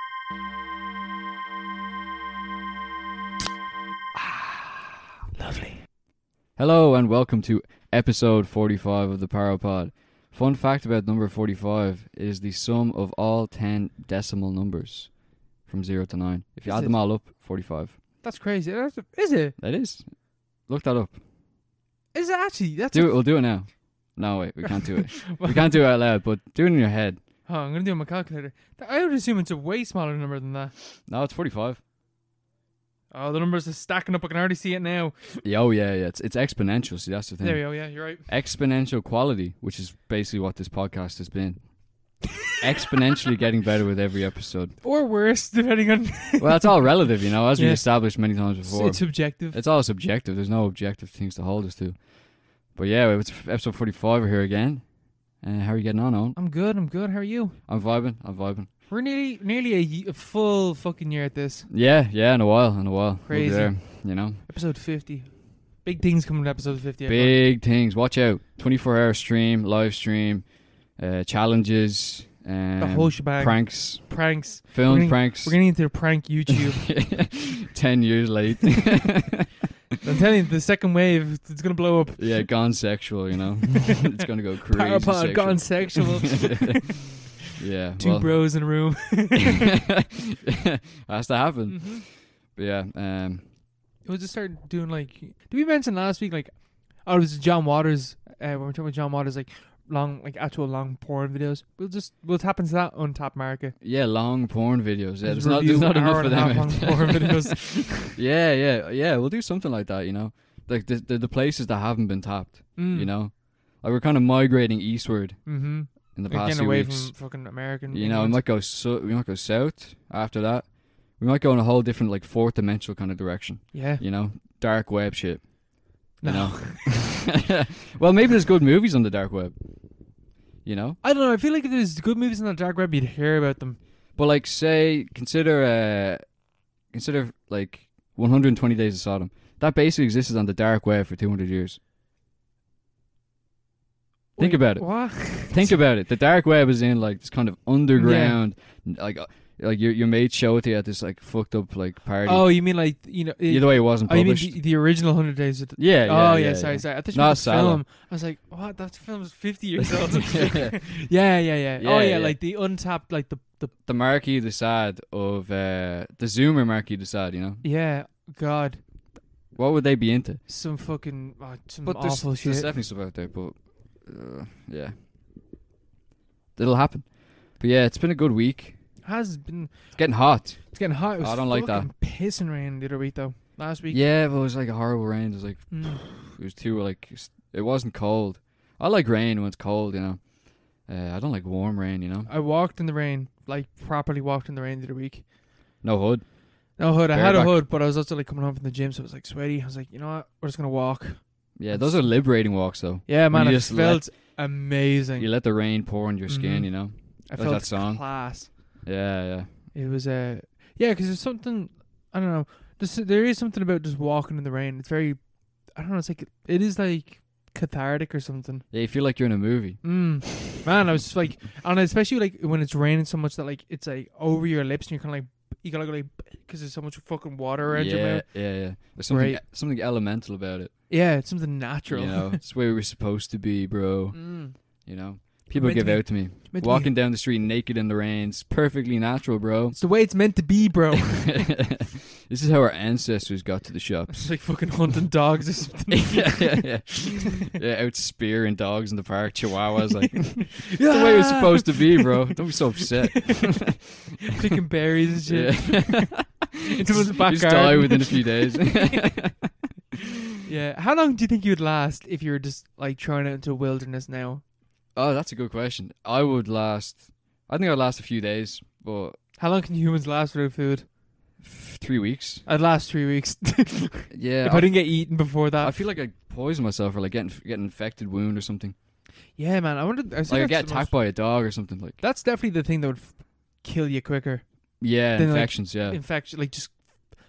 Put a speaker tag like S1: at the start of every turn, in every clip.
S1: Lovely.
S2: Hello and welcome to episode 45 of the Parapod. Fun fact about number 45 it is the sum of all 10 decimal numbers from 0 to 9. If you
S1: Is it?
S2: add them all up, 45.
S1: That's crazy. That's is it?
S2: That is. Look that up.
S1: Is it actually? That's
S2: Do
S1: a-
S2: it. We'll do it now. No, wait, we can't do it. we can't do it out loud, but do it in your head.
S1: Oh, I'm gonna do it on my calculator. Th- I would assume it's a way smaller number than that.
S2: No, it's 45.
S1: Oh, the numbers are stacking up. I can already see it now.
S2: Yeah, oh, yeah, yeah. It's, it's exponential. See, that's the thing.
S1: There you go. Yeah, you're right.
S2: exponential quality, which is basically what this podcast has been. Exponentially getting better with every episode.
S1: Or worse, depending on
S2: Well, it's all relative, you know, as we
S1: Yeah.
S2: established many times before.
S1: it's subjective.
S2: It's all subjective. There's no objective things to hold us to. But yeah, it's episode 45 We're here again. Uh, how are you getting on, Owen?
S1: I'm good. I'm good. How are you?
S2: I'm vibing. I'm vibing.
S1: We're nearly nearly a, ye- a full fucking year at this.
S2: Yeah, yeah, in a while, in a while. We'll be
S1: Crazy.
S2: there, you know,
S1: Episode 50. Big things coming to episode 50. everyone.
S2: big things. Watch out. 24 hour stream, live stream, uh, challenges, um,
S1: The whole shebang.
S2: pranks,
S1: Pranks.
S2: film
S1: We're gonna-
S2: pranks.
S1: We're getting into prank YouTube.
S2: 10 years late.
S1: I'm telling you, the second wave, it's going to blow up.
S2: yeah, gone sexual, you know. it's going to go crazy.
S1: Parapod gone sexual.
S2: sexual. yeah.
S1: Two
S2: well,
S1: bros in a room.
S2: has to happen.
S1: Mhm.
S2: But yeah, um,
S1: We'll just start doing like. Did we mention last week, like, oh, it was John Waters, uh, when we we're talking about John Waters, like, long, like, actual long porn videos. We'll just, we'll tap into that on Top America.
S2: yeah, long porn videos. Yeah,
S1: Just
S2: there's not,
S1: review
S2: there's not
S1: hour
S2: enough for
S1: and a half
S2: them. out
S1: long porn
S2: there.
S1: videos.
S2: yeah, yeah, yeah. We'll do something like that, you know. Like the the, the places that haven't been tapped,
S1: Mm.
S2: you know. Like we're kind of migrating eastward
S1: Mm-hmm.
S2: in the
S1: Like,
S2: past
S1: getting
S2: few
S1: away
S2: weeks.
S1: from fucking American.
S2: You know, we
S1: England.
S2: might go so we might go south after that. We might go in a whole different like fourth dimensional kind of direction.
S1: yeah.
S2: You know, dark web shit.
S1: No.
S2: You know. well, maybe there's good movies on the dark web. You know,
S1: I don't know. I feel like if there's good movies in the dark web, you'd hear about them.
S2: but like say consider uh consider like 120 Days of Sodom. That basically existed on the dark web for 200 years. Think
S1: Wait,
S2: about it.
S1: What?
S2: Think about it. The dark web is in like this kind of underground, like uh, like your your mate show it to you at this like fucked up like party.
S1: Oh, you mean like you know? It,
S2: Either way, it wasn't
S1: oh, you mean
S2: published.
S1: the, the original Hundred Days? With the,
S2: yeah, yeah.
S1: oh yeah,
S2: yeah,
S1: sorry,
S2: yeah.
S1: sorry. I thought you
S2: Not
S1: meant the
S2: Salah.
S1: film. I was like, what? That film's fifty years old.
S2: Yeah.
S1: yeah, yeah, yeah.
S2: Yeah,
S1: Oh yeah,
S2: yeah.
S1: like the untapped, like the the
S2: The Marquis de Sade of uh, the Zoomer Marquis de Sade. You know
S1: yeah. God,
S2: what would they be into?
S1: some fucking oh, some
S2: But there's,
S1: awful shit.
S2: there's definitely stuff out there. But uh, yeah, it'll happen. But yeah, it's been a good week.
S1: Has been.
S2: It's getting hot.
S1: It's getting hot. It was
S2: I don't like that.
S1: fucking Pissing rain the other week though. Last week.
S2: Yeah, but it was like a horrible rain. It was like
S1: Mm.
S2: it was too like s- it wasn't cold. I like rain when it's cold. You know, uh, I don't like warm rain. You know,
S1: I walked in the rain, like properly walked in the rain the other week.
S2: no hood.
S1: No hood. I had a
S2: Bareback.
S1: hood, but I was also like coming home from the gym, so it was like sweaty. I was like, you know what? We're just gonna walk.
S2: Yeah, those are liberating walks though.
S1: Yeah,
S2: When
S1: man.
S2: you
S1: I
S2: just
S1: felt amazing.
S2: You let the rain pour on your skin.
S1: Mhm.
S2: You know.
S1: I
S2: like
S1: felt
S2: that song.
S1: class.
S2: Yeah, yeah.
S1: It was uh, yeah, 'cause there's something I don't know. There's, there is something about just walking in the rain. It's very, I don't know. It's like it is like cathartic or something.
S2: Yeah, you feel like you're in a movie.
S1: Mm. Man, I was just like, and especially like when it's raining so much that like it's like over your lips and you're kind of like you gotta go like because there's so much fucking water around your
S2: Yeah,
S1: mouth.
S2: yeah, yeah. There's something
S1: Right.
S2: something elemental about it.
S1: Yeah, it's something natural.
S2: You know, it's where we're supposed to be, bro.
S1: Mm.
S2: You know, people
S1: Meant to
S2: give
S1: be-
S2: out to me
S1: Meant to be-
S2: walking down the street naked in the rain. It's perfectly natural, bro.
S1: It's the way it's meant to be, bro.
S2: this is how our ancestors got to the shops.
S1: It's like fucking hunting dogs or something.
S2: yeah, yeah, yeah. yeah, out spearing dogs in the park, chihuahuas. Like, it's the way it was supposed to be, bro. Don't be so upset.
S1: Picking berries and shit.
S2: It's
S1: someone's back
S2: Just die
S1: garden.
S2: within a few days.
S1: Yeah. How long do you think you'd last if you were just like thrown out into a wilderness now?
S2: Oh, that's a good question. I would last. I think I'd last a few days, but
S1: How long can humans last without food?
S2: f- three weeks.
S1: I'd last three weeks
S2: Yeah,
S1: if
S2: I,
S1: I didn't get eaten before that.
S2: I feel like I poison myself or like getting getting infected wound or something.
S1: yeah, man. I wonder. I
S2: Like I
S1: I
S2: get attacked by a dog or something. Like
S1: That's definitely the thing that would f- kill you quicker.
S2: yeah,
S1: Then, like,
S2: infections. yeah,
S1: Infection, like just,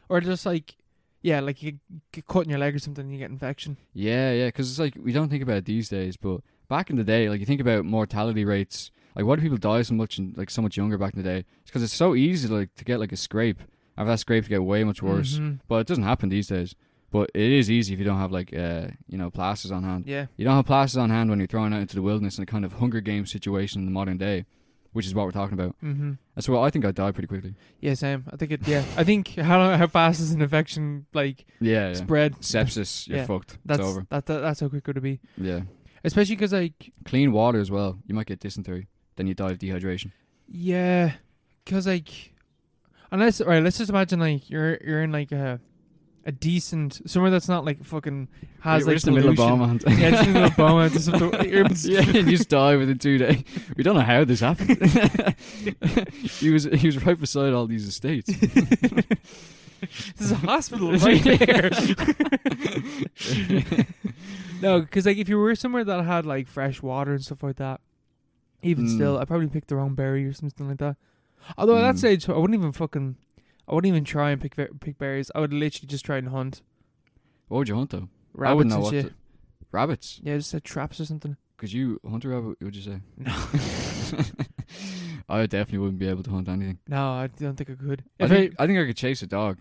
S1: or just like, yeah, like you get cut in your leg or something, and you get infection.
S2: yeah, yeah. Because it's like we don't think about it these days, but back in the day, like you think about mortality rates Like, why do people die so much and like so much younger back in the day? It's because it's so easy like to get like a scrape. I've had scrapes get way much worse,
S1: Mhm.
S2: but it doesn't happen these days. But it is easy if you don't have like uh you know plasters on hand.
S1: Yeah.
S2: You don't have plasters on hand when you're thrown out into the wilderness in a kind of Hunger Games situation in the modern day, which is what we're talking about.
S1: Mm-hmm.
S2: That's why I think I died pretty quickly.
S1: Yeah, Sam. I think it. Yeah, I think how how fast is an infection like
S2: Yeah, yeah.
S1: spread?
S2: sepsis, you're
S1: Yeah,
S2: fucked.
S1: That's
S2: it's over.
S1: That, that that's how quick it would be.
S2: Yeah,
S1: Especially because like
S2: clean water as well. You might get dysentery, then you die of dehydration.
S1: yeah, because like unless right, let's just imagine like you're you're in like a a decent somewhere that's not like fucking has
S2: We're- we're
S1: like
S2: just in the middle of
S1: pollution.
S2: Beaumont.
S1: Yeah, just in the middle of Beaumont, just up the- you're-
S2: yeah, you just die within two days. We don't know how this happened. he was he was right beside all these estates.
S1: This is a hospital right there. no, because like if you were somewhere that had like fresh water and stuff like that, even
S2: Mm.
S1: still, I probably picked the wrong berry or something like that. Although at that
S2: Mm.
S1: stage, I wouldn't even fucking, I wouldn't even try and pick ver- pick berries. I would literally just try and hunt
S2: What would you hunt though? I
S1: rabbits
S2: wouldn't know
S1: and
S2: what
S1: shit.
S2: to- rabbits.
S1: yeah, just set traps or something.
S2: Could you hunt a rabbit? Would you say? No. I definitely wouldn't be able to hunt anything.
S1: No, I don't think I could.
S2: I
S1: If I,
S2: think, I think I could chase a dog.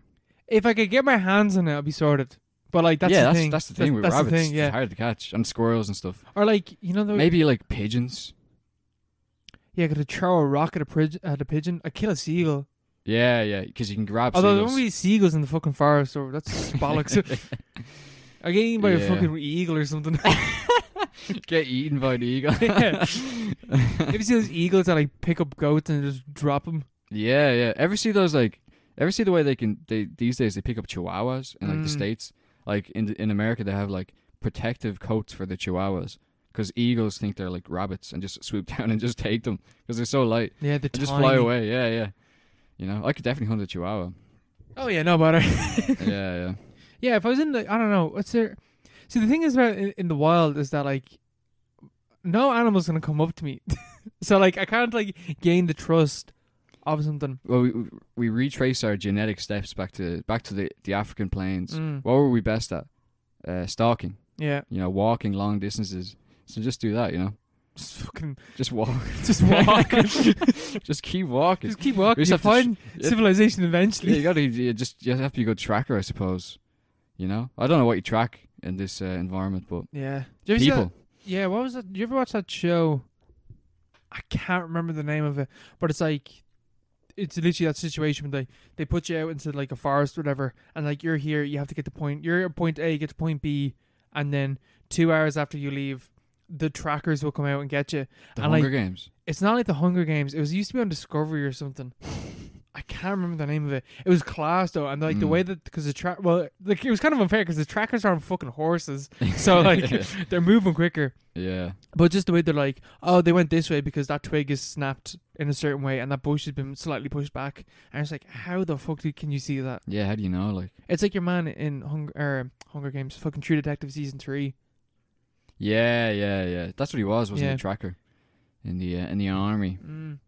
S1: if I could get my hands on it, I'd be sorted. But like that's
S2: yeah,
S1: the
S2: that's
S1: thing.
S2: that's the thing with
S1: that's
S2: rabbits.
S1: The thing,
S2: It's
S1: yeah,
S2: hard to catch and squirrels and stuff.
S1: or like you know the
S2: Maybe like pigeons.
S1: yeah, I could throw a rock at a, prig- at a pigeon. I would kill a seagull.
S2: Yeah, yeah, because you can grab.
S1: Although there
S2: seagulls.
S1: won't be seagulls in the fucking forest, or that's just bollocks. I get eaten by
S2: Yeah.
S1: a fucking eagle or something.
S2: get eaten by an eagle.
S1: yeah. Maybe see those eagles that like pick up goats and just drop them.
S2: Yeah, yeah. Ever see those like? Ever see the way they can? They these days they pick up chihuahuas in like the
S1: Mm.
S2: states. Like in the, in America, they have like protective coats for the chihuahuas because eagles think they're like rabbits and just swoop down and just take them because they're so light.
S1: Yeah, they
S2: They just fly away. Yeah, yeah. You know, I could definitely hunt a chihuahua.
S1: Oh yeah, no bother.
S2: yeah, yeah.
S1: yeah, if I was in the, I don't know, what's there? See, the thing is about in, in the wild is that like, no animal's gonna come up to me, so like I can't like gain the trust of something.
S2: Well, we we retrace our genetic steps back to back to the the African plains.
S1: Mm,
S2: What were we best at? Uh, stalking.
S1: yeah,
S2: You know, walking long distances. So just do that. You know,
S1: just fucking,
S2: just walk.
S1: just walk,
S2: just keep walking.
S1: just keep walking.
S2: just
S1: You
S2: have to tr-
S1: find
S2: yeah.
S1: civilization
S2: Yeah,
S1: eventually.
S2: you gotta you just you have to be a good tracker, I suppose. You know, I don't know what you track in this uh, environment, but
S1: Yeah, Do you ever see that-
S2: people.
S1: Yeah, what was that? Did you ever watch that show? I can't remember the name of it, but it's like it's literally that situation where they they put you out into like a forest, or whatever, and like you're here, you have to get to point. You're at point A, you get to point B, and then two hours after you leave, the trackers will come out and get you.
S2: The
S1: and,
S2: Hunger
S1: like-
S2: Games.
S1: It's not like the Hunger Games. It was it used to be on Discovery or something. I can't remember the name of it. It was class though, and like the
S2: Mm.
S1: way that because the track well, like it was kind of unfair because the trackers are on fucking horses, so like they're moving quicker.
S2: yeah,
S1: But just the way they're like, oh, they went this way because that twig is snapped in a certain way and that bush has been slightly pushed back. And it's like, how the fuck do, can you see that?
S2: yeah. How do you know? Like,
S1: It's like your man in Hunger, er, Hunger Games, fucking True Detective season three.
S2: yeah, yeah, yeah. That's what he was, wasn't he?
S1: Yeah.
S2: A tracker in the uh, in the army.
S1: Mm.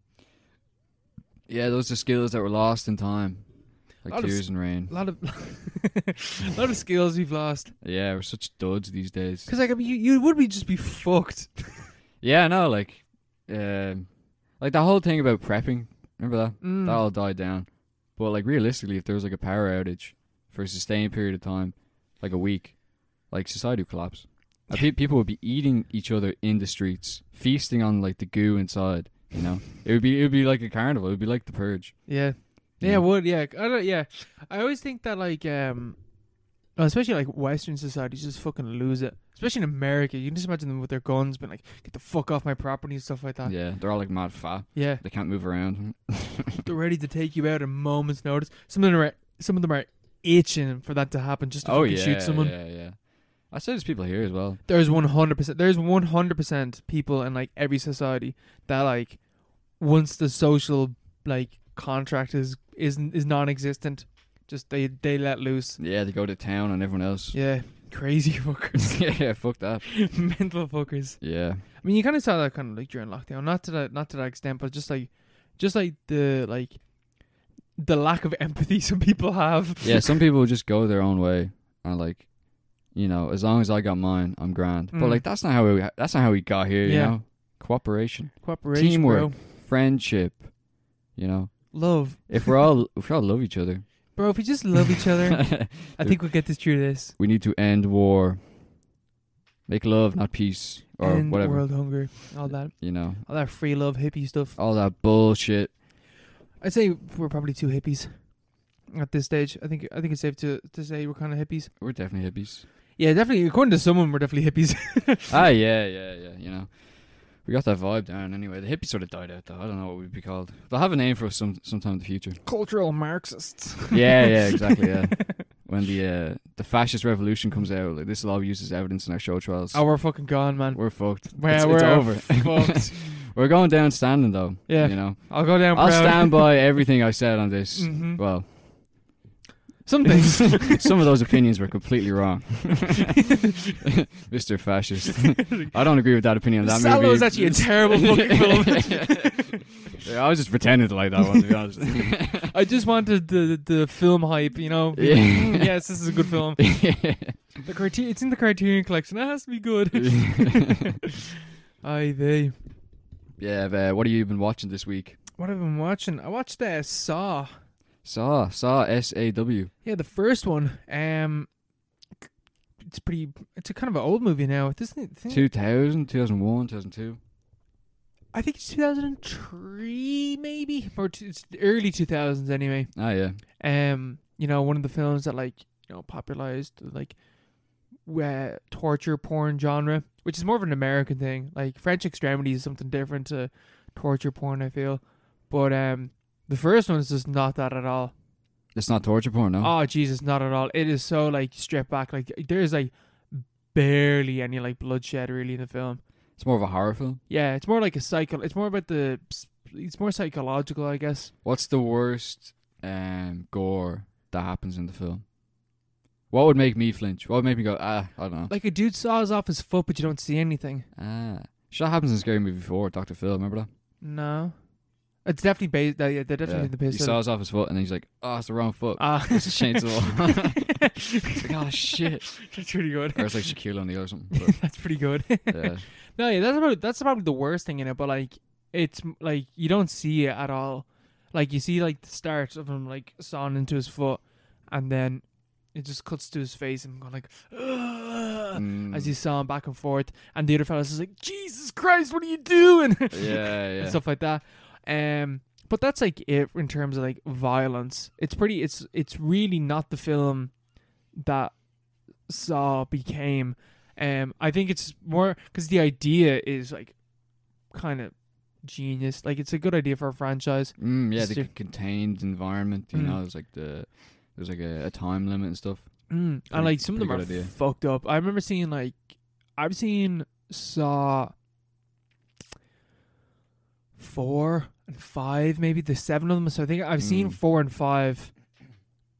S2: Yeah, those are skills that were lost in time, like
S1: Lot of
S2: tears
S1: s-
S2: and rain.
S1: A lot of, lot of skills we've lost.
S2: Yeah, we're such duds these days.
S1: Cause like I mean, you, you would be just be fucked.
S2: Yeah, no, like, um, like the whole thing about prepping. Remember that?
S1: Mm.
S2: that all died down. But like realistically, if there was like a power outage for a sustained period of time, like a week, like society would collapse. Like, pe- people would be eating each other in the streets, feasting on like the goo inside. You know, it would be it would be like a carnival. It would be like the purge.
S1: Yeah.
S2: you
S1: Yeah, it
S2: know?
S1: would yeah. I don't, yeah, I always think that like um, well, especially like Western societies just fucking lose it. Especially in America, you can just imagine them with their guns, being like, "Get the fuck off my property" and stuff like that. Yeah,
S2: yeah, they're all like mad fat. They can't move around.
S1: they're ready to take you out at a moment's notice. Some of them are some of them are itching for that to happen, just to
S2: oh
S1: fucking
S2: yeah,
S1: shoot someone.
S2: yeah, yeah. I say there's people here as well.
S1: There's one hundred percent. There's one hundred percent people in like every society that like once the social like contract is isn't is non-existent, just they they let loose.
S2: Yeah, they go to town on everyone else.
S1: Yeah, crazy fuckers.
S2: Yeah, yeah, fuck that.
S1: mental fuckers.
S2: Yeah,
S1: I mean, you kind of saw that kind of like during lockdown, not to that, not to that extent, but just like, just like the like, the lack of empathy some people have.
S2: yeah, some people just go their own way and like, you know, as long as I got mine, I'm grand. But
S1: Mm.
S2: like, that's not how we. That's not how we got here. You
S1: Yeah.
S2: know, cooperation,
S1: Cooperation,
S2: Teamwork.
S1: bro.
S2: friendship. You know,
S1: love,
S2: if we're all if we all love each other,
S1: bro. If we just love each other, I think we'll get this through this.
S2: we need to end war. Make love, not peace, or
S1: End
S2: whatever.
S1: world hunger, all that,
S2: You know,
S1: all that free love hippie stuff.
S2: all that bullshit.
S1: I'd say we're probably two hippies at this stage. I think I think it's safe to to say we're kind of hippies.
S2: We're definitely hippies.
S1: Yeah, definitely. According to someone, we're definitely hippies.
S2: ah, yeah, yeah, yeah. You know, we got that vibe down anyway. The hippies sort of died out though. I don't know what we'd be called. They'll have a name for us some sometime in the future.
S1: Cultural Marxists.
S2: yeah, yeah, exactly. Yeah, when the uh, the fascist revolution comes out, like, this will all be used as evidence in our show trials.
S1: Oh, we're fucking gone, man.
S2: We're fucked.
S1: Well,
S2: it's,
S1: we're
S2: it's over.
S1: fucked.
S2: we're going down standing though.
S1: Yeah.
S2: you know,
S1: I'll go down.
S2: I'll
S1: proud.
S2: stand by Mm-hmm. everything I said on this.
S1: Mhm.
S2: Well,
S1: Some things.
S2: some of those opinions were completely wrong, Mister Fascist. I don't agree with that opinion. on That
S1: Salo
S2: movie
S1: is actually a terrible fucking film.
S2: Yeah, I was just pretending to like that one, to be honest.
S1: I just wanted the the film hype, you know.
S2: Yeah.
S1: Mm, yes, this is a good film. The criteria, it's in the Criterion collection. It has to be good. I they.
S2: yeah, but uh, what have you been watching this week?
S1: What have I been watching? I watched uh, Saw.
S2: Saw, Saw, S A W.
S1: Yeah, the first one. Um, it's pretty. It's a kind of an old movie now. This thing,
S2: 2000, 2001, 2002.
S1: I think it's 2003, maybe, or t- it's the early 2000s anyway.
S2: Ah, yeah.
S1: Um, you know, one of the films that like you know popularized like uh, torture porn genre, which is more of an American thing. Like French Extremity is something different to torture porn. I feel, but um, the first one is just not that at all.
S2: It's not torture porn, no?
S1: Oh Jesus, not at all. It is so like stripped back. Like there's like barely any like bloodshed really in the film.
S2: It's more of a horror film.
S1: Yeah, it's more like a cycle. It's more about the. It's more psychological, I guess.
S2: What's the worst um, gore that happens in the film? What would make me flinch? What would make me go, ah, I don't know.
S1: Like a dude saws off his foot, but you don't see anything.
S2: ah. Shit happens in Scary Movie 4, Dr. Phil, remember that?
S1: No, it's definitely based. They, yeah, they're definitely the
S2: yeah.
S1: based.
S2: He saws off his foot and he's like, oh, it's the wrong foot.
S1: Ah,
S2: It's a chainsaw. it's like, oh, shit.
S1: that's pretty good.
S2: Or it's like Shaquille O'Neal or something.
S1: That's pretty good.
S2: But,
S1: no,
S2: yeah.
S1: yeah, that's about that's probably the worst thing in it. But like, it's m- like you don't see it at all. Like you see like the start of him like sawing into his foot, and then it just cuts to his face and going like, "Ugh,"
S2: Mm.
S1: as he's sawing back and forth, and the other fella's just like, Jesus Christ, what are you doing?
S2: yeah, yeah.
S1: and stuff like that. Um, but that's like it in terms of like violence. It's pretty. It's it's really not the film that Saw became. Um, I think it's more because the idea is like kind of genius. Like it's a good idea for a franchise.
S2: mm, yeah, the
S1: Stu-
S2: c- contained environment, you
S1: Mm.
S2: know, it's like the there's like a, a time limit and stuff.
S1: Mm.
S2: Pretty-
S1: And like some of them are
S2: pretty good idea.
S1: fucked up. I remember seeing like I've seen Saw four and five, maybe the seven of them. So I think I've seen
S2: Mm.
S1: four and five.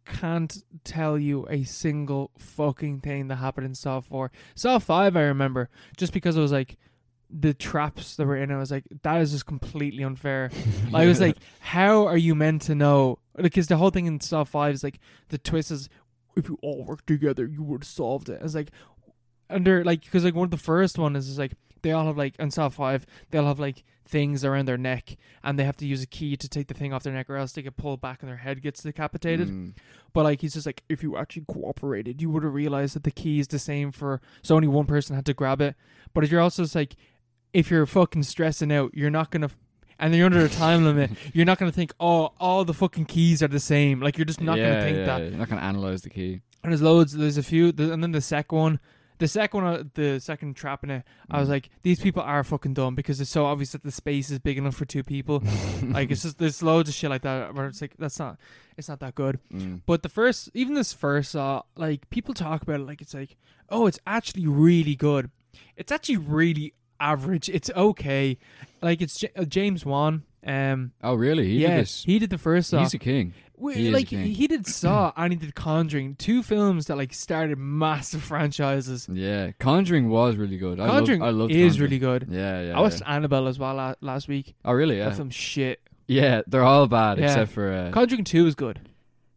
S1: Can't tell you a single fucking thing that happened in Saw four. Saw five, I remember just because it was like the traps that were in it. I was like, that is just completely unfair. I was
S2: Mm.
S1: like, how are you meant to know? Because the whole thing in Saw 5 is like, the twist is, if you all worked together, you would have solved it. It's like, under, like, because, like, one of the first one is, is like, they all have, like, in Saw 5, they'll have, like, things around their neck, and they have to use a key to take the thing off their neck, or else they get pulled back and their head gets decapitated.
S2: Mm.
S1: But, like, he's just like, if you actually cooperated, you would have realized that the key is the same for, so only one person had to grab it. But if you're also just like, if you're fucking stressing out, you're not gonna, and you're under a time limit, you're not gonna think, oh, all the fucking keys are the same. Like you're just not
S2: Yeah,
S1: gonna think
S2: yeah,
S1: that.
S2: yeah. You're not gonna analyze the key.
S1: And there's loads. There's a few, th- and then the second one, the second one, uh, the second trap in it. I
S2: Mm.
S1: was like, these people are fucking dumb because it's so obvious that the space is big enough for two people. like it's just there's loads of shit like that where it's like that's not, it's not that good.
S2: Mm.
S1: But the first, even this first, uh, like people talk about it like it's like, oh, it's actually really good. It's actually really average. It's okay. Like it's J- uh, James Wan. Um,
S2: Oh, really? He
S1: yeah,
S2: did this.
S1: he did the first Saw.
S2: He's a king.
S1: We-
S2: he is a
S1: like
S2: king.
S1: he did Saw and he did Conjuring, two films that like started massive franchises.
S2: Yeah, Conjuring was really good. I
S1: Conjuring
S2: loved, I loved
S1: is
S2: Conjuring.
S1: really good.
S2: Yeah, yeah.
S1: I watched
S2: yeah.
S1: Annabelle as well la- last week.
S2: Oh, really?
S1: That's
S2: Yeah.
S1: some shit.
S2: Yeah, they're all bad
S1: Yeah.
S2: except for uh,
S1: Conjuring Two is good.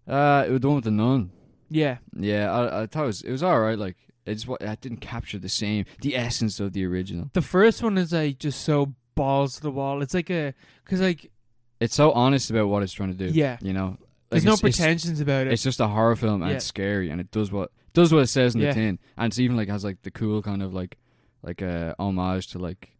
S2: uh, it was the one with the nun.
S1: Yeah,
S2: Yeah, I, I thought it was it was all right. Like It's what that didn't capture the same the essence of the original.
S1: The first one is like just so balls to the wall. It's like a because like
S2: It's so honest about what it's trying to do.
S1: Yeah.
S2: you know,
S1: there's
S2: Like,
S1: no
S2: it's- it's-
S1: pretensions about it.
S2: It's just a horror film and
S1: Yeah.
S2: it's scary and it does what does what it says in
S1: Yeah.
S2: the tin and it's even like has like the cool kind of like like a homage to like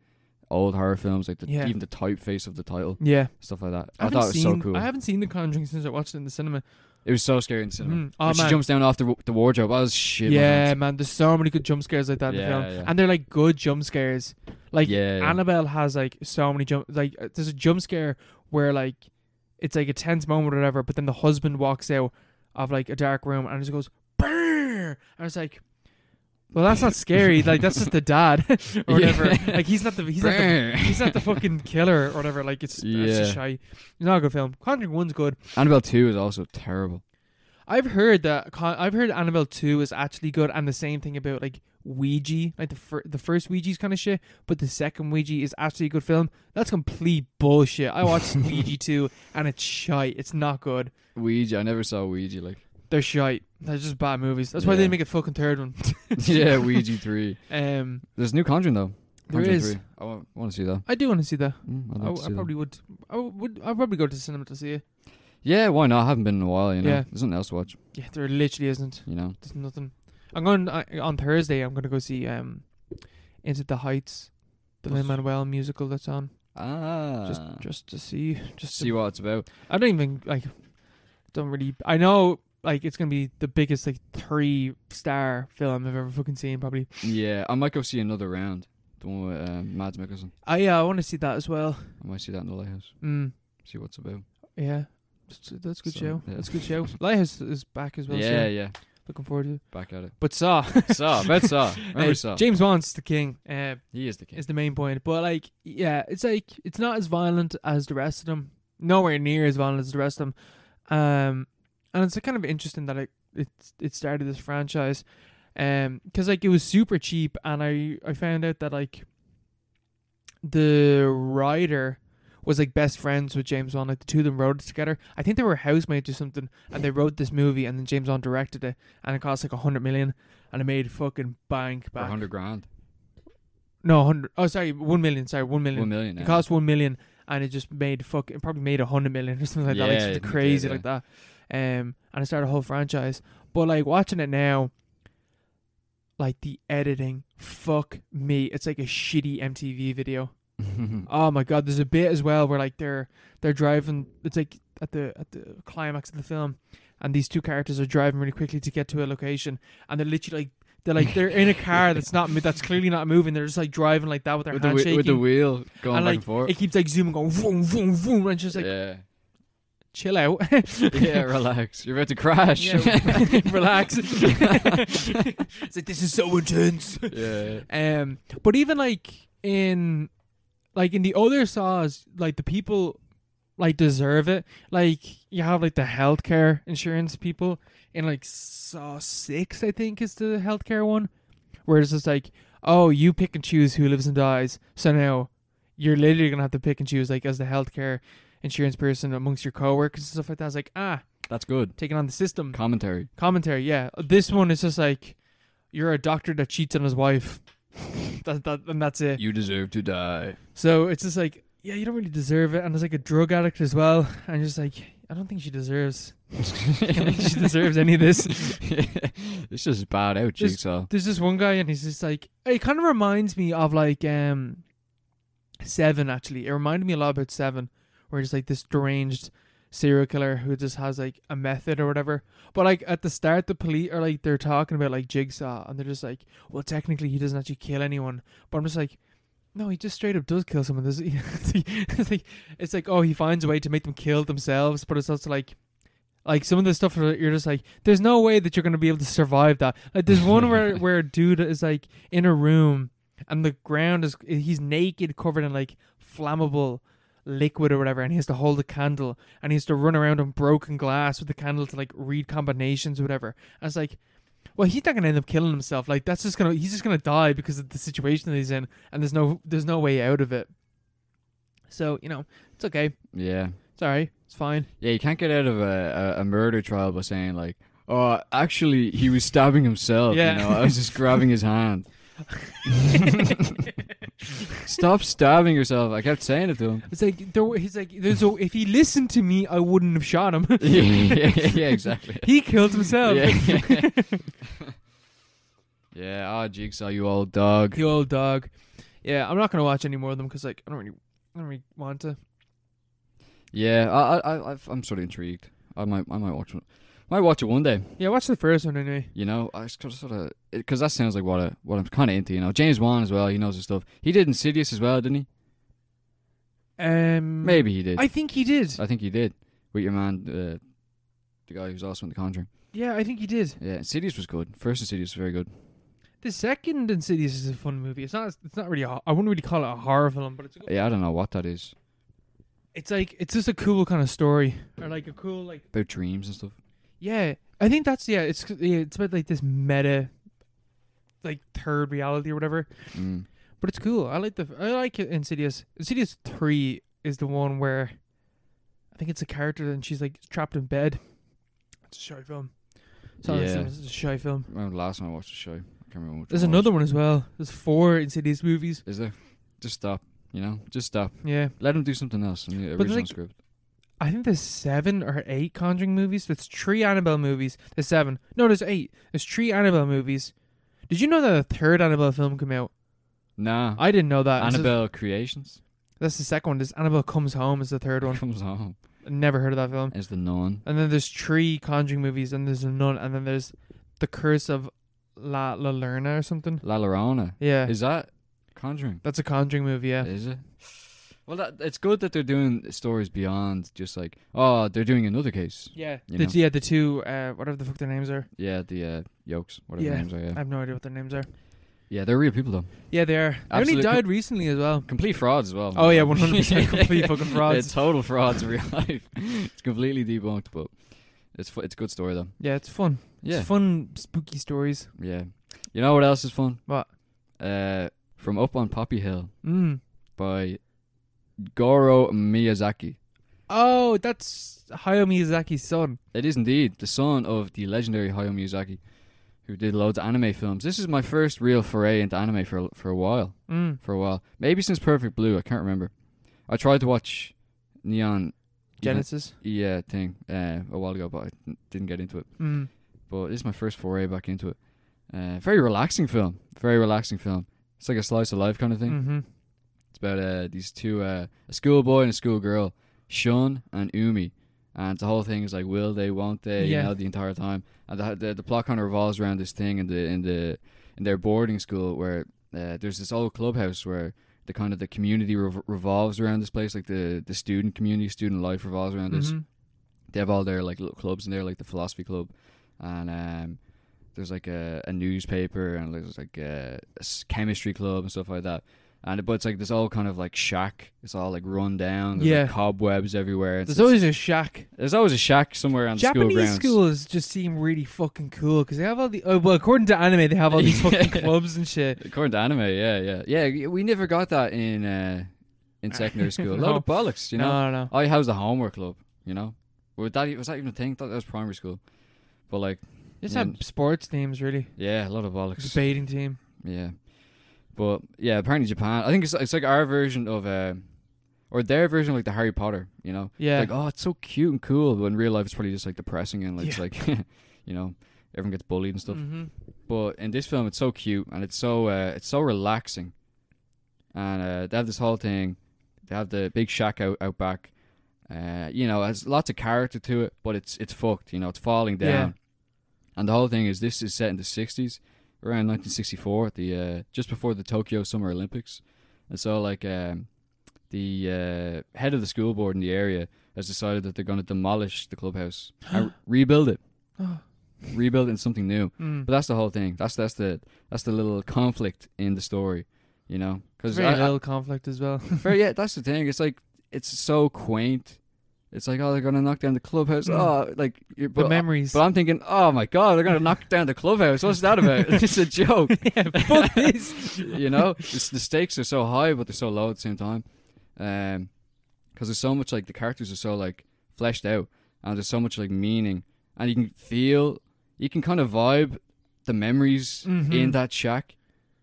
S2: old horror films like the,
S1: Yeah.
S2: even the typeface of the title
S1: yeah,
S2: stuff like that.
S1: I
S2: I,
S1: haven't
S2: thought it was
S1: seen,
S2: so cool.
S1: I haven't seen The Conjuring since I watched it in the cinema.
S2: It was so scary in cinema.
S1: Mhm. Oh
S2: when she
S1: man,
S2: jumps down off the, the wardrobe, I was shit. my
S1: yeah,
S2: pants.
S1: man. There's so many good jump scares like that in
S2: Yeah,
S1: the film,
S2: yeah.
S1: and they're like good jump scares. Like
S2: yeah, yeah.
S1: Annabelle has like so many jump. Like uh, there's a jump scare where like it's like a tense moment or whatever, but then the husband walks out of like a dark room and just goes, "Brrr!" and it's like. Well, that's not scary. Like that's just the dad, or whatever.
S2: Yeah.
S1: Like he's not the he's not the he's not the fucking killer or whatever. Like it's, it's just
S2: Yeah.
S1: shy. It's not a good film. Conjuring One's good.
S2: Annabelle Two is also terrible.
S1: I've heard that Con- I've heard Annabelle Two is actually good, and the same thing about like Ouija, like the fir- the first Ouija's kind of shit, but the second Ouija is actually a good film. That's complete bullshit. I watched Ouija Two, and it's shite. It's not good.
S2: Ouija, I never saw Ouija. Like
S1: They're shite. They're just bad movies. That's why they
S2: Yeah.
S1: didn't make a fucking third one.
S2: yeah, Ouija Three.
S1: Um,
S2: There's a new Conjuring though.
S1: There
S2: Conjuring
S1: is.
S2: 3. I want, to see that.
S1: I do want to see that.
S2: Mm, I'd
S1: I,
S2: like to see
S1: I
S2: that.
S1: probably would. I would. I probably go to the cinema to see it.
S2: Yeah, why not? I haven't been in a while. You know,
S1: Yeah.
S2: there's nothing else to watch.
S1: Yeah, there literally isn't.
S2: You know.
S1: There's nothing. I'm going uh, on Thursday. I'm going to go see um, Into the Heights, the
S2: What's-
S1: Lin Manuel musical that's on.
S2: Ah.
S1: Just just to see, just
S2: see
S1: to,
S2: what it's about.
S1: I don't even like. Don't really. I know like it's going to be the biggest like three star film I've ever fucking seen probably.
S2: Yeah, I might go see another round. The one with uh, Mads Mikkelsen.
S1: I yeah, I want to see that as well.
S2: I might see that in the lighthouse.
S1: Mm,
S2: See what it's about.
S1: yeah. That's, that's a good
S2: So,
S1: show.
S2: yeah.
S1: That's a good show. Lighthouse is back as well.
S2: yeah,
S1: soon.
S2: yeah.
S1: Looking forward to it.
S2: Back at it.
S1: But Saw.
S2: Saw, about Saw. Remember
S1: Uh,
S2: Saw.
S1: James Wan's the king. Uh,
S2: he is the king.
S1: is the main point. But like, yeah, it's like it's not as violent as the rest of them. Nowhere near as violent as the rest of them. Um, and it's kind of interesting that it it it started this franchise, um, because like it was super cheap, and I I found out that like the writer was like best friends with James Wan. Like the two of them wrote it together. I think they were housemates or something, and they wrote this movie, and then James Wan directed it, and it cost like a hundred million, and it made fucking bank
S2: For
S1: back.
S2: 100 grand.
S1: No, hundred. Oh, sorry, one million. Sorry, one million.
S2: One million.
S1: It
S2: yeah.
S1: cost one million, and it just made fuck. It probably made a hundred million or something like that. Like
S2: Yeah,
S1: something
S2: it did,
S1: crazy
S2: yeah.
S1: like that. Um, and it started a whole franchise. But like watching it now, like the editing, fuck me, it's like a shitty MTV video. Oh my god, there's a bit as well where like they're they're driving. It's like at the at the climax of the film, and these two characters are driving really quickly to get to a location, and they're literally like they're like they're in a car that's not mo- that's clearly not moving. They're just like driving like that with their
S2: with, the
S1: hands
S2: whe- with the
S1: shaking.
S2: wheel going
S1: And,
S2: back
S1: like,
S2: and forth.
S1: it keeps like zooming, going vroom vroom vroom, and just like
S2: yeah.
S1: chill out,
S2: yeah, relax. You're about to crash.
S1: Yeah, relax. it's like this is so intense.
S2: yeah.
S1: Um, but even like in, like in the other saws, like the people, like deserve it. Like you have like the healthcare insurance people in like saw six, I think is the healthcare one, where it's just like, oh, you pick and choose who lives and dies. So now you're literally gonna have to pick and choose like as the healthcare insurance person amongst your coworkers and stuff like that. It's like ah,
S2: That's good.
S1: taking on the system
S2: Commentary.
S1: commentary. Yeah, this one is just like you're a doctor that cheats on his wife. that, that and that's it.
S2: You deserve to die.
S1: So it's just like yeah, you don't really deserve it. And there's like a drug addict as well. And just like I don't think she deserves. I don't think she deserves any of this.
S2: it's just bad out,
S1: Just-
S2: Jigsaw.
S1: There's this one guy and he's just like it kind of reminds me of like um Seven actually. It reminded me a lot about Seven, where it's like this deranged serial killer who just has like a method or whatever. But like at the start the police are like they're talking about like Jigsaw and they're just like, Well technically he doesn't actually kill anyone but I'm just like no, he just straight up does kill someone. Does he? It's like- it's like it's like oh, he finds a way to make them kill themselves, but it's also like like some of the stuff where you're just like, there's no way that you're gonna be able to survive that. Like there's one where where a dude is like in a room and the ground is he's naked, covered in like flammable liquid or whatever, and he has to hold a candle and he has to run around on broken glass with the candle to like read combinations or whatever. I was like. Well, he's not gonna end up killing himself. Like that's just gonna he's just gonna die because of the situation that he's in, and there's no there's no way out of it. So you know it's okay,
S2: Yeah.
S1: it's alright, it's fine.
S2: Yeah, you can't get out of a, a, a murder trial by saying like, Oh, actually, he was stabbing himself.
S1: Yeah.
S2: You know, I was just grabbing his hand. Stop stabbing yourself. I kept saying it to him.
S1: It's like there. were- He's like, there's a, if he listened to me, I wouldn't have shot him.
S2: yeah, yeah, yeah, yeah, exactly.
S1: he killed himself.
S2: Yeah. yeah, ah, Jigsaw, you old dog.
S1: The old dog. Yeah, I'm not gonna watch any more of them because like I don't really, I don't really want to.
S2: Yeah, I, I, I, I've- I'm sort of intrigued. I might, I might watch one. Might watch it one day.
S1: Yeah, watch the first one anyway.
S2: You know, I sort of, sort of, because that sounds like what I, what I'm kind of into. You know, James Wan as well. He knows his stuff. He did Insidious as well, didn't he?
S1: Um,
S2: Maybe Uh, he did.
S1: I think he did.
S2: I think he did with your man, uh, the guy who's also in The Conjuring.
S1: Yeah, I think he did.
S2: Yeah, Insidious was good. First Insidious was very good.
S1: The second Insidious is a fun movie. It's not. It's not really. A, ho- I wouldn't really call it a horror film, but it's. A good,
S2: Yeah, I don't know what that is
S1: it's like it's just a cool kind of story, or like a cool like.
S2: about dreams and stuff.
S1: Yeah, I think that's yeah. It's yeah, it's about like this meta, like third reality or whatever.
S2: Mm.
S1: But it's cool. I like the I like Insidious. Insidious three is the one where, I think it's a character and she's like trapped in bed. It's a shy film. Sorry,
S2: Yeah.
S1: it's a shy film.
S2: remember the last time I watched the show. I can't remember. Which
S1: There's
S2: one it
S1: another
S2: was.
S1: one as well. There's four Insidious movies.
S2: Is there? Just stop. You know, just stop.
S1: Yeah,
S2: Let him do something else from the
S1: But
S2: original
S1: like-
S2: script.
S1: I think there's seven or eight Conjuring movies. There's three Annabelle movies. There's seven. No, there's eight. There's three Annabelle movies. Did you know that a third Annabelle film came out?
S2: Nah,
S1: I didn't know that. This is-
S2: Annabelle Creations
S1: That's the second one. This Annabelle Comes Home is the third one.
S2: comes home
S1: I never heard of that film.
S2: as the nun.
S1: And then there's three Conjuring movies, and there's a nun, and then there's The Curse of La La Lerna or something.
S2: La Llorona.
S1: Yeah,
S2: Is that Conjuring?
S1: that's a Conjuring movie. Yeah,
S2: Is it? Well, that, it's good that they're doing stories beyond just like oh they're doing another case.
S1: yeah.
S2: You
S1: The,
S2: know.
S1: yeah, the two uh, whatever the fuck their names are.
S2: Yeah, the uh, yokes, whatever
S1: Yeah.
S2: their names are.
S1: I
S2: Yeah.
S1: have no idea what their names are.
S2: yeah, they're real people though.
S1: Yeah, they are. They only
S2: Absolute co-
S1: died recently as well.
S2: Complete frauds as well.
S1: Oh yeah, 100% complete fucking frauds.
S2: They're total frauds in real life. It's completely debunked, but it's fu- it's a good story though.
S1: Yeah, it's fun.
S2: Yeah,
S1: It's fun, spooky stories.
S2: yeah. You know what else is fun?
S1: What?
S2: Uh, from Up on Poppy Hill
S1: Mm.
S2: by Goro Miyazaki.
S1: Oh, that's Hayao Miyazaki's son.
S2: It is indeed the son of the legendary Hayao Miyazaki, who did loads of anime films. This is my first real foray into anime for for a while.
S1: Mm.
S2: For a while, maybe since Perfect Blue, I can't remember. I tried to watch Neon
S1: Genesis.
S2: yeah thing uh, a while ago, but I n- didn't get into it.
S1: Mm.
S2: But this is my first foray back into it. Uh, very relaxing film. Very relaxing film. It's like a slice of life kind of thing.
S1: Mm-hmm.
S2: It's about uh, these two, uh, a schoolboy and a schoolgirl, Shun and Umi. And the whole thing is like, will they, won't they?
S1: Yeah.
S2: You know, the entire time. And the, the, the plot kind of revolves around this thing in the in the in their boarding school where uh, there's this old clubhouse where the kind of the community rev- revolves around this place, like the the student community, student life revolves around this
S1: Mhm.
S2: they have all their like little clubs in there, like the philosophy club, and um, there's like a, a newspaper and there's like a, a s- chemistry club and stuff like that. And but it's like this all kind of like shack. It's all like run down. There's
S1: Yeah.
S2: like, cobwebs everywhere. It's,
S1: There's always a shack.
S2: there's always a shack somewhere on the school
S1: Japanese
S2: grounds.
S1: schools just seem really fucking cool because they have all the. Oh, well, according to anime, they have all these fucking clubs and shit.
S2: According to anime, yeah, yeah, yeah. We never got that in uh, in secondary school. A lot of bollocks, you know.
S1: no, no, no.
S2: I how's the homework club? You know, was that e- was that even a thing? thought that was primary school, but like,
S1: Just
S2: Yeah.
S1: have sports teams, really.
S2: yeah, a lot of bollocks.
S1: Debating team.
S2: Yeah, but yeah, apparently Japan. I think it's it's like our version of uh, or their version of like the Harry Potter. You know,
S1: Yeah.
S2: like oh, it's so cute and cool, but in real life it's probably just like depressing and like it's
S1: Yeah.
S2: like you know everyone gets bullied and stuff.
S1: hmm
S2: But in this film, it's so cute and it's so uh, it's so relaxing, and uh, they have this whole thing. They have the big shack out out back. Uh, you know, it has lots of character to it, but it's it's fucked. You know, it's falling
S1: Yeah.
S2: down, and the whole thing is this is set in the '60s, around 1964, the uh, just before the Tokyo Summer Olympics, and so like um, the uh, head of the school board in the area has decided that they're going to demolish the clubhouse and rebuild it, rebuild it in something new.
S1: Mm.
S2: But that's the whole thing. That's that's the that's the little conflict in the story, you know. Because
S1: Very little conflict as well.
S2: yeah, that's the thing. It's like it's so quaint. It's like oh, they're gonna knock down the clubhouse.
S1: Mm.
S2: Oh, like you're,
S1: The
S2: but,
S1: memories.
S2: but I'm thinking, oh my god, they're gonna knock down the clubhouse. What's that about? it's a joke,
S1: yeah, fuck this.
S2: you know. It's, the stakes are so high, but they're so low at the same time. Um, because there's so much like the characters are so like fleshed out, and there's so much like meaning, and you can feel you can kind of vibe the memories in
S1: Mhm.
S2: that shack.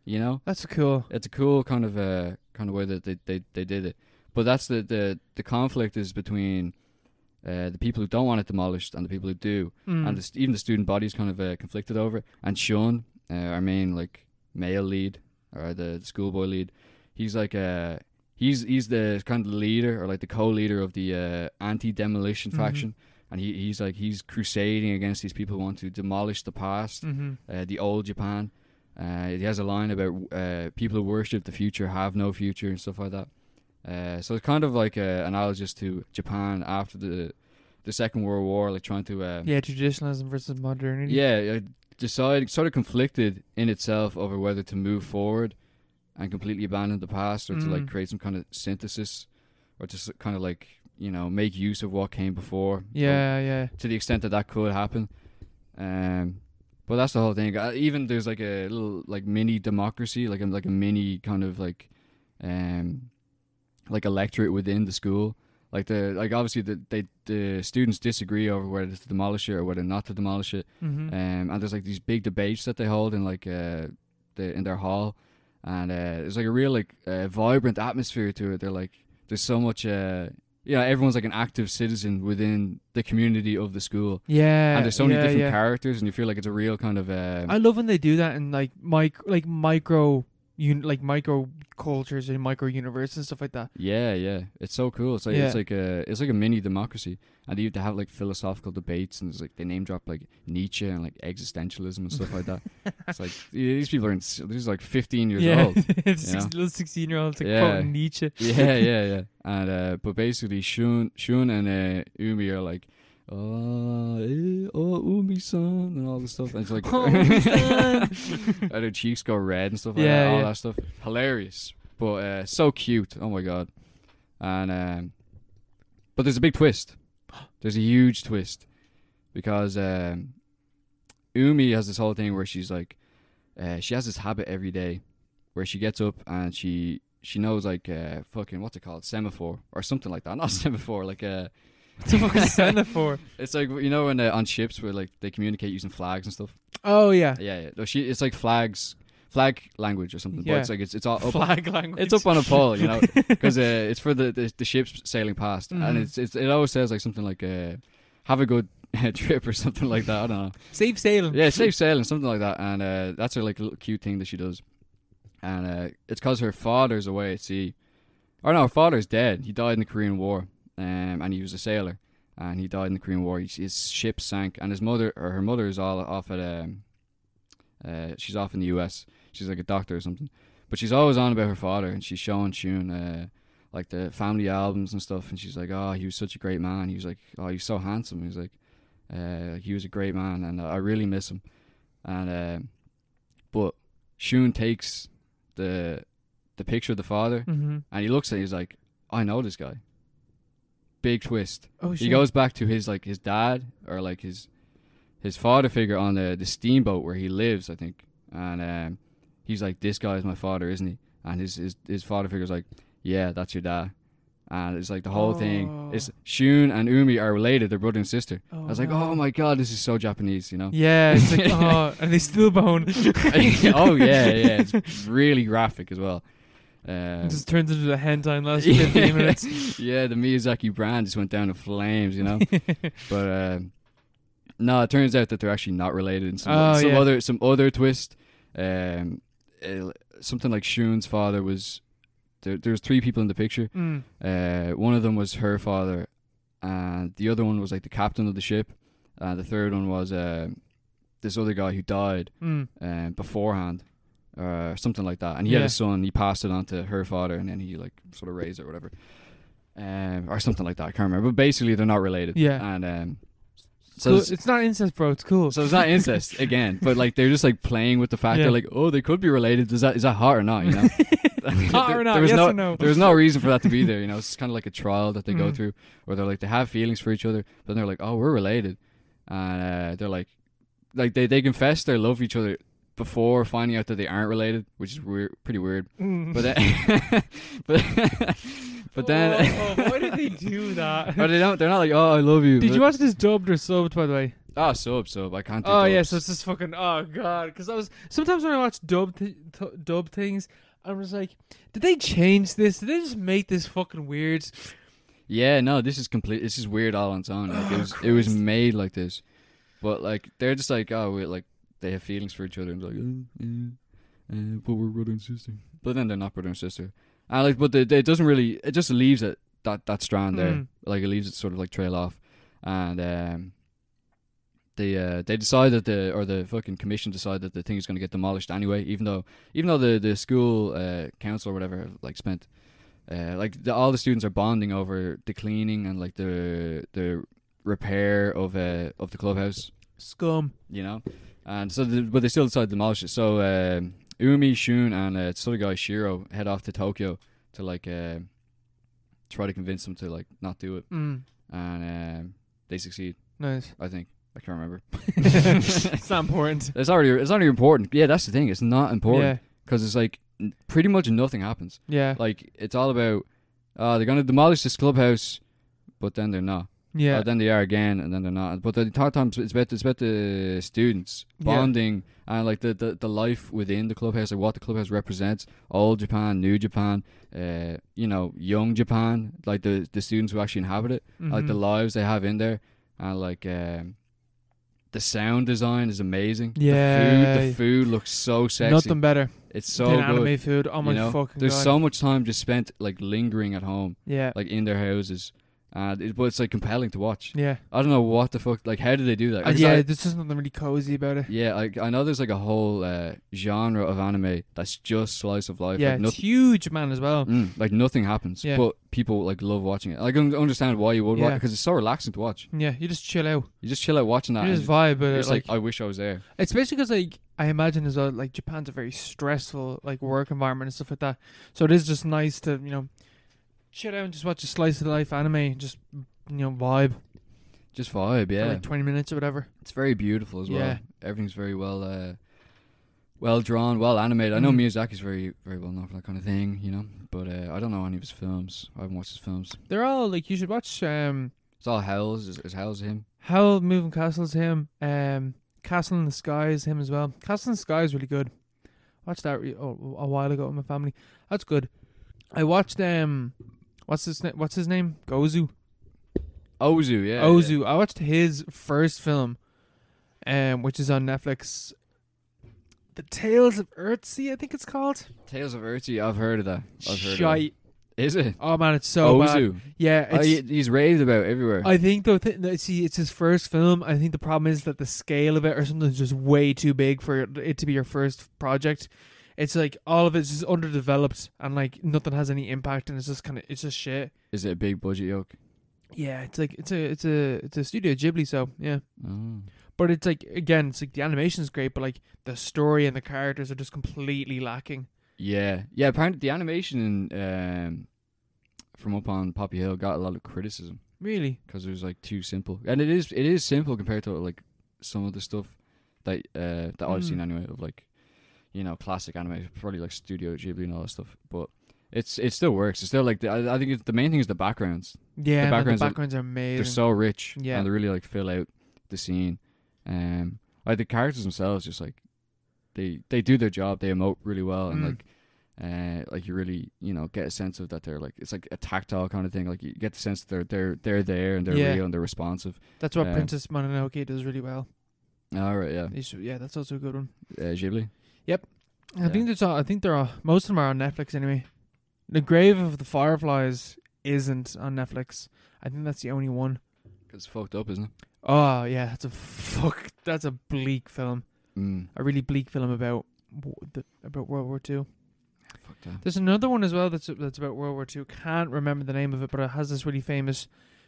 S2: You know,
S1: That's cool.
S2: it's a cool kind of uh, kind of way that they, they, they did it. But that's the, the, the conflict is between uh, the people who don't want it demolished and the people who do,
S1: Mm.
S2: and the, st- even the student body's kind of uh, conflicted over it. And Sean, uh, our main like male lead or the schoolboy lead, he's like uh he's he's the kind of leader or like the co-leader of the uh, anti-demolition
S1: Mhm.
S2: faction, and he, he's like he's crusading against these people who want to demolish the past
S1: Mhm.
S2: uh, the old Japan. Uh, he has a line about uh, people who worship the future have no future and stuff like that. Uh, so it's kind of like a analogous to Japan after the the Second World War, like trying to uh,
S1: Yeah, traditionalism versus modernity.
S2: yeah, uh, decide sort of conflicted in itself over whether to move forward and completely abandon the past, or to like
S1: Mm.
S2: create some kind of synthesis, or just kind of like you know make use of what came before. So
S1: Yeah, yeah.
S2: to the extent that that could happen. Um, but that's the whole thing. Uh, even there's like a little like mini democracy, like a, like a mini kind of like, um, like electorate within the school. Like the like obviously the they the students disagree over whether to demolish it or whether not to demolish it.
S1: Mm-hmm.
S2: Um, and there's like these big debates that they hold in like uh the in their hall, and uh, there's like a real like uh, vibrant atmosphere to it. They're like there's so much uh yeah everyone's like an active citizen within the community of the school,
S1: yeah.
S2: and there's so many
S1: yeah,
S2: different
S1: yeah.
S2: characters, and you feel like it's a real kind of um,
S1: I love when they do that in like mic- like micro un- like micro cultures and micro universe and stuff like that.
S2: yeah yeah it's so cool. It's like it's
S1: Yeah.
S2: like a it's like a mini democracy, and they have to have like philosophical debates, and it's like they name drop like Nietzsche and like existentialism and stuff like that. It's like these people are in, these are like 15 years
S1: yeah,
S2: old.
S1: Six-
S2: you know?
S1: little sixteen-year-olds like
S2: Yeah.
S1: quoting Nietzsche.
S2: yeah, yeah, yeah. And uh, but basically, Shun, Shun, and uh, Umi are like, oh, eh, oh, Umi-san, and all this stuff. And it's like,
S1: Oh, Umi-san.
S2: and their Er cheeks go red and stuff like
S1: Yeah,
S2: that. All
S1: yeah.
S2: that stuff, hilarious, but uh, so cute. Oh my god. And um, but there's a big twist. There's a huge twist because um, Umi has this whole thing where she's like, uh, she has this habit every day where she gets up and she she knows like uh, fucking what's it called semaphore or something like that. Not semaphore, like uh,
S1: What the fuck is Santa for?
S2: it's like you know when uh, on ships where like they communicate using flags and stuff.
S1: Oh yeah,
S2: Yeah, yeah. No, she it's like flags, flag language or something. But
S1: Yeah.
S2: it's like it's it's all up,
S1: flag language.
S2: it's up on a pole, you know, because uh, it's for the, the the ships sailing past,
S1: Mhm.
S2: and it's, it's it always says like something like uh, have a good. trip or something like that. I don't know.
S1: Safe sailing.
S2: Yeah, safe sailing, something like that. And uh, that's her like little cute thing that she does. And uh, it's because her father's away at sea. Or no, her father's dead. He died in the Korean War, um, and he was a sailor. And he died in the Korean War. His, his ship sank, and his mother or her mother is all off at um, uh, she's off in the U.S. She's like a doctor or something. But she's always on about her father, and she's showing Shun uh, like the family albums and stuff. And she's like, "Oh, he was such a great man. He was like, oh, he's so handsome. He was like, uh, he was a great man, and I really miss him." And um but Shun takes the the picture of the father,
S1: Mm-hmm.
S2: and he looks at it. He's like, "I know this guy." Big twist.
S1: Oh shit.
S2: He goes back to his like his dad or like his his father figure on the the steamboat where he lives, I think. And um, he's like, "This guy is my father, isn't he?" And his his his father figure's like, "Yeah, that's your dad." And it's like the whole thing.
S1: Oh.
S2: It's Shun and Umi are related. They're brother and sister.
S1: Oh,
S2: I was like,
S1: no.
S2: "Oh my god, this is so Japanese," you know.
S1: Yeah, it's like oh, and they still bone.
S2: oh yeah, yeah. It's really graphic as well. Um,
S1: It just turns into the hentai in the last fifteen minutes.
S2: yeah, the Miyazaki brand just went down in flames, you know. but um, no, it turns out that they're actually not related. And some,
S1: Oh,
S2: some
S1: yeah.
S2: other some other twist. Um, uh, something like Shun's father was. There, there was three people in the picture.
S1: Mm.
S2: Uh, one of them was her father, and the other one was like the captain of the ship, and the third one was uh, this other guy who died
S1: Mm.
S2: um, beforehand or something like that. And he had
S1: Yeah.
S2: a son. He passed it on to her father, and then he like sort of raised it or whatever, um, or something like that. I can't remember. But basically, they're not related.
S1: Yeah.
S2: And um, so
S1: So
S2: it's,
S1: it's not incest, bro. It's cool.
S2: so it's not incest again, but like they're just like playing with the fact
S1: Yeah.
S2: they're like, oh, they could be related. Is that is that hot or not? You know.
S1: Hot or Ah,
S2: There-
S1: not,
S2: there was
S1: yes
S2: no,
S1: or no.
S2: There was no reason for that to be there. You know, it's kind of like a trial that they go
S1: Mhm.
S2: through, where they're like they have feelings for each other, but then they're like, oh, we're related, and uh, they're like, like they they confess their love for each other before finding out that they aren't related, which is weird, pretty weird.
S1: Mm.
S2: But then, but but then,
S1: Oh, oh, why did they do that?
S2: or they don't. They're not like, oh, I love you.
S1: Did
S2: They're-
S1: you watch this dubbed or subbed, by the way?
S2: Ah, sub, sub. I can't do
S1: Oh yeah,
S2: dubs.
S1: so it's just fucking oh god. Because I was sometimes when I watch dub th- t- dub things, I'm just like, did they change this? Did they just make this fucking weird?
S2: Yeah, no, this is complete. This is weird all on its own. Like,
S1: Oh,
S2: it was, it was
S1: Christ.
S2: made like this, but like they're just like oh, we like they have feelings for each other and like, uh, uh, uh, but we're brother and sister. But then they're not brother and sister. And like, but they, they, it doesn't really. It just leaves it that that strand there.
S1: Mm.
S2: Like it leaves it sort of like trail off, and um, they uh, they decide that the or the fucking commission decide that the thing is going to get demolished anyway. Even though even though the the school uh, council or whatever have, like spent uh, like the, all the students are bonding over the cleaning and like the the repair of uh, of the clubhouse,
S1: Scum.
S2: you know, and so the, but they still decide to demolish it. So um, Umi Shun and uh, this other guy Shiro head off to Tokyo to like uh, try to convince them to like not do it,
S1: Mm.
S2: and um, they succeed.
S1: Nice.
S2: I think I can't remember.
S1: it's not important.
S2: It's already it's not important. Yeah, that's the thing. It's not important
S1: Yeah.
S2: because it's like n- pretty much nothing happens.
S1: Yeah.
S2: Like it's all about uh they're gonna demolish this clubhouse, but then they're not.
S1: yeah.
S2: Or then they are again, and then they're not. But the entire time it's- it's about it's about the students
S1: Yeah.
S2: bonding and like the, the the life within the clubhouse, like what the clubhouse represents. Old Japan, New Japan, uh, you know, young Japan, like the the students who actually inhabit it like the
S1: Mhm.
S2: lives they have in there and like um the sound design is amazing. The food,
S1: Yeah.
S2: the food looks so sexy.
S1: Nothing better
S2: It's so
S1: than
S2: good.
S1: anime food. Oh
S2: you
S1: my
S2: know?
S1: fucking
S2: There's
S1: god.
S2: so much time just spent like lingering at home,
S1: yeah.
S2: like in their houses, and it, but it's like compelling to watch.
S1: yeah.
S2: I don't know what the fuck. Like, how did they do that?
S1: Uh,
S2: 'Cause
S1: yeah.
S2: I-
S1: There's just nothing really cozy about it.
S2: yeah. Like, I know there's like a whole uh, genre of anime that's just slice of life.
S1: yeah.
S2: like,
S1: it's
S2: nothing,
S1: huge, man, as well.
S2: mm, like nothing happens,
S1: Yeah.
S2: but people like love watching it. I can understand why you would watch
S1: Yeah.
S2: because it's so relaxing to watch.
S1: Yeah. You just chill out.
S2: You just chill out watching that.
S1: you
S2: and
S1: just vibe. But
S2: It's like, I wish I was there.
S1: especially because like I imagine as well like Japan's a very stressful like work environment and stuff like that. So it is just nice to you know chill out and just watch a slice of life anime, and just you know vibe
S2: Just vibe,
S1: for
S2: yeah.
S1: like twenty minutes or whatever.
S2: it's very beautiful as well.
S1: Yeah.
S2: Everything's very well, uh, well drawn, well animated. I know
S1: Mm.
S2: Miyazaki's very, very well known for that kind of thing, you know. But uh, I don't know any of his films. I haven't watched his films.
S1: They're all like you should watch um
S2: It's all Hell's. Is, is Hell's him?
S1: Howl Moving Castle's him, um Castle in the Sky is him as well. Castle in the Sky is really good. Watched that re- oh, a while ago with my family. That's good. I watched um what's his name what's his name? Gozu.
S2: Ozu, yeah.
S1: Ozu. I watched his first film, um, which is on Netflix. The Tales of Earthsea, I think it's called.
S2: yeah. Tales of Urti. I've heard of that. I've heard of
S1: Shite.
S2: that. Is it?
S1: Oh man, it's so bad.
S2: Ozu.
S1: Yeah,
S2: Oh,
S1: it's,
S2: he- he's raved about everywhere.
S1: I think though. Th- no, see, it's his first film. I think the problem is that the scale of it or something's just way too big for it to be your first project. It's like all of it's just underdeveloped and like nothing has any impact and it's just kind of it's just shit.
S2: is it a big budget yoke?
S1: Yeah, it's like it's a it's a it's a Studio Ghibli, so yeah.
S2: Oh.
S1: But it's like again, it's like the animation's great, but like the story and the characters are just completely lacking.
S2: Yeah, yeah. Apparently, the animation um, from up on Poppy Hill got a lot of criticism.
S1: Really?
S2: because it was like too simple, and it is it is simple compared to like some of the stuff that uh, that I've seen
S1: Mm.
S2: anyway of like you know classic anime, probably like Studio Ghibli and all that stuff. But it's it still works. It's still like the, I, I think it's, the main thing is the backgrounds.
S1: Yeah, the backgrounds,
S2: backgrounds are-
S1: the backgrounds are, amazing.
S2: They're so rich,
S1: Yeah.
S2: and they really like fill out the scene. Um, like the characters themselves, just like they they do their job. They emote really well, and
S1: Mm.
S2: like. Uh, like you really, you know, get a sense of that they're like it's like a tactile kind of thing. Like you get the sense that they're they're they're there and they're
S1: Yeah.
S2: real and they're responsive.
S1: that's what
S2: Yeah.
S1: Princess Mononoke does really well.
S2: All right, yeah.
S1: They should- yeah, that's also a good one.
S2: Uh, Ghibli.
S1: I think there's all, I think there are most of them are on Netflix anyway. The Grave of the Fireflies isn't on Netflix. I think that's the only one.
S2: It's fucked up, isn't it?
S1: Oh yeah, that's a fuck. That's a bleak film.
S2: Mm.
S1: A really bleak film about w- the, about World War Two.
S2: Fuck that.
S1: There's another one as well that's that's about World War Two. Can't remember the name of it, but it has this really famous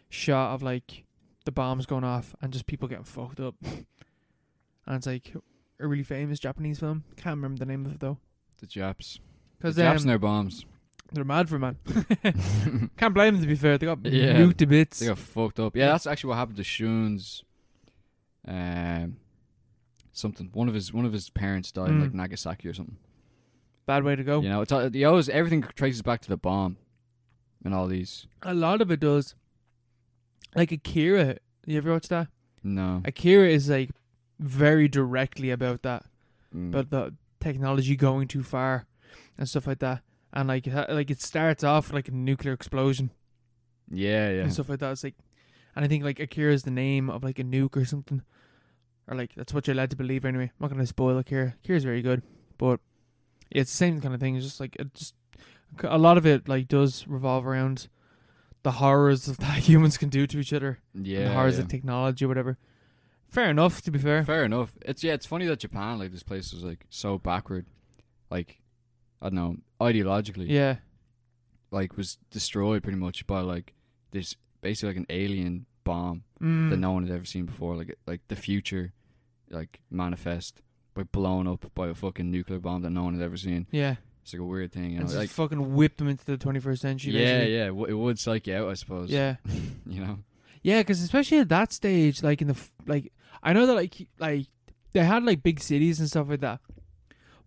S1: shot of like the bombs going off and just people getting fucked up. And it's like a really famous Japanese film. Can't remember the name of it though,
S2: The Japs. The
S1: because
S2: Japs
S1: um,
S2: and their bombs.
S1: they're mad for man. Can't blame them to be fair. They got
S2: Yeah.
S1: nuked to bits.
S2: They got fucked up. Yeah, that's actually what happened to Shun's. Um, something. One of his one of his parents died in like
S1: Mm.
S2: Nagasaki or something.
S1: Bad way to go.
S2: You know, it's all- he always everything traces back to the bomb, and all these.
S1: A lot of it does. Like Akira, you ever watch that?
S2: No.
S1: Akira is like very directly about that,
S2: Mm.
S1: about the technology going too far and stuff like that. And like ha- like it starts off like a nuclear explosion
S2: yeah, yeah.
S1: and stuff like that. It's like, and I think like Akira is the name of like a nuke or something, or like that's what you're led to believe anyway. I'm not gonna spoil Akira. Akira's very good, but yeah, it's the same kind of thing. It's just like it just a lot of it like does revolve around the horrors of that humans can do to each other,
S2: yeah.
S1: and the horrors
S2: yeah.
S1: of technology or whatever. Fair enough, to be fair.
S2: Fair enough. It's yeah, it's funny that Japan, like this place is like so backward. Like I don't know, ideologically.
S1: Yeah,
S2: Like was destroyed pretty much by like this basically like an alien bomb
S1: mm.
S2: that no one had ever seen before. Like like the future like manifest by blown up by a fucking nuclear bomb that no one had ever seen.
S1: yeah,
S2: It's like a weird thing, you
S1: and
S2: know.
S1: just
S2: Like
S1: fucking whip them into the 21st century.
S2: yeah,
S1: basically.
S2: yeah, w- it would psych you out, I suppose.
S1: yeah.
S2: you know.
S1: Yeah, because especially at that stage, like in the f- like, I know that like like they had like big cities and stuff like that,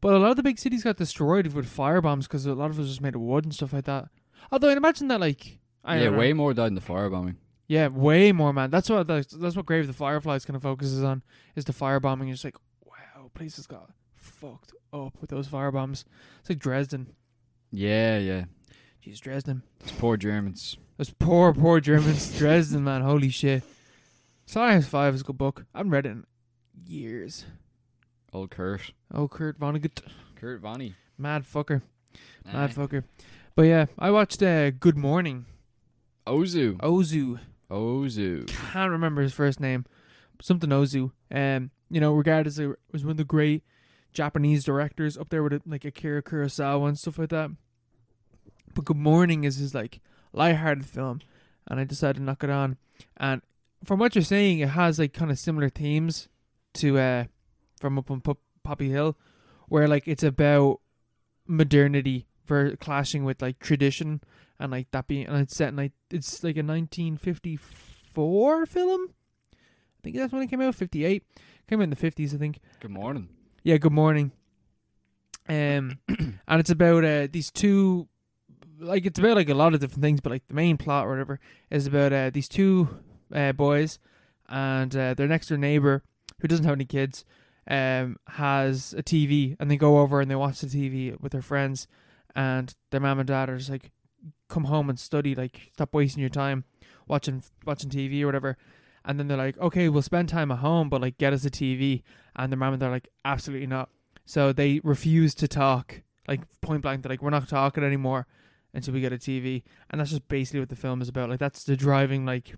S1: but a lot of the big cities got destroyed with firebombs because a lot of it was just made of wood and stuff like that. Although I'd imagine that like I
S2: yeah,
S1: don't know.
S2: way more died in the firebombing.
S1: yeah way more man. That's what that's, that's what Grave of the Fireflies kind of focuses on is the firebombing. It's like wow, places got fucked up with those firebombs. It's like Dresden,
S2: Yeah, yeah.
S1: jeez Dresden.
S2: It's poor Germans.
S1: Those poor poor Germans, Dresden man, holy shit. Silence Five is a good book. I haven't read it in years.
S2: Old Kurt.
S1: Oh, Kurt Vonnegut,
S2: Kurt Vonnie.
S1: mad fucker, mad
S2: Eh.
S1: fucker. But yeah, I watched uh, Good Morning
S2: Ozu.
S1: Ozu.
S2: Ozu.
S1: Can't remember his first name, something Ozu. Um, you know, regarded as a, was one of the great Japanese directors up there with uh, like Akira Kurosawa and stuff like that. But Good Morning is his like lighthearted film, and I decided to knock it on. And from what you're saying, it has like kind of similar themes to uh from up on Pop- Poppy Hill, where like it's about modernity for clashing with like tradition and like that being and it's set in like it's like a 1954 film. I think that's when it came out. 58 came out in the 50s, I think.
S2: Good morning.
S1: Yeah, good morning. Um, and it's about uh, these two, like it's about like a lot of different things, but like the main plot or whatever is about uh, these two uh, boys and uh, their next door neighbor who doesn't have any kids um has a TV and they go over and they watch the TV with their friends and their mom and dad are just like come home and study like stop wasting your time watching watching TV or whatever and then they're like okay we'll spend time at home but like get us a TV and their mom and dad are like, absolutely not. So they refuse to talk, like point blank. They're like, we're not talking anymore until we get a TV. And that's just basically what the film is about. Like that's the driving like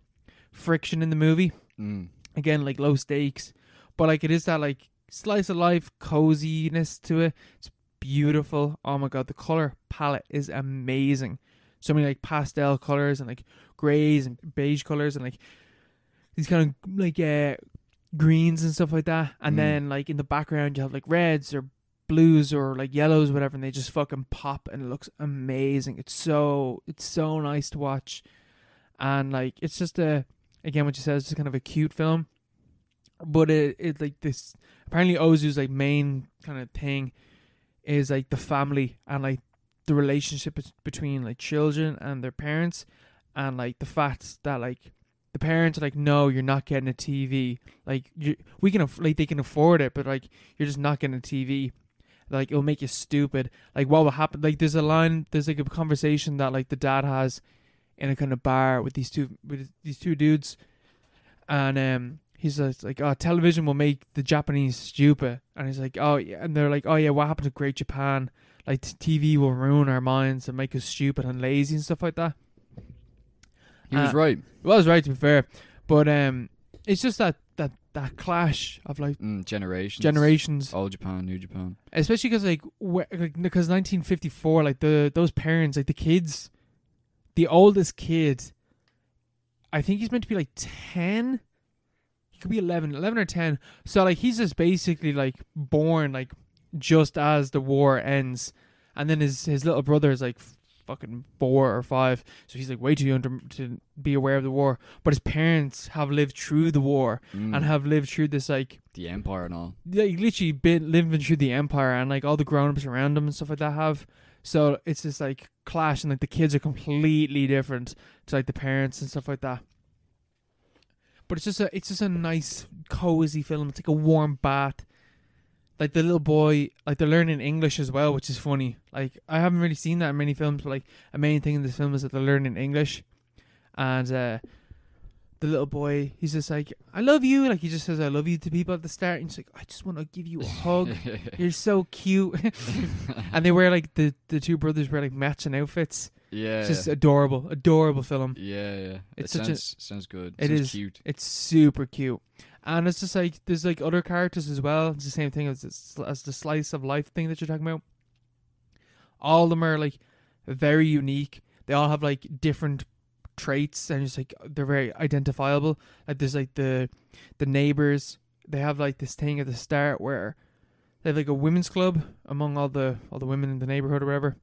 S1: friction in the movie.
S2: Mm.
S1: Again, like low stakes, but like it is that like slice of life coziness to it. It's beautiful. Oh my god, the color palette is amazing. So many like pastel colors and like grays and beige colors and like these kind of like uh, greens and stuff like that. And
S2: Mm.
S1: then like in the background you have like reds or blues or like yellows, whatever, and they just fucking pop and it looks amazing. It's so it's so nice to watch. And like it's just a again what you said, it's just kind of a cute film. But it it like this apparently Ozu's like main kind of thing is like the family and like the relationship bet- between like children and their parents and like the fact that like the parents are like no you're not getting a tv like you we can aff- like they can afford it but like you're just not getting a tv like it'll make you stupid like what will happen like there's a line there's like a conversation that like the dad has in a kind of bar with these two with these two dudes and um he's just like oh television will make the japanese stupid and he's like oh yeah and they're like oh yeah what happened to great japan like t- TV will ruin our minds and make us stupid and lazy and stuff like that.
S2: He was
S1: Uh,
S2: right.
S1: Well, I was right to be fair, but um, it's just that that that clash of like
S2: Mm, generations.
S1: generations,
S2: Old Japan, New Japan.
S1: especially because like because nineteen fifty four, like the those parents, like the kids, the oldest kid, I think he's meant to be like ten. He could be 11, 11 or ten. So like he's just basically like born like just as the war ends, and then his his little brother is like f- fucking four or five, so he's like way too young to, to be aware of the war. But his parents have lived through the war
S2: Mm.
S1: and have lived through this like
S2: the Empire and all.
S1: like literally been living through the empire and like all the grown ups around them and stuff like that have. So it's this like clash and like the kids are completely different to like the parents and stuff like that. But it's just a it's just a nice cozy film. It's like a warm bath. Like the little boy, like they're learning English as well, which is funny. Like I haven't really seen that in many films, but like a main thing in this film is that they're learning English, and uh, the little boy, he's just like, "I love you," like he just says, "I love you" to people at the start, and he's like, "I just want to give you a hug. You're so cute." and they wear like the the two brothers wear like matching outfits.
S2: yeah.
S1: It's just adorable, adorable film.
S2: yeah, yeah.
S1: It's
S2: it
S1: such a-
S2: sounds, sounds good.
S1: It
S2: sounds
S1: is.
S2: cute.
S1: It's super cute, and it's just like there's like other characters as well. It's the same thing as this- as the slice of life thing that you're talking about. All of them are like very unique. They all have like different traits, and it's like they're very identifiable. Like there's like the the neighbors. They have like this thing at the start where they have like a women's club among all the all the women in the neighborhood or whatever,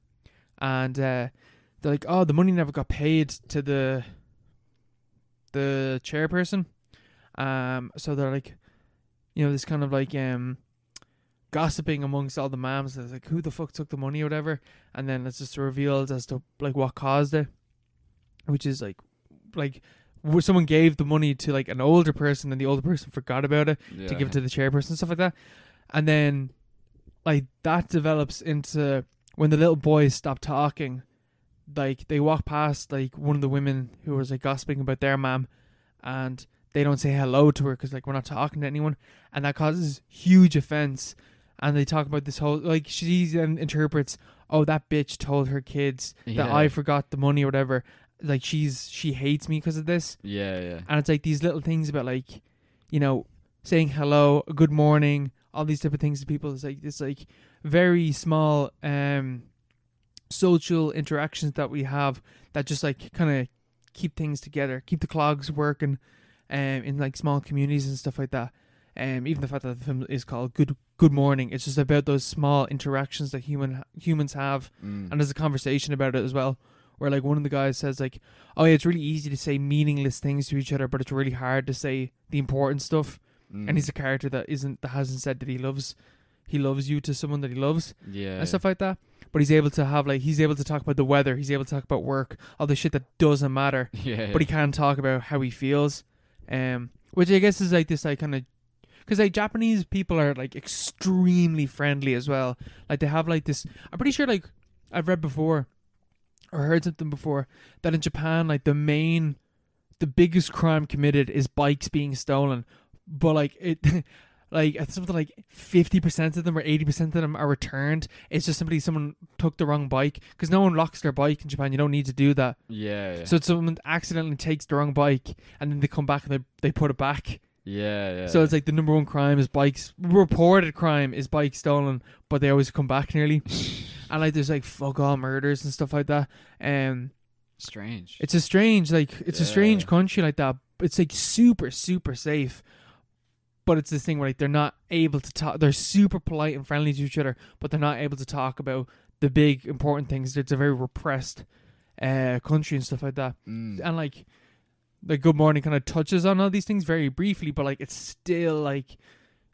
S1: and uh, they're like, oh, the money never got paid to the the chairperson. Um, so they're like, you know, this kind of like um, gossiping amongst all the moms. It's like, who the fuck took the money or whatever, and then it's just revealed as to like what caused it, which is like, like wh- someone gave the money to like an older person and the older person forgot about it
S2: Yeah.
S1: to give it to the chairperson and stuff like that. And then like that develops into when the little boys stop talking, like they walk past like one of the women who was like gossiping about their mom and they don't say hello to her because like we're not talking to anyone and that causes huge offense and they talk about this whole like she then interprets oh that bitch told her kids that
S2: Yeah.
S1: i forgot the money or whatever like she's she hates me because of this
S2: Yeah, yeah.
S1: and it's like these little things about like, you know, saying hello, good morning, all these different things to people. It's like it's like very small um social interactions that we have that just like kind of keep things together, keep the clogs working, um, in like small communities and stuff like that. Um, even the fact that the film is called "Good Good Morning," it's just about those small interactions that human humans have
S2: Mm.
S1: and there's a conversation about it as well where like one of the guys says like oh yeah it's really easy to say meaningless things to each other but it's really hard to say the important stuff
S2: mm.
S1: and he's a character that isn't that hasn't said that he loves he loves you to someone that he loves
S2: yeah.
S1: and stuff like that but he's able to have like he's able to talk about the weather he's able to talk about work all the shit that doesn't matter
S2: yeah.
S1: but he can talk about how he feels um which i guess is like this like kind of because like japanese people are like extremely friendly as well like they have like this i'm pretty sure like i've read before or heard something before that in japan like the main the biggest crime committed is bikes being stolen but like it like it's something like 50% of them or 80% of them are returned it's just simply someone took the wrong bike because no one locks their bike in japan you don't need to do that
S2: yeah, yeah.
S1: so it's someone accidentally takes the wrong bike and then they come back and they, they put it back.
S2: yeah, yeah.
S1: So it's like the number one crime is bikes reported crime is bike stolen, but they always come back nearly. and like there's like fuck all murders and stuff like that. Um
S2: strange.
S1: it's a strange like it's a strange
S2: Yeah.
S1: country like that. It's like super, super safe. But it's this thing where like they're not able to talk they're super polite and friendly to each other, but they're not able to talk about the big important things. It's a very repressed uh country and stuff like that
S2: Mm.
S1: and like the good morning kind of touches on all these things very briefly but like it's still like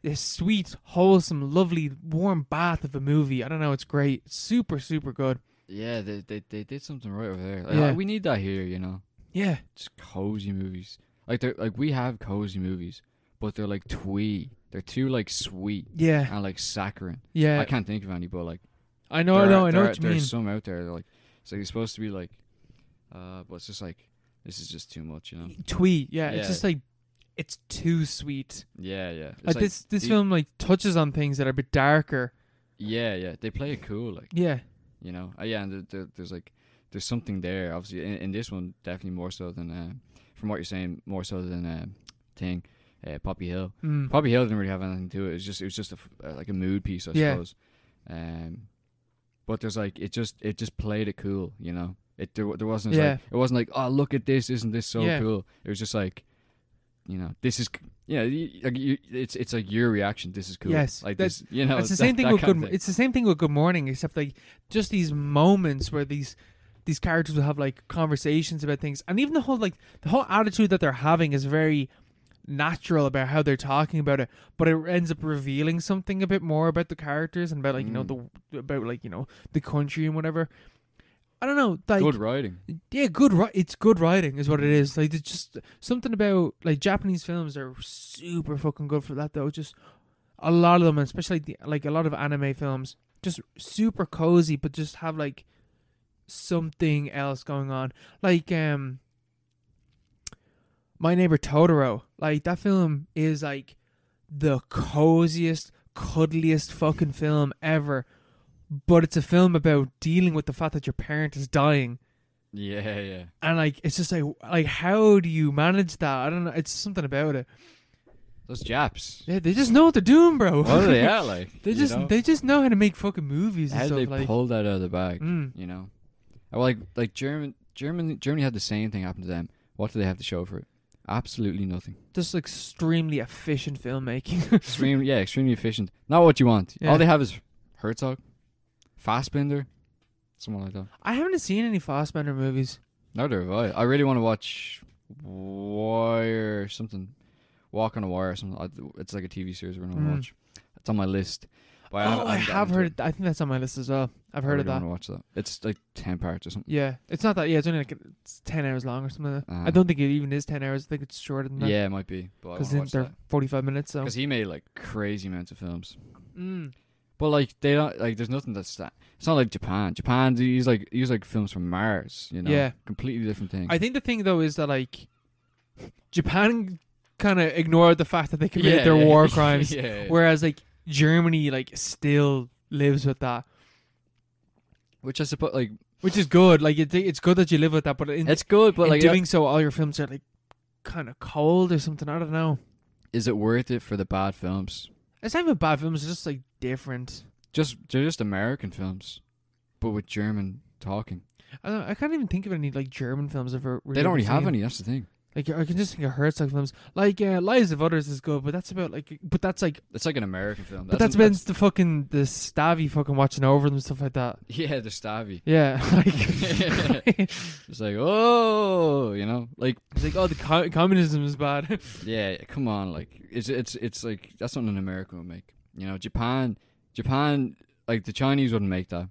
S1: this sweet wholesome lovely warm bath of a movie i don't know it's great super super good
S2: Yeah, they, they they did something right over there. Like,
S1: Yeah.
S2: I- we need that here, you know.
S1: yeah
S2: Just cozy movies. Like they're like we have cozy movies, but they're like twee. They're too like sweet
S1: yeah
S2: and like saccharine.
S1: yeah
S2: I can't think of any, but like
S1: i know i
S2: there
S1: know
S2: are-
S1: i know
S2: there are-
S1: what you
S2: there's
S1: mean
S2: some out there. They're like it's like it's supposed to be like, uh, but it's just like this is just too much, you know.
S1: tweet yeah,
S2: Yeah.
S1: it's just like it's too sweet
S2: Yeah, yeah. It's
S1: like, this this
S2: the-
S1: film like touches on things that are a bit darker
S2: Yeah, yeah. They play it cool, like
S1: yeah
S2: you know. Uh, yeah, and there, there, there's like there's something there. Obviously, in, in this one, definitely more so than uh, from what you're saying, more so than uh, thing, uh, Poppy Hill.
S1: mm.
S2: Poppy Hill didn't really have anything to it. It was just it was just a f uh, like a mood piece, I
S1: Yeah.
S2: suppose. Um, but there's like it just it just played it cool, you know. It there, wa- there wasn't
S1: Yeah.
S2: like, it wasn't like oh look at this, isn't this so
S1: Yeah.
S2: cool? It was just like, you know, this is c- yeah. You, like you, it's it's like your reaction. This is cool.
S1: Yes,
S2: like
S1: that-
S2: this. You know,
S1: it's the
S2: that-
S1: same thing
S2: that
S1: with
S2: kind
S1: good.
S2: of thing.
S1: It's the same thing with Good Morning, except like just these moments where these these characters will have like conversations about things, and even the whole like the whole attitude that they're having is very natural about how they're talking about it, but it ends up revealing something a bit more about the characters and about like you know
S2: Mm.
S1: the about like you know the country and whatever. I don't know. Like
S2: Good writing.
S1: yeah, good. Ri- it's good writing, is what it is. Like, there's just something about like Japanese films are super fucking good for that though. Just a lot of them, and especially the, like a lot of anime films, just super cozy, but just have like something else going on. Like um, my neighbor Totoro. Like that film is like the coziest, cuddliest fucking film ever. But it's a film about dealing with the fact that your parent is dying
S2: Yeah, yeah.
S1: and like it's just like like how do you manage that? I don't know. It's something about it.
S2: Those Japs.
S1: Yeah, they just know what they're doing, bro.
S2: What are they at like?
S1: they
S2: you
S1: just
S2: know?
S1: they just know how to make fucking movies and
S2: how did
S1: stuff
S2: they
S1: like.
S2: pull that out of the bag?
S1: Mm.
S2: You know, Uh, like like German German Germany had the same thing happen to them. What do they have to show for it? Absolutely nothing.
S1: Just extremely efficient filmmaking.
S2: Extreme, yeah, extremely efficient. Not what you want.
S1: Yeah.
S2: All they have is Herzog, Fassbinder, someone like that.
S1: I haven't seen any Fassbender movies.
S2: Neither have I. I really want to watch Wire or something, Walk on a Wire or something. I- It's like a TV series we're gonna
S1: Mm.
S2: watch. It's on my list. But
S1: oh,
S2: haven't-
S1: I
S2: haven't gotten
S1: have
S2: to
S1: heard.
S2: it.
S1: I think that's on my list as well. I've heard
S2: I
S1: of
S2: really
S1: that.
S2: Want to watch that? It's like ten parts or something.
S1: Yeah, it's not that. Yeah, it's only like it's ten hours long or something. Like that. I
S2: Uh-huh.
S1: don't think it even is ten hours. I think it's shorter than that.
S2: Yeah, it might be. But I want
S1: because
S2: to watch
S1: they're
S2: that.
S1: forty-five minutes. So.
S2: Because he made like crazy amounts of films.
S1: Mm.
S2: But like they don't like there's nothing that's that it's not like Japan. Japan he's like he's like films from Mars, you know.
S1: Yeah.
S2: Completely different thing.
S1: I think the thing though is that like Japan kind of ignored the fact that they committed their war crimes,
S2: yeah, yeah.
S1: whereas like Germany like still lives with that,
S2: Which I suppose like
S1: which is good. Like it, it's good that you live with that, but in,
S2: it's good, but
S1: in
S2: like
S1: doing so, all your films are like kind of cold or something. I don't know.
S2: is it worth it for the bad films?
S1: It's not even bad films; it's just like different.
S2: Just they're just American films. But with German talking.
S1: I, don't, I can't even think of any like German films ever.
S2: They don't really have any, that's the thing.
S1: Like I can just think of Herzog films, like uh, Lives of Others is good, but that's about like, but that's like,
S2: It's like an American film.
S1: but that's
S2: an-
S1: been the fucking the Stabby fucking watching over them and stuff like that.
S2: Yeah, the Stavi.
S1: Yeah, like
S2: It's like, oh you know? Like
S1: it's like oh, the co- communism is bad.
S2: Yeah, come on, like it's it's it's like that's something an American would make. You know, Japan, Japan, like the Chinese wouldn't make that.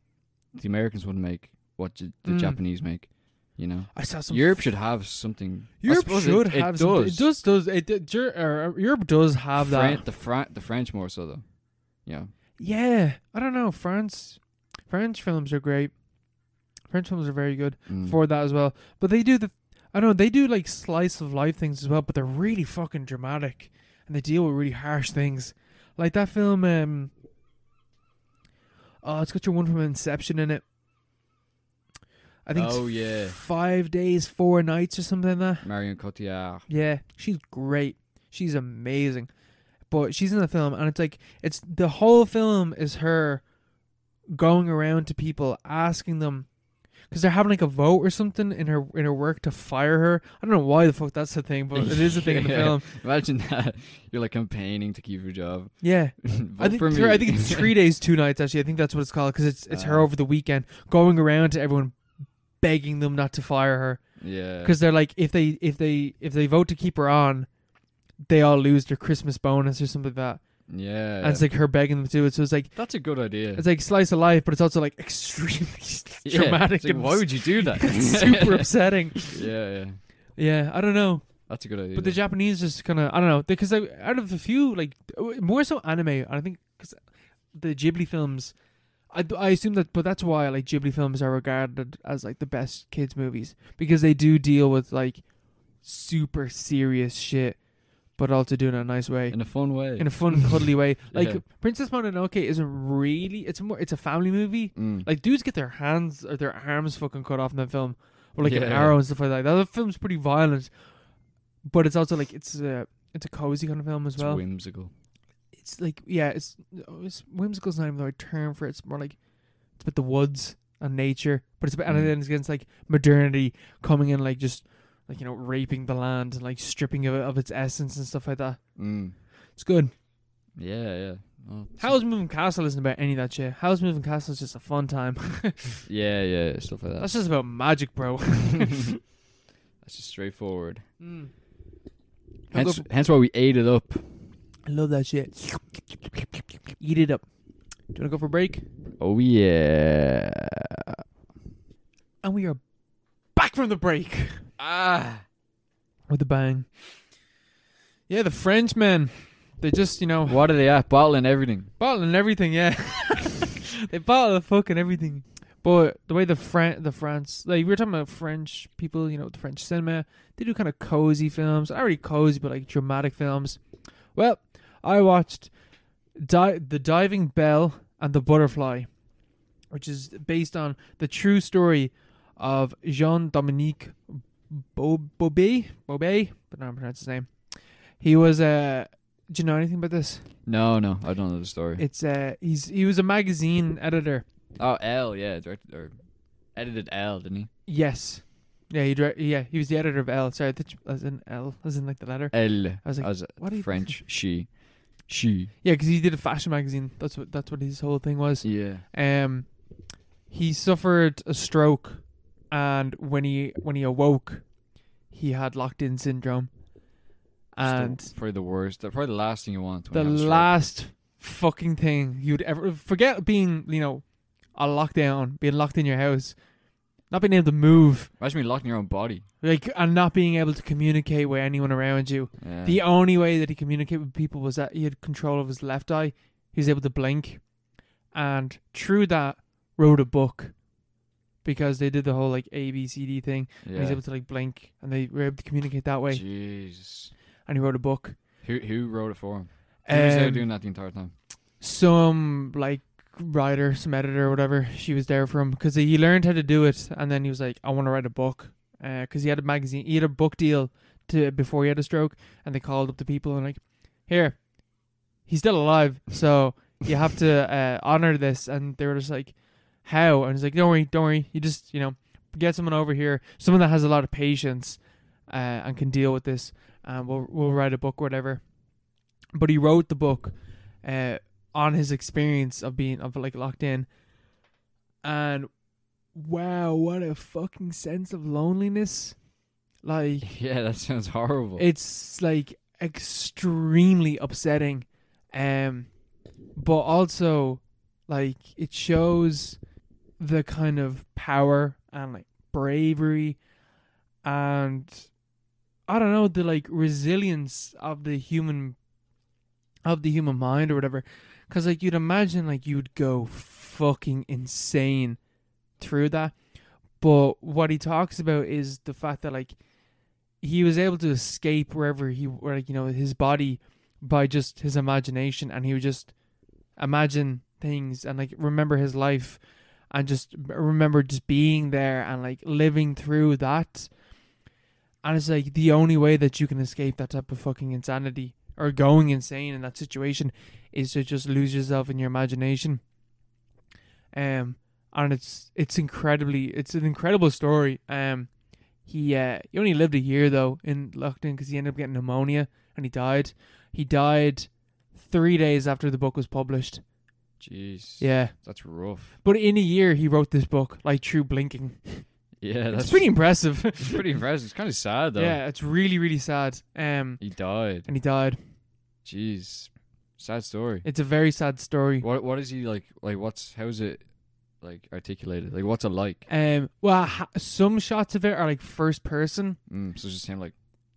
S2: The Americans wouldn't make what J- the
S1: Mm.
S2: Japanese make. You know,
S1: I saw some.
S2: Europe should have something. I
S1: Europe
S2: suppose
S1: should
S2: it,
S1: have
S2: it
S1: something-
S2: does.
S1: It does does it, d- Jer- or, uh, Europe does have
S2: Fran-
S1: that.
S2: the Fran- the French more so though. Yeah,
S1: Yeah, I don't know. France, French films are great. French films are very good
S2: Mm.
S1: for that as well. But they do the I don't know they do like slice of life things as well, but they're really fucking dramatic and they deal with really harsh things. Like that film. um Oh, it's got your one from Inception in it. I think it's
S2: Oh, yeah.
S1: five days, four nights, or something like that.
S2: Marion Cotillard.
S1: Yeah, she's great. She's amazing. But she's in the film, and it's like it's the whole film is her going around to people asking them because they're having like a vote or something in her in her work to fire her. I don't know why the fuck that's the thing, but it is a thing in the
S2: Yeah.
S1: film.
S2: Imagine that you're like campaigning to keep your job.
S1: Yeah, I
S2: Vote
S1: think
S2: for
S1: it's her- I
S2: me.
S1: think it's three days, two nights. Actually, I think that's what it's called because it's it's her
S2: Ah.
S1: over the weekend going around to everyone begging them not to fire her
S2: yeah,
S1: because they're like if they if they if they vote to keep her on they all lose their christmas bonus or something like that
S2: yeah.
S1: and it's like her begging them to do it so it's like
S2: that's a good idea.
S1: it's like slice of life but it's also like extremely
S2: Yeah,
S1: dramatic
S2: it's like,
S1: and
S2: why would you do that?
S1: super upsetting
S2: Yeah, yeah.
S1: yeah i don't know
S2: That's a good idea.
S1: but the japanese just kind of i don't know because like, out of the few like uh, more so anime i think because the ghibli films I, I assume that but that's why like ghibli films are regarded as like the best kids movies because they do deal with like super serious shit but also do it in a nice way
S2: in a fun way.
S1: in a fun cuddly way like
S2: Yeah.
S1: princess mononoke isn't really it's more it's a family movie
S2: Mm.
S1: like dudes get their hands or their arms fucking cut off in that film, or like an
S2: Yeah.
S1: arrow and stuff like that. That other film's pretty violent, but it's also like it's a it's a cozy kind of film as
S2: it's
S1: well.
S2: whimsical.
S1: It's like yeah, it's, oh, it's whimsical's not even the right term for it. It's more like it's about the woods and nature, but it's about and
S2: Mm.
S1: then it's against like modernity coming in like just like you know raping the land and like stripping it of its essence and stuff like that.
S2: Mm.
S1: It's good.
S2: Yeah, yeah. Oh, it's-
S1: Howl's Moving Castle isn't about any of that shit. Howl's Moving Castle is just a fun time.
S2: yeah, yeah, stuff like that.
S1: That's just about magic, bro.
S2: That's just straightforward.
S1: Mm. I'll go
S2: Hence, hence why we ate it up.
S1: I love that shit. Eat it up. Do you want to go for a break?
S2: Oh yeah.
S1: And And we are back from the break
S2: Ah.
S1: with a bang. Yeah, the French men. They just, you know,
S2: What are they at? Bottling everything.
S1: bottling everything, yeah. they bottle fucking everything. But the way the Fran- the France, like we were talking about French people, you know, the French cinema, they do kind of cozy films. Not really cozy, but like dramatic films. Well, I watched Di- The Diving Bell and the Butterfly, which is based on the true story of Jean Dominique Bo- Bobet, Bobet, but I don't pronounce his name. He was a. do you know anything about this?
S2: No, no, I don't know the story.
S1: It's uh he's he was a magazine editor.
S2: oh, L, yeah, directed or edited L, didn't he?
S1: Yes. Yeah, he direct, yeah, he was the editor of L. Sorry, I thought you- as in L, as in like the letter.
S2: L.
S1: I was like,
S2: as a
S1: what are you-
S2: French she, she.
S1: Yeah, because he did a fashion magazine. That's what that's what his whole thing was.
S2: Yeah.
S1: Um, he suffered a stroke, and when he when he awoke, he had locked in syndrome. And
S2: Still probably the worst. Probably the last thing you want.
S1: the
S2: When you have a stroke.
S1: last fucking thing you'd ever forget being, you know, on lockdown, being locked in your house, not being able to move.
S2: Imagine being locked in your own body.
S1: like and not being able to communicate with anyone around you.
S2: Yeah.
S1: The only way that he communicated with people was that he had control of his left eye. He was able to blink, and through that wrote a book because they did the whole like A B C D thing. And he was
S2: Yeah.
S1: able to like blink, and they were able to communicate that way.
S2: Jesus.
S1: And he wrote a book.
S2: Who who wrote it for him? Who was there
S1: Um,
S2: doing that the entire time?
S1: some like writer, some editor, or whatever. She was there for him because he learned how to do it, and then he was like, "I want to write a book," because he had a magazine, he had a book deal to before he had a stroke, and they called up the people and like, "Here, he's still alive, so you have to uh, honor this." And they were just like, "How?" And he's like, "Don't worry, don't worry. You just you know get someone over here, someone that has a lot of patience uh, and can deal with this, and we'll we'll write a book, or whatever." But he wrote the book. Uh, on his experience of being of like locked in and wow what a fucking sense of loneliness like
S2: Yeah, that sounds horrible.
S1: it's like extremely upsetting um but also like it shows the kind of power and like bravery and i don't know the like resilience of the human of the human mind or whatever cuz like you'd imagine like you'd go fucking insane through that but what he talks about is the fact that like he was able to escape wherever he where, like you know his body by just his imagination and he would just imagine things and like remember his life and just remember just being there and like living through that and it's like the only way that you can escape that type of fucking insanity or going insane in that situation is to just lose yourself in your imagination um and it's it's incredibly it's an incredible story um he uh, he only lived a year though in locked in because he ended up getting pneumonia and he died. He died three days after the book was published.
S2: Jeez.
S1: Yeah,
S2: That's rough.
S1: but in a year he wrote this book like true blinking.
S2: Yeah, that's
S1: it's pretty impressive.
S2: It's pretty impressive. It's kind of sad though.
S1: yeah, it's really really sad. Um,
S2: He died.
S1: and he died.
S2: Jeez. Sad story.
S1: It's a very sad story.
S2: What what is he like like what's how's it like articulated? Like what's it like?
S1: Um, well, ha- some shots of it are like first person,
S2: Mm, so it's just him like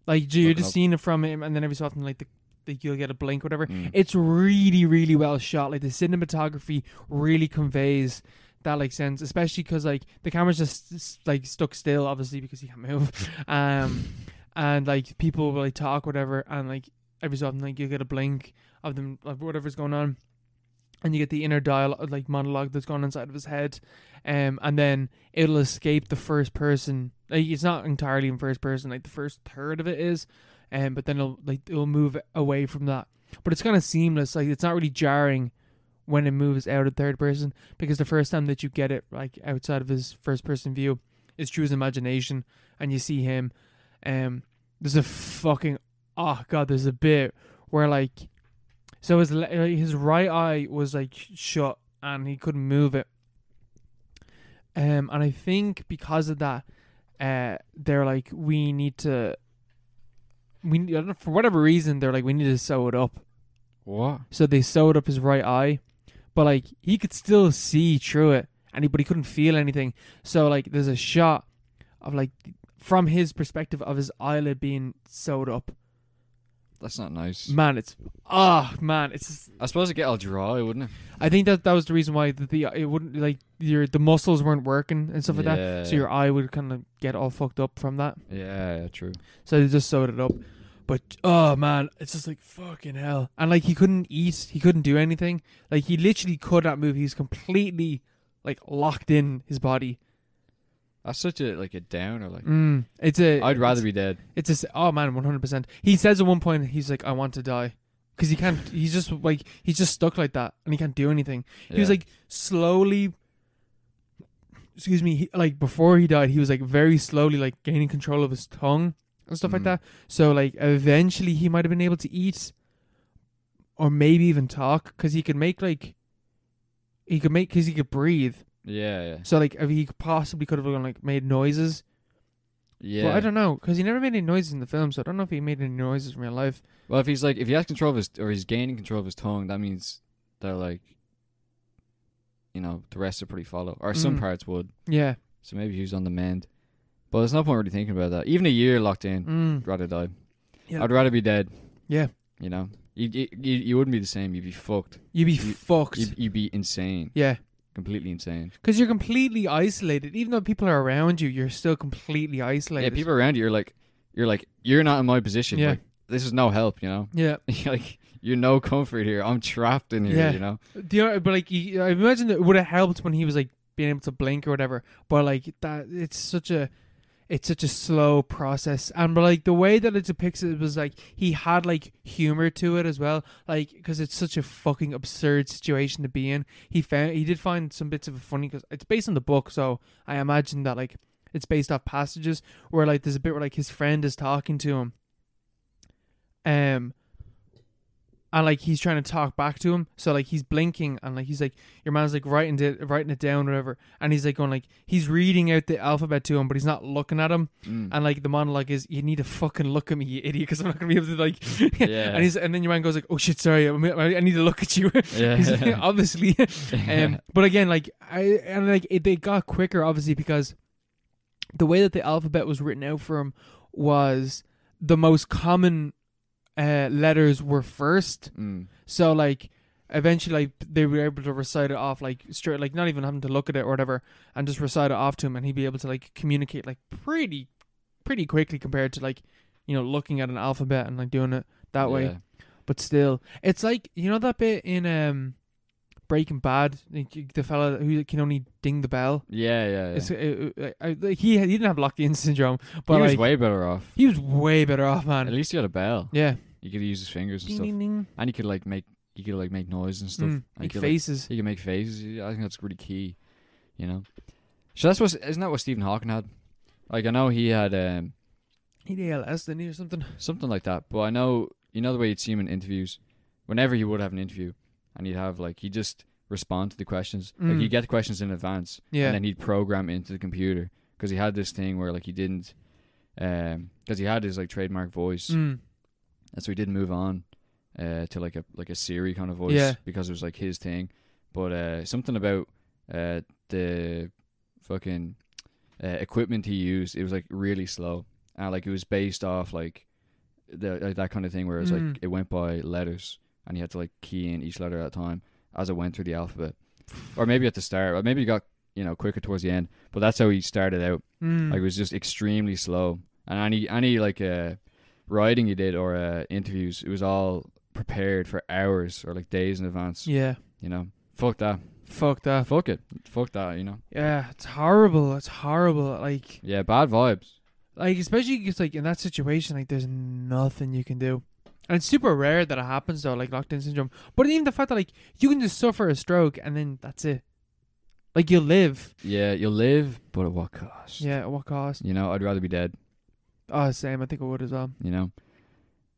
S1: like you're
S2: Looking
S1: just
S2: up.
S1: seeing it from him, and then every so often like the like you'll get a blink, whatever.
S2: mm.
S1: it's really really well shot like the cinematography really conveys that like sense especially because like the camera's just s- like stuck still obviously because he can't move um and like people will like talk whatever and like every so often like you get a blink of them of whatever's going on and you get the inner dialogue like monologue that's gone inside of his head um and then it'll escape the first person like it's not entirely in first person like the first third of it is um but then it'll like it'll move away from that but it's kind of seamless. Like it's not really jarring when it moves out of third person because the first time that you get it like outside of his first person view is through his imagination, and you see him. Um, there's a fucking oh god, there's a bit where like, so his le- like, his right eye was like shut and he couldn't move it. Um, and I think because of that, uh, they're like we need to. We I don't know, for whatever reason they're like we need to sew it up
S2: What?
S1: so they sewed up his right eye, but like he could still see through it, and he, but he couldn't feel anything. So like there's a shot of like from his perspective of his eyelid being sewed up.
S2: That's not nice.
S1: Man, it's ah man, it's just-
S2: I suppose it'd get all dry, wouldn't it?
S1: I think that that was the reason why the, the it wouldn't like your the muscles weren't working and stuff like that.
S2: yeah.
S1: So your eye would kind of get all fucked up from that.
S2: Yeah, yeah, true.
S1: So they just sewed it up. But oh man, it's just like fucking hell. And like he couldn't eat, he couldn't do anything. Like he literally could not move. He was completely like locked in his body.
S2: That's such a like a downer. Like
S1: Mm, it's a.
S2: I'd rather be dead.
S1: It's, it's a. s- Oh man, one hundred percent. He says at one point he's like, "I want to die," because he can't. He's just like he's just stuck like that, and he can't do anything. He was
S2: Yeah.
S1: like slowly. Excuse me. He, like before he died, he was like very slowly like gaining control of his tongue and stuff like
S2: Mhm.
S1: that. So like eventually he might have been able to eat, or maybe even talk, because he could make like. He could make because he could breathe.
S2: yeah, yeah,
S1: So like if he possibly could have gone, like made noises.
S2: yeah.
S1: But I don't know because he never made any noises in the film, so I don't know if he made any noises in real life.
S2: Well, if he's like, if he has control of his, or he's gaining control of his tongue, that means they're like, you know, the rest are pretty follow, or some
S1: Mm.
S2: parts would.
S1: Yeah.
S2: So maybe he was on the mend. But there's no point really thinking about that. Even a year locked in,
S1: Mm.
S2: I'd rather die.
S1: Yeah.
S2: I'd rather be dead.
S1: Yeah.
S2: You know, you you, you you wouldn't be the same. You'd be fucked.
S1: You'd be
S2: You-
S1: fucked.
S2: You'd, you'd be insane,
S1: yeah.
S2: completely insane.
S1: Because you're completely isolated. Even though people are around you, you're still completely isolated.
S2: yeah, people around you are like, you're like, you're not in my position.
S1: Yeah.
S2: Like, this is no help. You know,
S1: Yeah.
S2: like you're no comfort here. I'm trapped in here.
S1: Yeah.
S2: You know.
S1: The, other- but like, you- I imagine it would have helped when he was like being able to blink or whatever. But like that, it's such a, it's such a slow process. And but like the way that it depicts it was like he had like humor to it as well. Like because it's such a fucking absurd situation to be in. He found he did find some bits of it funny because it's based on the book. So I imagine that like it's based off passages where like there's a bit where like his friend is talking to him. Um and like he's trying to talk back to him. So like he's blinking and like he's like your man's like writing it writing it down whatever and he's like going like he's reading out the alphabet to him but he's not looking at him
S2: Mm.
S1: and like the monologue is you need to fucking look at me you idiot because I'm not gonna be able to like
S2: Yeah.
S1: and he's and then your man goes like oh shit sorry I, I need to look at you He's like,
S2: yeah.
S1: obviously um, but again, like I and like it, they got quicker, obviously, because the way that the alphabet was written out for him was the most common uh, letters were first.
S2: Mm.
S1: So like eventually, like they were able to recite it off, like straight, like not even having to look at it or whatever, and just recite it off to him, and he'd be able to like communicate like pretty, pretty quickly compared to like you know looking at an alphabet and like doing it that way
S2: Yeah.
S1: but still, it's like you know that bit in um Breaking Bad, like, you- the fella who can only ding the bell.
S2: Yeah, yeah, yeah.
S1: It's, uh, uh, uh, like, he he didn't have locked-in syndrome, but
S2: he was
S1: like,
S2: way better off.
S1: he was way better off,
S2: At
S1: man.
S2: least he had a bell.
S1: Yeah,
S2: He could use his fingers and
S1: ding
S2: stuff,
S1: ding ding,
S2: and he could like make he could like make noise and stuff.
S1: Mm,
S2: and he
S1: like
S2: could,
S1: faces.
S2: he can make faces. I think that's really key, you know. So that's what isn't that what Stephen Hawking had? Like I know he had um,
S1: He had ALS, didn't he, or something?
S2: something like that, but I know you know the way you'd see him in interviews. Whenever he would have an interview, and he'd have like he just respond to the questions. Like
S1: Mm.
S2: he'd get the questions in advance,
S1: Yeah,
S2: and then he'd program into the computer because he had this thing where like he didn't, um, because he had his like trademark voice,
S1: Mm,
S2: and so he did move on uh, to like a like a Siri kind of voice
S1: Yeah.
S2: because it was like his thing. But uh, something about uh, the fucking uh, equipment he used, it was like really slow, and like it was based off like the like that kind of thing where it's
S1: Mm.
S2: like it went by letters, and you had to like key in each letter at a time as it went through the alphabet, or maybe at the start, or maybe it got you know quicker towards the end. But that's how he started out.
S1: mm.
S2: Like it was just extremely slow. And any any like uh writing he did or uh interviews, it was all prepared for hours or like days in advance.
S1: yeah,
S2: You know? Fuck that.
S1: fuck that.
S2: Fuck it. Fuck that, you know.
S1: Yeah, it's horrible. It's horrible. Like,
S2: Yeah, bad vibes.
S1: like especially because like in that situation like there's nothing you can do and it's super rare that it happens though like locked in syndrome but even the fact that like you can just suffer a stroke and then that's it like you'll live
S2: Yeah, you'll live, but at what cost?
S1: yeah at what cost
S2: You know, I'd rather be dead,
S1: oh same i think i would as well
S2: you know?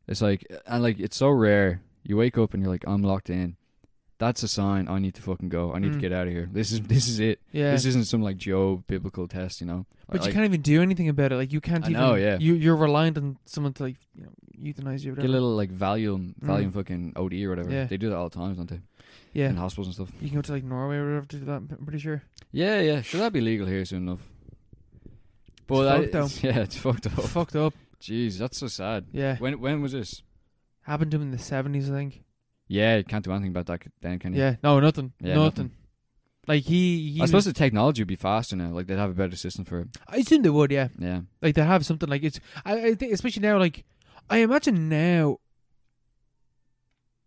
S2: It's like and like it's so rare. You wake up and you're like, I'm locked in. That's a sign I need to fucking go. I need
S1: Mm.
S2: to get out of here. This is this is it.
S1: yeah
S2: This isn't some like Job biblical test, you know.
S1: but
S2: Like-
S1: you can't even do anything about it like you can't
S2: I
S1: even
S2: know, yeah.
S1: you, you're reliant on someone to like you know euthanize you.
S2: Get a
S1: Whatever.
S2: little like Valium, Valium
S1: Mm.
S2: fucking OD or whatever.
S1: Yeah.
S2: They do that all the time, don't they?
S1: yeah,
S2: In hospitals and stuff.
S1: you can go to like Norway or whatever to do that. I'm pretty sure.
S2: Yeah, yeah. Should that be legal here soon enough?
S1: fucked though.
S2: it's- yeah, it's fucked up.
S1: Fucked up.
S2: Jeez, that's so sad.
S1: Yeah,
S2: When when was this?
S1: happened to him in the seventies, I think.
S2: Yeah, you can't do anything about that then, can you?
S1: Yeah, no, nothing,
S2: Yeah,
S1: nothing.
S2: nothing.
S1: Like he, he
S2: I suppose the technology would be faster now. Like they'd have a better system for it.
S1: I assume they would. Yeah,
S2: Yeah.
S1: like they have something like it's. I, I think especially now, like I imagine now,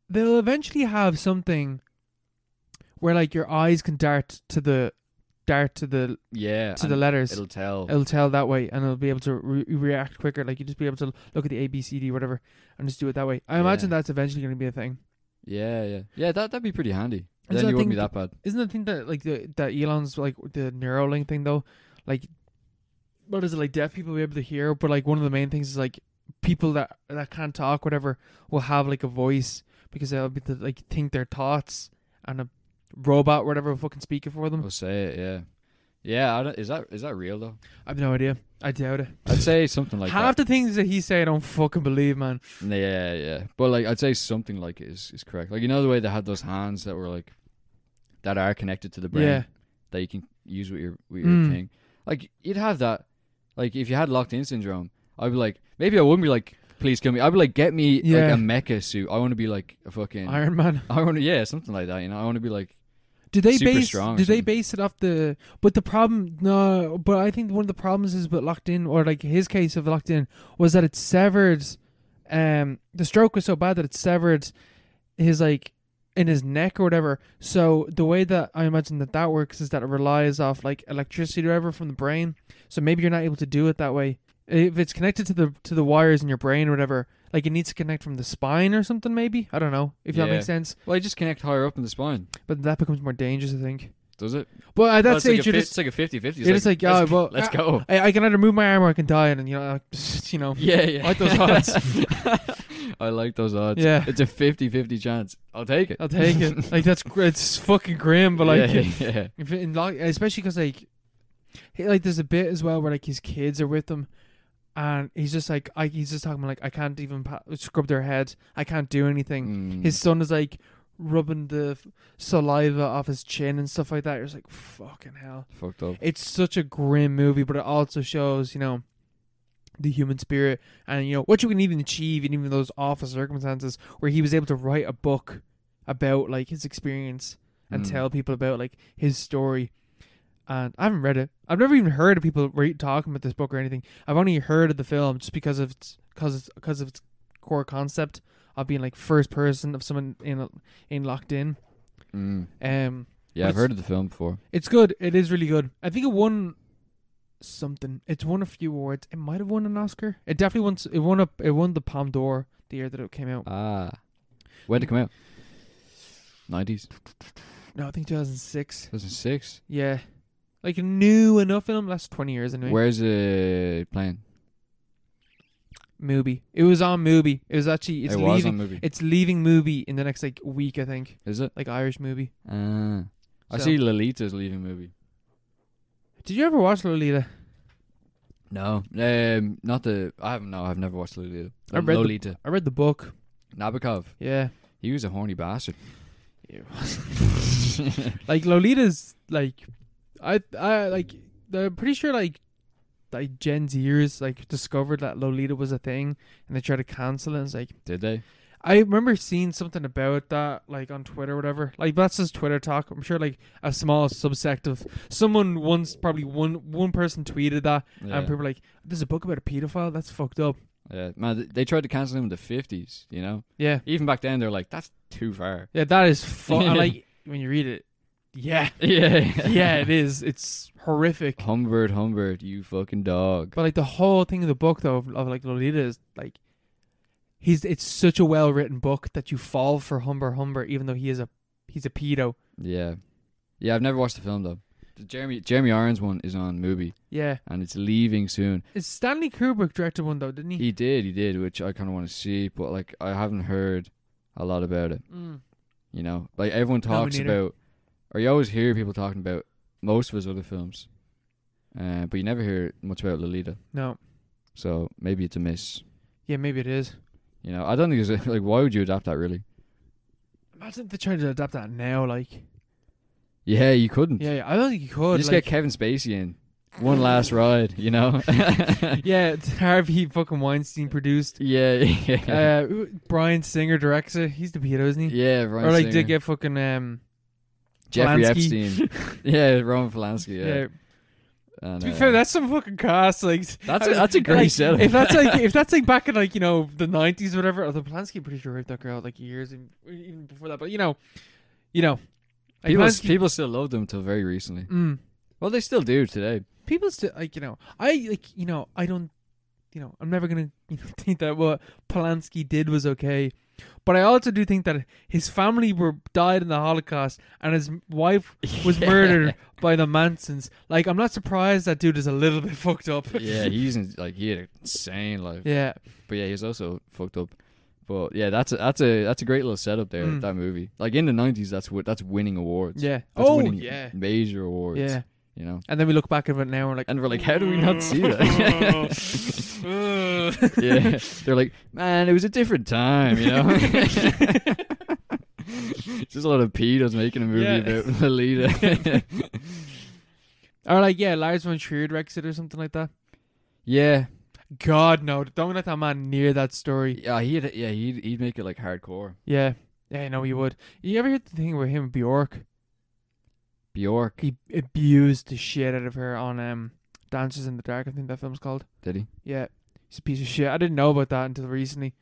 S1: they'll eventually have something where like your eyes can dart to the dart to the
S2: Yeah.
S1: to the
S2: and
S1: letters.
S2: It'll tell.
S1: It'll tell that way, and it'll be able to re- react quicker. Like you just be able to look at the A, B, C, D, whatever, and just do it that way. I imagine
S2: Yeah.
S1: that's eventually going to be a thing.
S2: yeah, yeah. Yeah, that that'd be pretty handy.
S1: And
S2: Then
S1: so I
S2: you wouldn't be
S1: think
S2: that bad.
S1: Isn't the thing that like the that Elon's like the Neuralink thing though, like what is it like deaf people will be able to hear, but like one of the main things is like people that that can't talk whatever will have like a voice because they'll be to like think their thoughts and a robot whatever will fucking speak it for them.
S2: I'll say it, yeah. Yeah, I don't, is that is that real though?
S1: I've no idea. I doubt it.
S2: I'd say something like
S1: Half
S2: that.
S1: the things that he say I don't fucking believe, man.
S2: Yeah, yeah. But like I'd say something like it is, is correct. Like you know the way they had those hands that were like that are connected to the brain
S1: Yeah.
S2: that you can use with your with your
S1: Mm.
S2: thing. Like you'd have that. Like if you had locked in syndrome, I'd be like maybe I wouldn't be like please kill me. I'd be like get me
S1: Yeah.
S2: like a mecha suit. I want to be like a fucking
S1: Iron Man.
S2: I want to yeah something like that. You know I want to be like
S1: Do they
S2: super
S1: base?
S2: strong or
S1: do they
S2: something.
S1: base it off the? But the problem, no. But I think one of the problems is with locked in, or like his case of locked in, was that it severed. Um, the stroke was so bad that it severed his like in his neck or whatever. So the way that I imagine that that works is that it relies off like electricity or whatever from the brain. So maybe you're not able to do it that way. If it's connected to the to the wires in your brain or whatever, like it needs to connect from the spine or something. Maybe I don't know if that
S2: Yeah.
S1: makes sense.
S2: well you just connect higher up in the spine.
S1: But that becomes more dangerous, I think.
S2: Does it?
S1: But at that
S2: Well, it's like
S1: stage,
S2: a
S1: you're
S2: fif-
S1: just
S2: it's like a 50 50.
S1: you're just like, oh,
S2: let's,
S1: well,
S2: let's
S1: uh,
S2: go.
S1: I, I can either move my arm or I can die, and you know, like, you know,
S2: Yeah, yeah.
S1: I like those odds.
S2: I like those odds.
S1: yeah,
S2: It's a 50-50 chance. I'll take it.
S1: I'll take it. Like that's gr- it's fucking grim, but like,
S2: yeah, yeah.
S1: if it- in lock, especially because like, he, like there's a bit as well where like his kids are with him, and he's just like, I, he's just talking about, like, I can't even pa- scrub their heads, I can't do anything.
S2: Mm.
S1: His son is like rubbing the f- saliva off his chin and stuff like that. You're just like, fucking hell.
S2: fucked up.
S1: it's such a grim movie, but it also shows, you know, the human spirit and you know what you can even achieve in even those awful circumstances where he was able to write a book about like his experience and
S2: Mm.
S1: tell people about like his story. And I haven't read it. I've never even heard of people re- talking about this book or anything. I've only heard of the film just because of its because it's, because of its core concept of being like first person of someone in in locked in.
S2: Mm.
S1: Um, But
S2: Yeah, I've
S1: it's-
S2: heard of the film before.
S1: it's good. It is really good. I think it won something. It's won a few awards. It might have won an Oscar. It definitely won. s- It won a. It won the Palme d'Or the year that it came out.
S2: Ah. When did it come out? 90s.
S1: No, I think 2006.
S2: 2006.
S1: Yeah, like a new enough film. Last 20 years anyway.
S2: Where's it playing?
S1: Movie. It was on movie. It was actually. It's
S2: it was
S1: leaving.
S2: on movie.
S1: It's leaving movie in the next like week. I think
S2: Is it?
S1: like Irish movie.
S2: Ah. I
S1: So-
S2: see Lolita's leaving movie.
S1: Did you ever watch Lolita?
S2: No. Um, not the... I haven't... No, I've never watched Lolita.
S1: I read the-
S2: Lolita.
S1: I read the book.
S2: Nabokov.
S1: Yeah.
S2: He was a horny bastard.
S1: like Lolita's like I I like I'm pretty sure like like Gen Zers like discovered that Lolita was a thing and they tried to cancel it. It's like
S2: Did they?
S1: I remember seeing something about that like on Twitter or whatever. Like that's just Twitter talk. I'm sure like a small subsect of someone once probably one one person tweeted that
S2: Yeah.
S1: and people were like there's a book about a pedophile. That's fucked up.
S2: yeah. Man, th- they tried to cancel him in the 50s, you know?
S1: Yeah.
S2: Even back then, they were like, that's too far.
S1: Yeah, that is fu- I like when you read it. Yeah.
S2: Yeah.
S1: Yeah, it is. It's horrific.
S2: Humbert, Humbert, you fucking dog.
S1: But like the whole thing of the book though of, of like Lolita is like he's it's such a well written book that you fall for Humber Humber even though he is a he's a pedo.
S2: Yeah. Yeah, I've never watched the film though. The Jeremy Jeremy Irons one is on movie
S1: Yeah.
S2: and it's leaving soon.
S1: It's Stanley Kubrick directed one though, didn't he?
S2: He did, he did, which I kinda wanna see, but like I haven't heard a lot about it.
S1: Mm.
S2: You know? Like everyone talks
S1: neither.
S2: about or you always hear people talking about most of his other films. Uh, but you never hear much about Lolita.
S1: No.
S2: So maybe it's a miss.
S1: Yeah, maybe it is.
S2: You know, I don't think there's a, like why would you adapt that really?
S1: Imagine if they tried to adapt that now. Like,
S2: Yeah, you couldn't.
S1: yeah, yeah, I don't think you
S2: you
S1: could.
S2: Mm. just
S1: like,
S2: get Kevin Spacey in one last ride. You know.
S1: yeah, Harvey fucking Weinstein produced.
S2: yeah, yeah,
S1: Uh, who- Brian Singer directs it. He's the pedo, isn't he?
S2: yeah. Ryan
S1: or like
S2: Singer.
S1: did get fucking um.
S2: Jeffrey
S1: Polanski.
S2: Epstein. yeah, Roman Polanski.
S1: Yeah.
S2: Yeah. And,
S1: To be
S2: uh,
S1: fair, that's some fucking cast. Like
S2: that's
S1: I
S2: a,
S1: mean,
S2: that's a great
S1: like,
S2: setup.
S1: If that's like if that's like back in like you know the nineties or whatever, although Polanski pretty sure raped that girl like years in, even before that. But you know, you know, like,
S2: people,
S1: Polanski-
S2: people still loved him until very recently.
S1: mm,
S2: Well, they still do today.
S1: people still like you know I like you know I don't you know I'm never gonna you know, think that what Polanski did was okay, but I also do think that his family were died in the Holocaust and his wife was murdered by the Mansons. Like I'm not surprised that dude is a little bit fucked up.
S2: yeah, he's in, like he had an insane life.
S1: yeah.
S2: But yeah, he's also fucked up. But yeah, that's a that's a that's a great little setup there.
S1: Mm.
S2: That movie, like in the nineties, that's what that's winning awards.
S1: Yeah.
S2: That's
S1: oh
S2: winning
S1: yeah.
S2: major awards.
S1: Yeah.
S2: you know.
S1: And then we look back at it now and we're like,
S2: And we're like, how do we not see
S1: Mm.
S2: that? yeah, they're like, man, it was a different time, you know. Just a lot of pedos making a movie
S1: Yeah.
S2: about Lolita.
S1: Or like, yeah, Lars von Trier directs it or something like that.
S2: yeah,
S1: God, no. Don't let that man near that story.
S2: yeah, he'd yeah he'd he'd make it like hardcore.
S1: Yeah. Yeah, no, he would. You ever hear the thing with him and Bjork?
S2: Bjork,
S1: He abused the shit out of her on um, Dances in the Dark, I think that film's called.
S2: did he?
S1: Yeah. He's a piece of shit. I didn't know about that until recently.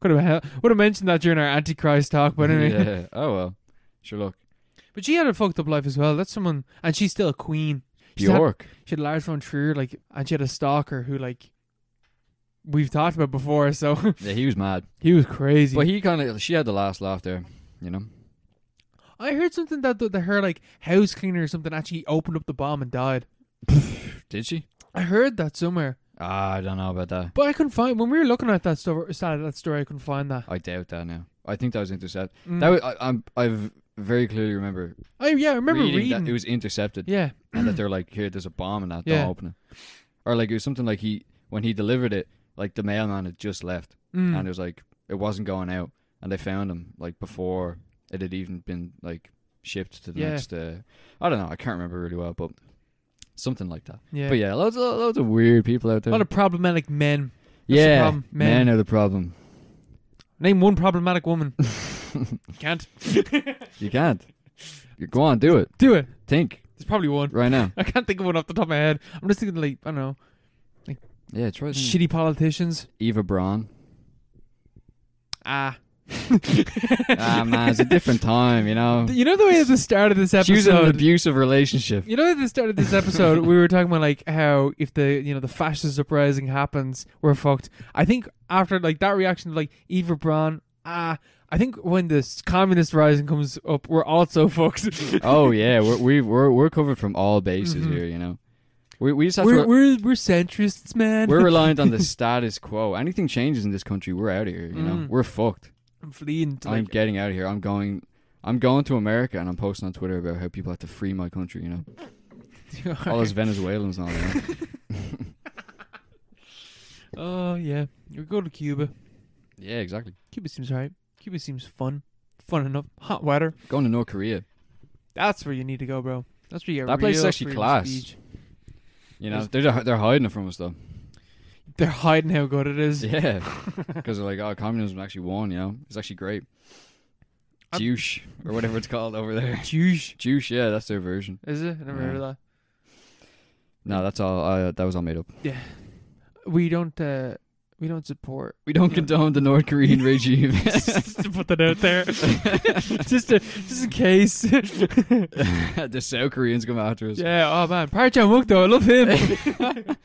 S1: Could have would have mentioned that during our Antichrist talk, but anyway.
S2: yeah. Oh well, sure. Look,
S1: But she had a fucked up life as well. That's someone, and she's still a queen. She's had-
S2: Bjork.
S1: she had Lars von Trier, like, and she had a stalker who, like, we've talked about before. So
S2: yeah, he was mad.
S1: he was crazy.
S2: But he kind of she had the last laugh there, you know.
S1: I heard something that the, that her like house cleaner or something actually opened up the bomb and died.
S2: Did she?
S1: I heard that somewhere,
S2: Ah, I don't know about that.
S1: but I couldn't find. When we were looking at that story, started that story, I couldn't find that.
S2: I doubt that now. I think that was intercept.
S1: Mm.
S2: That was, I, I'm I've very clearly remember,
S1: I yeah, I remember reading.
S2: that it was intercepted
S1: yeah,
S2: and that they're like, here, there's a bomb in that.
S1: Yeah.
S2: Don't open it. Or like it was something like he when he delivered it, like the mailman had just left
S1: Mm.
S2: and it was like it wasn't going out, and they found him like before it had even been like shipped to the
S1: Yeah.
S2: next. Uh, I don't know. I can't remember really well, but something like that.
S1: yeah.
S2: But yeah, loads of, loads of weird people out
S1: a
S2: there.
S1: lot of problematic men. That's the
S2: yeah,
S1: problem. Men.
S2: men are the problem.
S1: Name one problematic woman. Can't
S2: You can't. You go on, do it.
S1: do it.
S2: Think
S1: There's probably one.
S2: right now.
S1: I can't think of one off the top of my head. I'm just thinking like I don't know,
S2: Yeah, try to
S1: shitty politicians.
S2: Eva Braun.
S1: Ah.
S2: Ah man, it's a different time, you know.
S1: You know the way at the start of this
S2: She was in an
S1: episode.
S2: abusive relationship.
S1: you know at the start of this episode we were talking about like how if the you know the fascist uprising happens, we're fucked. I think after like that reaction of like Eva Braun, ah I think when this communist rising comes up, we're also fucked.
S2: Oh yeah, we're we, we're we're covered from all bases
S1: Mhm.
S2: here, you know. We we just have
S1: we're,
S2: to.
S1: we're we're centrists, man.
S2: We're reliant on the status quo. Anything changes in this country, we're out of here. You know,
S1: Mm.
S2: we're fucked.
S1: I'm fleeing to
S2: I'm
S1: like
S2: getting out of here. I'm going. I'm going to America, and I'm posting on Twitter about how people have to free my country. You know, all those Venezuelans and all that.
S1: Oh yeah. We go to Cuba.
S2: yeah, exactly.
S1: Cuba seems right. Cuba seems fun. Fun enough. Hot weather.
S2: Going to North Korea.
S1: That's where you need to go, bro. That's where you get
S2: That place is
S1: real
S2: actually
S1: freedom of
S2: class.
S1: speech.
S2: You know,
S1: Is-
S2: they're they're hiding it from us though.
S1: They're hiding how good it is.
S2: Yeah, because they're like, oh, communism actually won. You know, it's actually great.
S1: I'm-
S2: Juice or whatever it's called over there.
S1: Juge.
S2: Juice, yeah, that's their version.
S1: Is it? I never heard
S2: Yeah.
S1: of that.
S2: No, that's all. Uh, that was all made up.
S1: We don't uh we don't support
S2: We don't condone the North Korean regime.
S1: just to put that out there. just to, just in case.
S2: the South Koreans come after us.
S1: yeah, oh man. Park Chan Wook though, I love him.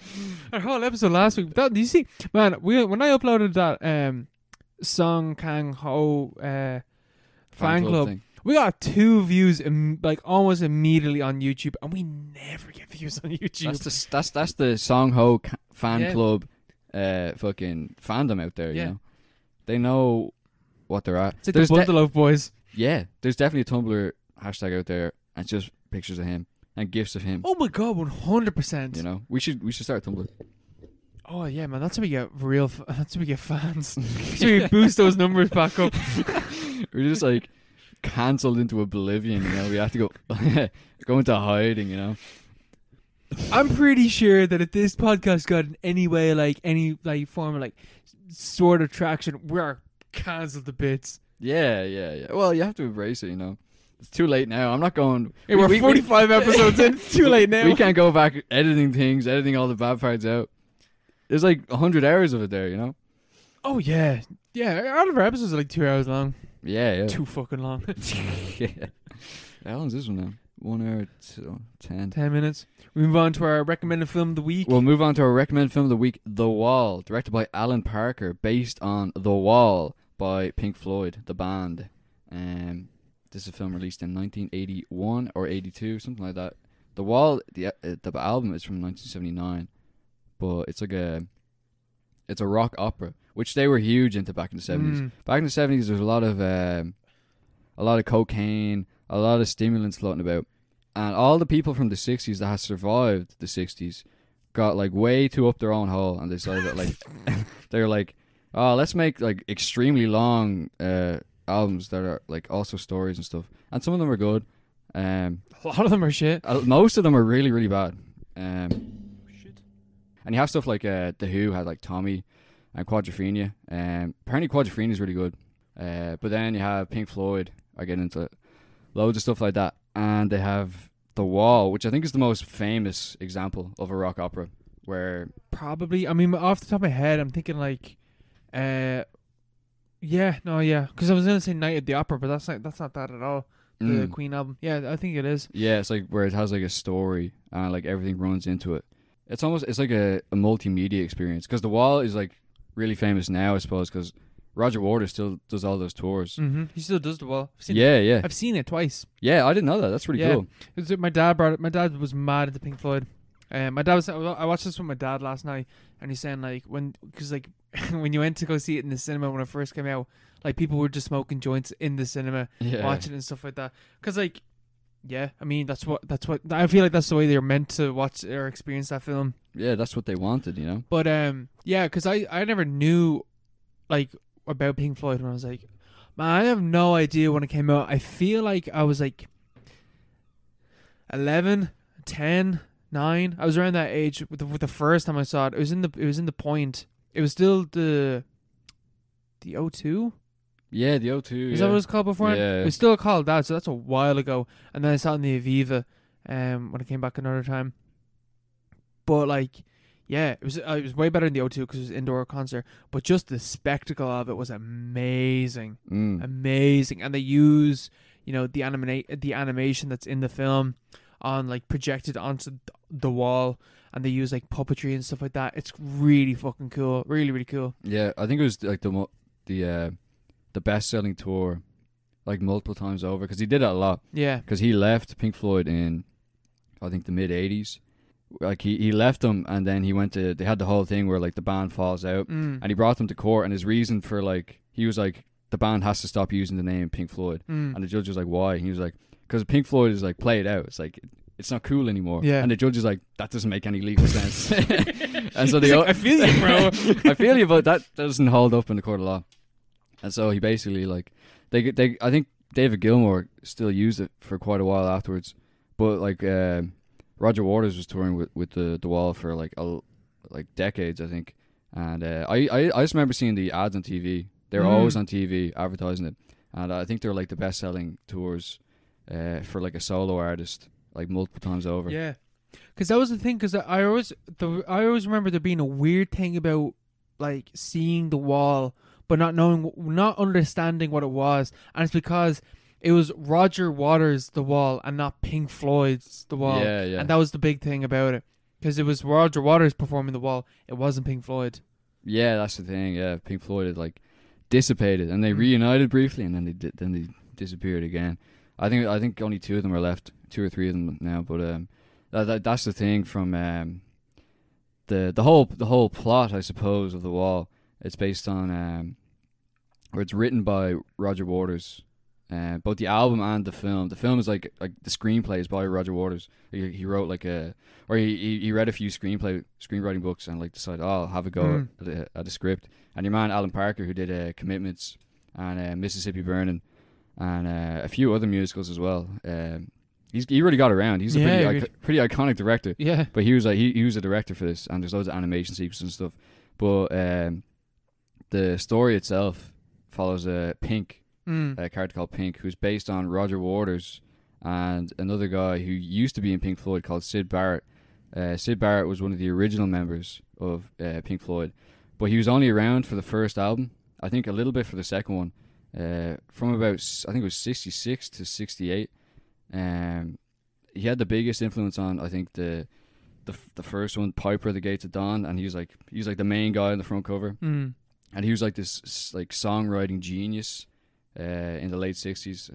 S1: Our whole episode last week. That do you see man, we when I uploaded that um Song Kang Ho uh fan club
S2: thing.
S1: We got two views Im- like almost immediately on YouTube, and we never get views on YouTube.
S2: That's the s- that's that's the Song Ho ca- fan
S1: Yeah.
S2: club, uh, fucking fandom out there.
S1: Yeah.
S2: You know, they know what they're at.
S1: it's like
S2: There's
S1: the
S2: de-
S1: bundle of boys.
S2: yeah, there's definitely a Tumblr hashtag out there. And it's just pictures of him and gifs of him.
S1: Oh my god, one hundred percent.
S2: You know, we should we should start a Tumblr.
S1: Oh yeah, man. That's how we get real. F- that's how we get fans. that's how we boost those numbers back up.
S2: We're just like cancelled into oblivion. You know, we have to go go into hiding. You know,
S1: I'm pretty sure that if this podcast got in any way, like any like form of like s- sort of traction, we're cancelled to bits.
S2: yeah, yeah, yeah. Well, you have to embrace it. You know, it's too late now. I'm not going.
S1: Hey, we're 45 episodes in. It's too late now.
S2: We can't go back editing things, editing all the bad parts out. There's like hundred hours of it there. You know.
S1: Oh yeah, yeah. All of our episodes are like two hours long.
S2: Yeah, yeah.
S1: Too fucking long.
S2: yeah. How long's this one now? One hour to ten.
S1: Ten minutes. We move on to our recommended film of the week.
S2: We'll move on to our recommended film of the week, The Wall, directed by Alan Parker, based on The Wall by Pink Floyd, the band. Um, this is a film released in 1981 or 82, something like that. The Wall, the uh, the album is from 1979, but it's like a it's a rock opera, which they were huge into back in the 70s
S1: Mm.
S2: back in the seventies, there was a lot of um, a lot of cocaine, a lot of stimulants floating about, and all the people from the sixties that had survived the sixties got like way too up their own hole, and decided that like they were like, oh, let's make like extremely long uh, albums that are like also stories and stuff, and some of them are good. Um,
S1: A lot of them are shit.
S2: uh, most of them are really really bad. Um, and you have stuff like uh, the Who had like Tommy and Quadrophenia. Um, apparently Quadrophenia is really good. Uh, but then you have Pink Floyd. I get into it. loads of stuff like that, and they have The Wall, which I think is the most famous example of a rock opera, where
S1: Probably. I mean, off the top of my head, I'm thinking like, uh, yeah, no, yeah. Because I was gonna say Night at the Opera, but that's not that's not that at all. The
S2: Mm.
S1: Queen album. Yeah, I think it is.
S2: Yeah, it's like where it has like a story and like everything runs into it. It's almost it's like a, a multimedia experience because the wall is like really famous now, I suppose, because Roger Waters still does all those tours.
S1: Mm-hmm. He still does the wall. I've seen
S2: Yeah, yeah,
S1: I've seen it twice.
S2: yeah. I didn't know that. That's pretty
S1: Yeah.
S2: cool.
S1: It was- my dad brought it. My dad was mad into Pink Floyd. Um, my dad was. I wa- I watched this with my dad last night, and he's saying like when because like when you went to go see it in the cinema when it first came out, like people were just smoking joints in the cinema,
S2: Yeah,
S1: watching it and stuff like that. Because like, yeah, I mean that's what that's what I feel like that's the way they're meant to watch or experience that film.
S2: yeah. That's what they wanted, you know.
S1: But um, yeah, because I I never knew like about Pink Floyd when I was like, man, I have no idea when it came out. I feel like I was like 11, 10, 9. I was around that age with the, with the first time I saw it. It was in the it was in the point. It was still the the O2.
S2: Yeah, the O2.
S1: Is that
S2: yeah.
S1: what it was called before?
S2: Yeah.
S1: It was still called that, so that's a while ago. And then I saw it in the Aviva um, when I came back another time. But like, yeah, it was uh, it was way better than the O2 because it was indoor concert. But just the spectacle of it was amazing,
S2: Mm.
S1: amazing. And they use you know the animate the animation that's in the film on like projected onto th- the wall, and they use like puppetry and stuff like that. It's really fucking cool, really really cool.
S2: Yeah, I think it was like the mo- the uh, the best selling tour, like multiple times over, because he did it a lot.
S1: Yeah,
S2: because he left Pink Floyd in, I think the mid '80s. Like he, he left them, and then he went to. They had the whole thing where like the band falls out,
S1: mm.
S2: and he brought them to court. And his reason for like he was like the band has to stop using the name Pink Floyd,
S1: Mm.
S2: and the judge was like, why? And he was like, because Pink Floyd is like played out. It's like it's not cool anymore.
S1: Yeah.
S2: And the judge is like, that doesn't make any legal sense. and so
S1: He's
S2: they
S1: like, I feel you, bro.
S2: I feel you, but that doesn't hold up in the court of law. And so he basically like they they I think David Gilmour still used it for quite a while afterwards, but like uh, Roger Waters was touring with with the the Wall for like a l- like decades I think, and uh, I, I I just remember seeing the ads on TV. They were
S1: Mm.
S2: always on TV advertising it, and I think they're like the best selling tours uh, for like a solo artist like multiple times over.
S1: Yeah, because that was the thing. Because I always, the, I always remember there being a weird thing about like seeing the wall, but not knowing, not understanding what it was, and it's because it was Roger Waters' The Wall and not Pink Floyd's The Wall,
S2: yeah, yeah.
S1: and that was the big thing about it. Because it was Roger Waters performing The Wall, it wasn't Pink Floyd.
S2: Yeah, that's the thing. Yeah, Pink Floyd had like dissipated, and they
S1: Mm.
S2: reunited briefly, and then they di- then they disappeared again. I think I think only two of them are left, two or three of them now. But um, that, that that's the thing from um, the the whole the whole plot, I suppose, of the wall. It's based on um, or it's written by Roger Waters, Uh, both the album and the film. The film is like like the screenplay is by Roger Waters. He, he wrote like a or he- he, he read a few screenplay screenwriting books and like decided oh I'll have a go
S1: Mm.
S2: at, a, at a script. And your man Alan Parker who did uh, Commitments and uh, Mississippi Burning and uh, a few other musicals as well. Um, he's he really got around. He's a
S1: Yeah,
S2: pretty
S1: he
S2: ico- pretty iconic director.
S1: Yeah.
S2: But he was like he, he was a director for this, and there's loads of animation sequences and stuff. But um, the story itself follows a Pink,
S1: Mm.
S2: a character called Pink, who's based on Roger Waters and another guy who used to be in Pink Floyd called Sid Barrett. Uh, Sid Barrett was one of the original members of uh, Pink Floyd, but he was only around for the first album. I think a little bit for the second one. Uh, from about s- I think it was sixty six to sixty eight. Um, he had the biggest influence on I think the the f- the first one, Piper, The Gates of Dawn, and he was like he was like the main guy on the front cover
S1: Mm.
S2: and he was like this s- like songwriting genius uh, in the late sixties.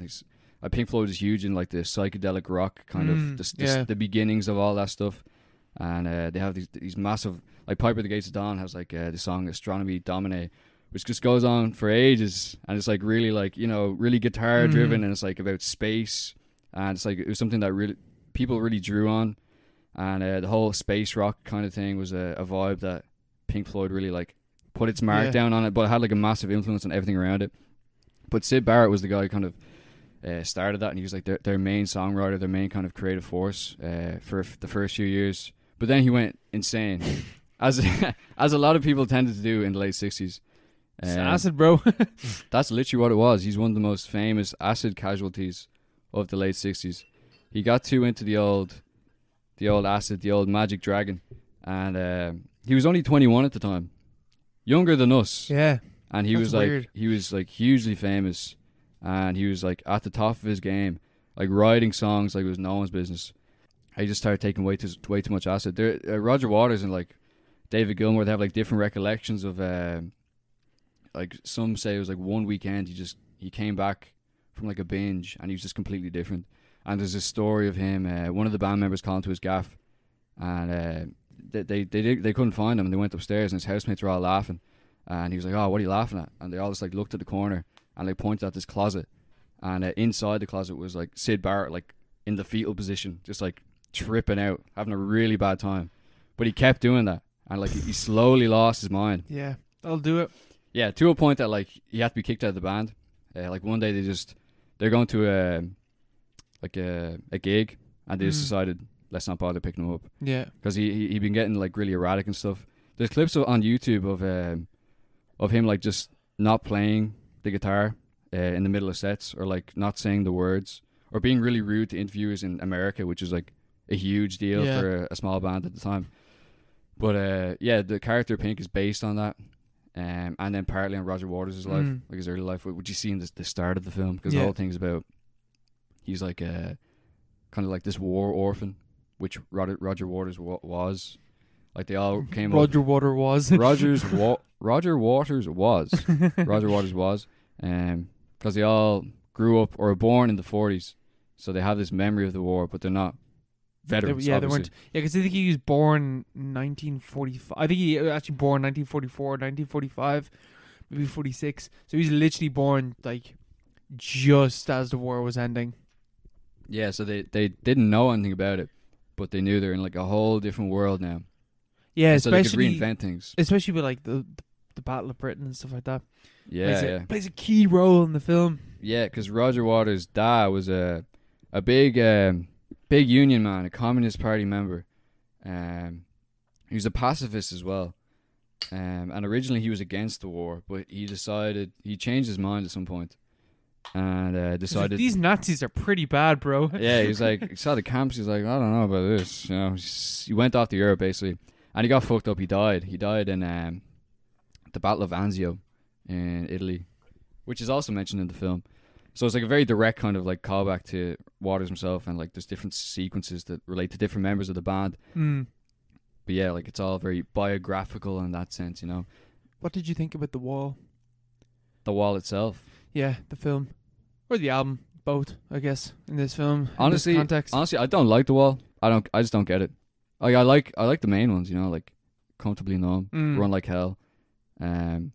S2: Uh, Pink Floyd was huge in like the psychedelic rock kind
S1: Mm,
S2: of the, s- the, s-
S1: yeah.
S2: the beginnings of all that stuff, and uh, they have these these massive like Piper at the Gates of Dawn has like uh, the song Astronomy Domine, which just goes on for ages, and it's like really like you know really guitar driven,
S1: Mhm.
S2: and it's like about space, and it's like it was something that really people really drew on, and uh, the whole space rock kind of thing was a, a vibe that Pink Floyd really like put its mark
S1: Yeah.
S2: down on it, but it had like a massive influence on everything around it. But Sid Barrett was the guy who kind of uh, started that, and he was like their, their main songwriter, their main kind of creative force uh, for f- the first few years. But then he went insane, as as a lot of people tended to do in the late sixties.
S1: It's acid, bro.
S2: That's literally what it was. He's one of the most famous acid casualties of the late sixties. He got too into the old, the old acid, the old magic dragon, and um he was only twenty one at the time, younger than us.
S1: yeah.
S2: And he
S1: That's
S2: was like,
S1: weird.
S2: he was like hugely famous, and he was like at the top of his game, like writing songs like it was no one's business. He just started taking way too way too much acid. There, uh, Roger Waters and like David Gilmour, they have like different recollections of, um like some say it was like one weekend he just he came back from like a binge and he was just completely different. And there's a story of him, uh, one of the band members called to his gaff, and uh, they they they, did, they couldn't find him, and they went upstairs, and his housemates were all laughing, and he was like, "Oh, what are you laughing at?" And they all just like looked at the corner, and they pointed at this closet, and uh, inside the closet was like Sid Barrett, like in the fetal position, just like tripping out, having a really bad time, but he kept doing that, and like he- he slowly lost his mind.
S1: Yeah. I'll do it.
S2: Yeah, to a point that like you have to be kicked out of the band. Uh, like one day they just they're going to a like a a gig, and they just
S1: Mm.
S2: decided let's not bother picking him up
S1: Yeah.
S2: because he he he'd been getting like really erratic and stuff. There's clips of, on YouTube of um of him like just not playing the guitar uh, in the middle of sets or like not saying the words or being really rude to interviewers in America, which is like a huge deal
S1: Yeah.
S2: for a, a small band at the time. But uh, yeah, the character Pink is based on that. Um, and then partly on Roger Waters' life,
S1: Mm.
S2: like his early life, wh- which you see in the, the start of the film, because
S1: Yeah.
S2: the whole thing's about he's like uh, kind of like this war orphan, which Roger, Roger Waters wa- was. Like they all came up.
S1: Roger Water was.
S2: Rogers wa- Roger Waters was Roger Waters was um because they all grew up or were born in the 40s so they have this memory of the war but they're not
S1: They-
S2: veterans
S1: yeah, they
S2: obviously.
S1: weren't. Yeah, because I think he was born 1945. I think he was actually born 1944, 1945, maybe 46. So he's literally born like just as the war was ending.
S2: yeah so they they didn't know anything about it but they knew they're in like a whole different world now
S1: Yeah,
S2: And so they could
S1: especially
S2: reinvent things
S1: especially with like the the Battle of Britain and stuff like that.
S2: yeah
S1: plays,
S2: yeah
S1: A, plays a key role in the film.
S2: yeah because Roger Waters dad was a a big um big union man a communist party member um he was a pacifist as well um, and originally he was against the war, but he decided he changed his mind at some point, and uh,
S1: He's like,
S2: decided
S1: These Nazis are pretty bad, bro.
S2: yeah, he was like, he saw the camps. He's like, I don't know about this. You know, he's- he went off to Europe basically, and he got fucked up. He died. He died in um, the Battle of Anzio in Italy, which is also mentioned in the film. So it's like a very direct kind of like callback to Waters himself, and like there's different sequences that relate to different members of the band.
S1: Mm.
S2: But yeah, like it's all very biographical in that sense, you know.
S1: What did you think about the wall?
S2: The wall itself,
S1: Yeah, the film or the album, both, I guess. In this film, in this
S2: honestly,
S1: context.
S2: honestly, I don't like the wall. I don't. I just don't get it. Like
S1: Hmm.
S2: I like, I like the main ones, you know, like comfortably numb.
S1: Mm.
S2: Run Like Hell. Um,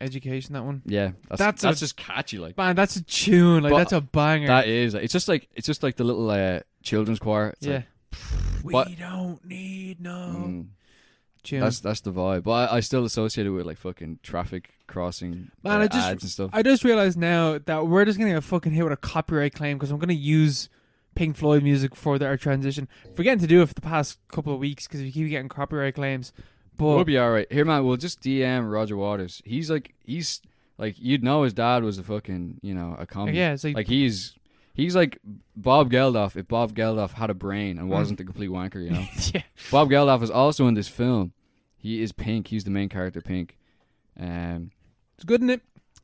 S1: Education, that one.
S2: Yeah, that's
S1: That's
S2: that's,
S1: a-
S2: just catchy. Like
S1: Man, that's a tune. Like
S2: But-
S1: that's a banger.
S2: that is. It's just like it's just like the little uh, children's choir. It's
S1: yeah.
S2: Like,
S1: we
S2: but-
S1: don't need no
S2: mm,
S1: tune.
S2: that's that's the vibe. But I, I still associate it with like fucking traffic crossing
S1: Man,
S2: uh,
S1: I just-
S2: ads and stuff.
S1: I just realized now that we're just gonna get fucking hit with a copyright claim because I'm gonna use Pink Floyd music for the, our transition. Forgetting to do it for the past couple of weeks because we keep getting copyright claims. But
S2: we'll be all right. Here, man. We'll just DM Roger Waters. He's like he's like you'd know his dad was a fucking you know a comedy.
S1: yeah, it's like,
S2: Like he's he's like Bob Geldof if Bob Geldof had a brain and
S1: Mm.
S2: wasn't a complete wanker, you know.
S1: yeah,
S2: Bob Geldof is also in this film. He is Pink. He's the main character, Pink. Um,
S1: it's good in it.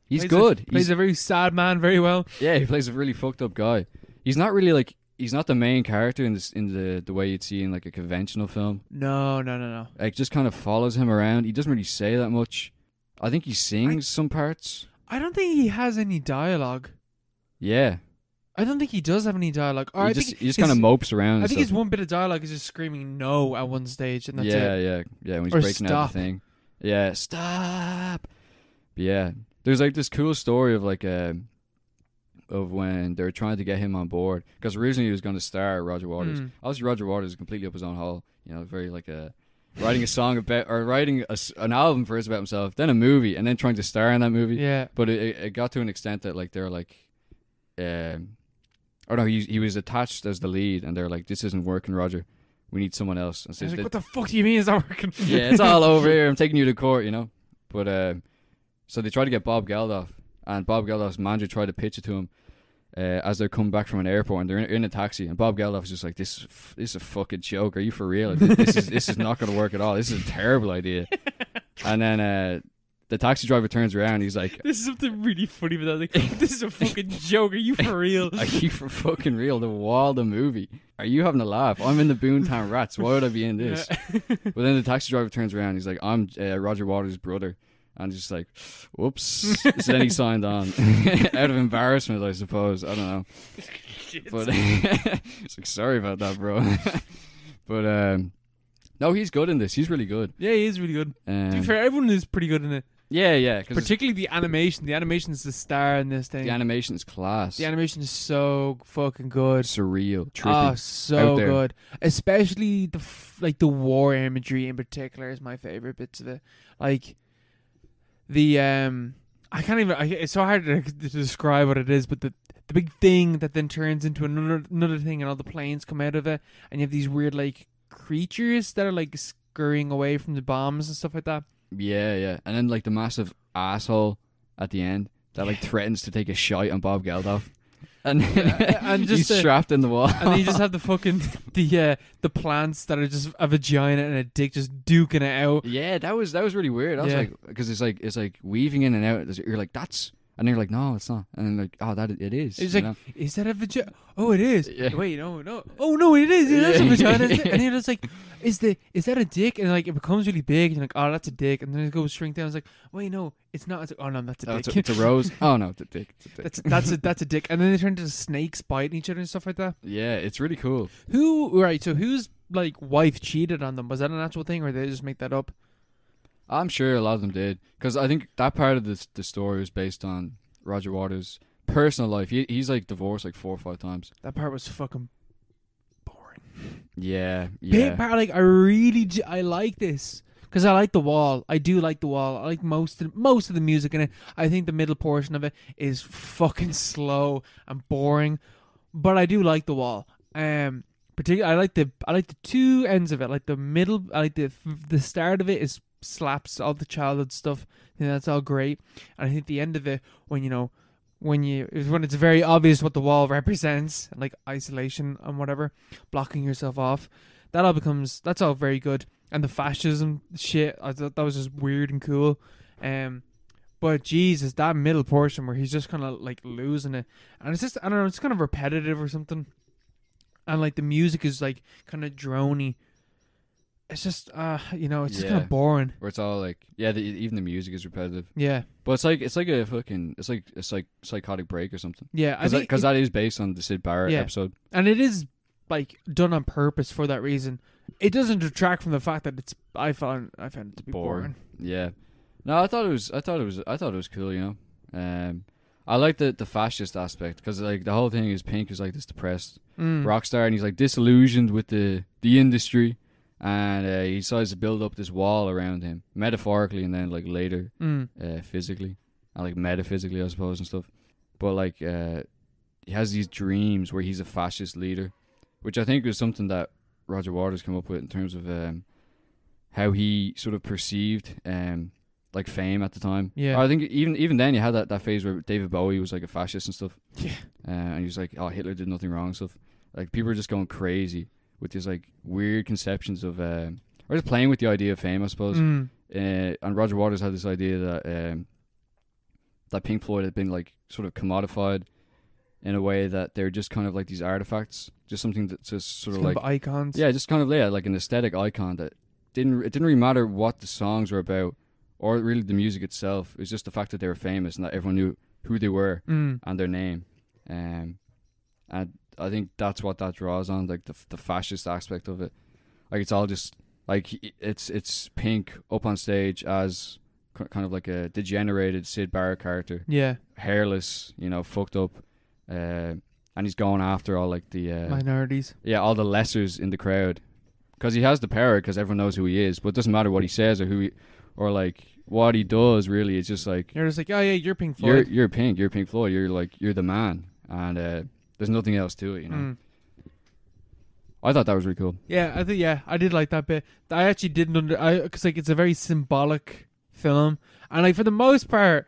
S2: he's
S1: Plays a-
S2: good.
S1: Plays
S2: he's,
S1: a very sad man very well.
S2: yeah, he plays a really fucked up guy. He's not really like he's not the main character in this in the the way you'd see in like a conventional film.
S1: No, no, no, no.
S2: Like just kind of follows him around. He doesn't really say that much. I think he sings some parts.
S1: I don't think he has any dialogue.
S2: Yeah,
S1: I don't think he does have any dialogue. Or
S2: he
S1: I
S2: just
S1: think
S2: he just
S1: his-
S2: kind of mopes around.
S1: I
S2: and
S1: think his
S2: stuff.
S1: one bit of dialogue is just screaming no at one stage, and that's
S2: yeah,
S1: it.
S2: yeah, yeah. When he's
S1: Or
S2: breaking
S1: stop.
S2: out the thing. Yeah, stop. But yeah, there's like this cool story of like um of when they were trying to get him on board because originally he was going to star Roger Waters.
S1: Mm.
S2: Obviously, Roger Waters is completely up his own hole. You know, very like a writing a song about or writing a s an album first about himself, then a movie, and then trying to star in that movie.
S1: Yeah,
S2: But it- it, it got to an extent that like they're like, um, or no, he he was attached as the lead, and they're like, this isn't working, Roger. We need someone else. And so
S1: He's like,
S2: they-
S1: what the fuck do you mean? Is that working?
S2: yeah, it's all over here. I'm taking you to court, you know. But uh, so they tried to get Bob Geldof, and Bob Geldof's manager tried to pitch it to him uh, as they're coming back from an airport, and they're in, in a taxi, and Bob Geldof's just like, "This, is f- this is a fucking joke. Are you for real? This is this is not going to work at all. This is a terrible idea." And then uh, the taxi driver turns around. He's like,
S1: This is something really funny, but I was like, this is a fucking joke. Are you for real?
S2: "Are you for fucking real? The wall, the movie. Are you having a laugh? I'm in the Boomtown Rats. Why would I be in this?" But then the taxi driver turns around. He's like, "I'm uh, Roger Waters' brother," and he's just like, "Whoops!" so then he signed on out of embarrassment, I suppose. I don't know, but it's like, "Sorry about that, bro." but um, no, he's good in this. He's really good.
S1: yeah, he is really good. To
S2: Um,
S1: be fair, everyone is pretty good in it.
S2: yeah, yeah, because
S1: Particularly the animation. The animation is the star in this thing.
S2: the animation is class.
S1: The animation is so fucking good.
S2: surreal, trippy.
S1: Oh, so
S2: out there.
S1: good. Especially the f- like the war imagery in particular is my favorite bits of it. Like the um, I can't even. I, it's so hard to, to describe what it is, but the the big thing that then turns into another another thing, and all the planes come out of it, and you have these weird like creatures that are like scurrying away from the bombs and stuff like that.
S2: yeah, yeah, and then like the massive asshole at the end that like threatens to take a shite on Bob Geldof, and
S1: and just
S2: he's
S1: the-
S2: strapped in the wall.
S1: And then you just have the fucking the uh, the plants that are just a vagina and a dick just duking it out.
S2: Yeah, that was that was really weird. I was
S1: Yeah.
S2: like, because it's like it's like weaving in and out. It's- You're like that's, and they're like, no, it's not. And they're like, oh, that it is.
S1: It's
S2: you
S1: like,
S2: know?
S1: Is that a vagina? Oh, it is.
S2: Yeah.
S1: Wait, no, no. Oh, no, it is. It is a
S2: Yeah.
S1: vagina. isn't it? And then it's like, is the is that a dick? And like, it becomes really big. And you're like, oh, that's a dick. And then it goes shrink down. It's like, wait, no, it's not. It's like, oh no, that's a
S2: oh, it's,
S1: dick.
S2: a, it's a rose. oh no, it's a dick. It's a dick.
S1: that's that's a that's a dick. And then they turn into snakes biting each other and stuff like that.
S2: yeah, it's really cool.
S1: Who? Right. So whose like wife cheated on them? Was that an actual thing, or did they just make that up?
S2: I'm sure a lot of them did because I think that part of the the story was based on Roger Waters' personal life. He he's like divorced like four or five times.
S1: That part was fucking boring.
S2: Yeah,
S1: Big
S2: yeah.
S1: part, like I really, j- I like this because I like the wall. I do like the wall. I like most of most of the music in it. I think the middle portion of it is fucking slow and boring, but I do like the wall. Um, particularly, I like the I like the two ends of it. Like the middle, I like the the start of it is slaps all the childhood stuff. I think that's all great, and I think the end of it when you know. When you is when it's very obvious what the wall represents, like isolation and whatever, blocking yourself off that all becomes that's all very good. And the fascism shit, I thought that was just weird and cool. Um, but Jesus, that middle portion where he's just kind of like losing it, and it's just I don't know, it's kind of repetitive or something. And like the music is like kind of drony. It's just uh, you know, it's just kind
S2: Yeah.
S1: of boring.
S2: Where it's all like, yeah, the, even the music is repetitive.
S1: Yeah,
S2: But it's like it's like a fucking it's like it's like psychotic break or something.
S1: yeah. I
S2: Because
S1: think,
S2: because that is based on the Sid Barrett
S1: Yeah.
S2: episode.
S1: and it is like done on purpose for that reason. It doesn't detract from the fact that it's. I found I found it to be boring.
S2: Boring. Yeah. No, I thought it was. I thought it was. I thought it was cool. You know, um, I like the the fascist aspect because like the whole thing is Pink is like this depressed
S1: Mm.
S2: rock star, and he's like disillusioned with the the industry, and uh, he decides to build up this wall around him, metaphorically, and then like later
S1: Mm.
S2: uh, physically, and like metaphysically, I suppose, and stuff. But like, uh, he has these dreams where he's a fascist leader, which I think is something that Roger Waters came up with in terms of um, how he sort of perceived um, like fame at the time.
S1: Yeah.
S2: I think even even then, you had that, that phase where David Bowie was like a fascist and stuff.
S1: Yeah.
S2: Uh, and he was like, "Oh, Hitler did nothing wrong," and stuff. Like people were just going crazy with these like weird conceptions of, um, or just playing with the idea of fame, I suppose
S1: Mm.
S2: uh, and Roger Waters had this idea that um, that Pink Floyd had been like sort of commodified in a way that they're just kind of like these artifacts, just something that's just sort
S1: It's
S2: of
S1: kind
S2: like
S1: of icons.
S2: yeah, just kind of yeah, like an aesthetic icon that didn't it didn't really matter what the songs were about or really the music itself. It was just the fact that they were famous and that everyone knew who they were
S1: Mm.
S2: and their name. Um, and I think that's what that draws on, like the the fascist aspect of it. Like it's all just like he- it's it's Pink up on stage as k- kind of like a degenerated Sid Barrett character,
S1: Yeah.
S2: hairless, you know, fucked up, uh, and he's going after all like the uh,
S1: Minorities.
S2: yeah all the lessers in the crowd because he has the power because everyone knows who he is, but it doesn't matter what he says or who he or like what he does really. It's just like
S1: You're just like, oh yeah, you're Pink
S2: you're
S1: Floyd.
S2: you're Pink, you're Pink Floyd, you're like you're the man, and uh, there's nothing else to it, you know.
S1: Mm.
S2: I thought that was really cool.
S1: Yeah, I think yeah, I did like that bit. I actually didn't under I because like it's a very symbolic film, and like for the most part,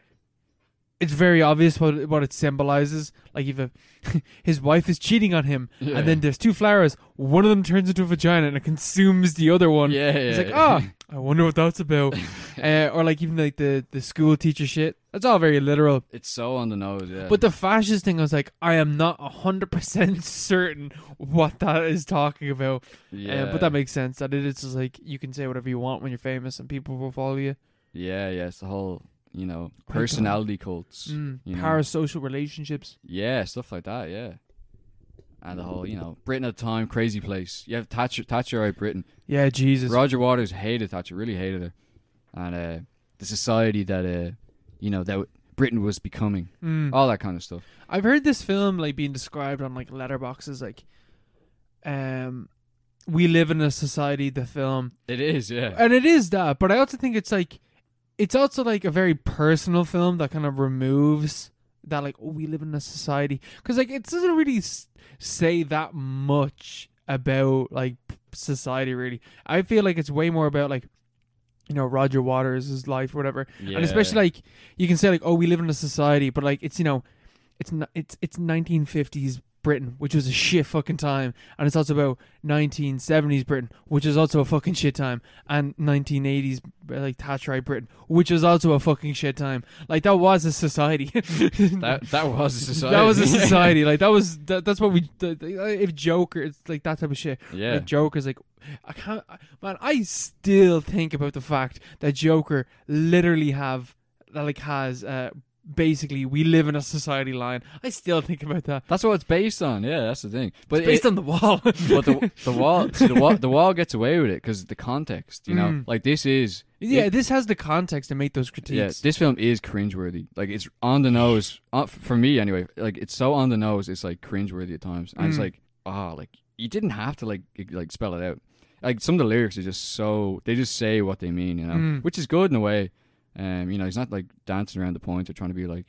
S1: it's very obvious what what it symbolizes. Like if a, his wife is cheating on him,
S2: Yeah.
S1: and then there's two flowers, one of them turns into a vagina and it consumes the other one.
S2: yeah, yeah,
S1: It's like,
S2: yeah.
S1: ah, I wonder what that's about. uh, or like even like the the school teacher shit. That's all very literal.
S2: it's so on the nose, yeah.
S1: But the fascist thing, I was like, I am not hundred percent certain what that is talking about.
S2: yeah,
S1: Yeah. uh, but that makes sense. That it is just like you can say whatever you want when you're famous and people will follow you.
S2: yeah, yeah, it's the whole you know
S1: God.
S2: personality cults,
S1: Mm.
S2: You know.
S1: Parasocial relationships.
S2: yeah, stuff like that, yeah. And the whole, you know, Britain at the time, crazy place. You have Thatcher, Thatcher out Britain.
S1: Yeah, Jesus.
S2: Roger Waters hated Thatcher, really hated her, and uh, the society that, uh, you know, that Britain was becoming,
S1: Mm.
S2: all that kind of stuff.
S1: I've heard this film like being described on like letterboxes like um we live in a society the film
S2: It is, yeah.
S1: and it is that but I also think it's like it's also like a very personal film that kind of removes that like oh we live in a society cuz like it doesn't really s- say that much about like p- society really I feel like it's way more about like you know Roger Waters' life or whatever
S2: yeah.
S1: and especially like you can say like oh we live in a society but like it's you know it's not it's it's 1950s britain which was a shit fucking time and it's also about 1970s britain which is also a fucking shit time and 1980s uh, like thatcherite britain which is also a fucking shit time like that was a society
S2: That that was a society.
S1: That was a society like that was that, that's what we th- th- if joker it's like that type of shit
S2: yeah.
S1: like Joker's like, I can't, I- man. I still think about the fact that Joker literally have that like has uh basically we live in a society line. I still think about that.
S2: that's what it's based on. Yeah, that's the thing. But
S1: it's based
S2: it,
S1: on the wall.
S2: but the, the wall, see, the wall, the wall gets away with it because the context. You know,
S1: Mm.
S2: like this is
S1: yeah,
S2: it-
S1: this has the context to make those
S2: yeah,
S1: critiques.
S2: this film is cringeworthy. Like it's on the nose uh, for me anyway. Like it's so on the nose. It's like cringeworthy at times, and it's
S1: Mm.
S2: like ah, like you didn't have to like g- like spell it out. Like some of the lyrics are just so they just say what they mean, you know,
S1: Mm.
S2: which is good in a way. Um, you know, he's not like dancing around the point or trying to be like,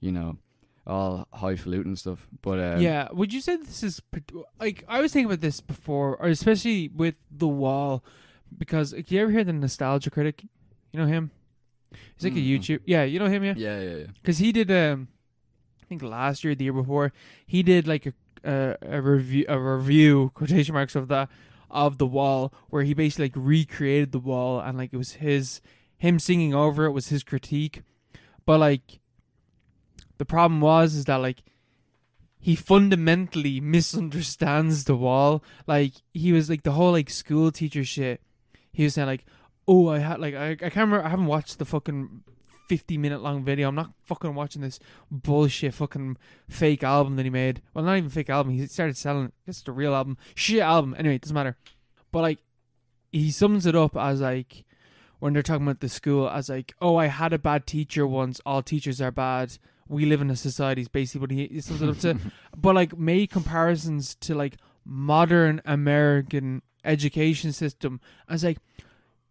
S2: you know, all highfalutin and stuff. But um,
S1: yeah, would you say this is pret- like I was thinking about this before, or especially with the wall, because like, you ever hear the nostalgia critic? You know him. He's like
S2: Mm.
S1: a YouTube. Yeah, you know him. Yeah.
S2: yeah, yeah, yeah.
S1: because he did um i think last year the year before he did like a a, a review a review quotation marks of the of the wall where he basically like recreated the wall and like it was his him singing over it was his critique but like the problem was is that like he fundamentally misunderstands the wall like he was like the whole like school teacher shit he was saying like oh i had like i, I can't remember i haven't watched the fucking 50 minute long video i'm not fucking watching this bullshit fucking fake album that he made well not even fake album he started selling it's the real album shit album anyway it doesn't matter but like he sums it up as like when they're talking about the school as like, oh, I had a bad teacher once. All teachers are bad. We live in a society. Is basically what he he sums it up to. But like made comparisons to like modern American education system. I was like,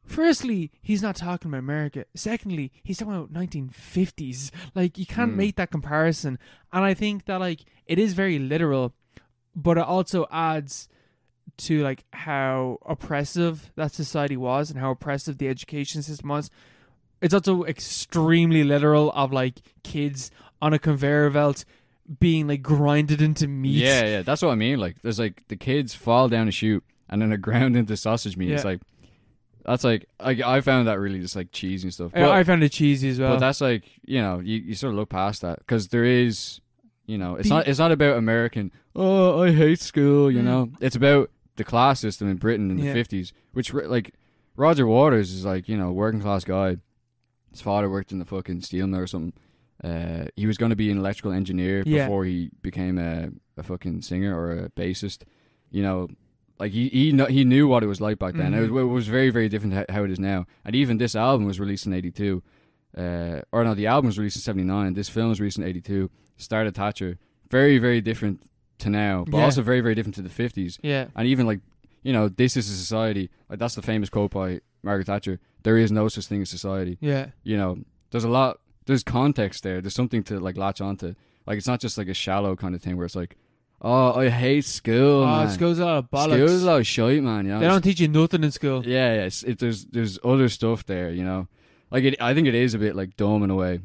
S1: firstly, he's not talking about America. Secondly, he's talking about 1950s. Like you can't
S2: Mm.
S1: make that comparison. And I think that like it is very literal, but it also adds to like how oppressive that society was and how oppressive the education system was. It's also extremely literal of like kids on a conveyor belt being like grinded into meat.
S2: Yeah, yeah, that's what I mean. Like, there's like the kids fall down a chute and then are ground into sausage meat. It's
S1: Yeah.
S2: like that's like I, I found that really just like cheesy and stuff.
S1: I-
S2: But,
S1: I found it cheesy as well.
S2: but that's like you know you, you sort of look past that because there is you know it's
S1: The-
S2: not it's not about American. Oh, I hate school. You
S1: Mm.
S2: know, it's about the class system in Britain in the
S1: Yeah.
S2: fifties, which re- like Roger Waters is like you know working class guy. His father worked in the fucking steel mill or something. Uh, he was going to be an electrical engineer
S1: Yeah.
S2: before he became a, a fucking singer or a bassist. You know, like he he, kn- he knew what it was like back then. It,
S1: Mhm.
S2: was, it was very very different to how it is now. And even this album was released in '82, uh, or no, the album was released in '79. This film was released in '82. Started Thatcher, very very different to now, but
S1: Yeah.
S2: also very very different to the '50s.
S1: yeah.
S2: And even like you know, this is a society. Like that's the famous quote by Margaret Thatcher. There is no such thing as society.
S1: Yeah.
S2: You know, there's a lot. There's context there. There's something to like latch onto. Like it's not just like a shallow kind of thing where it's like, oh, I hate school.
S1: Oh,
S2: man.
S1: school's a lot of bollocks.
S2: School's a lot of shite, man. You know?
S1: they don't teach you nothing in school.
S2: Yeah, yeah. It's, it, there's there's other stuff there, you know. Like it, I think it is a bit like dumb in a way,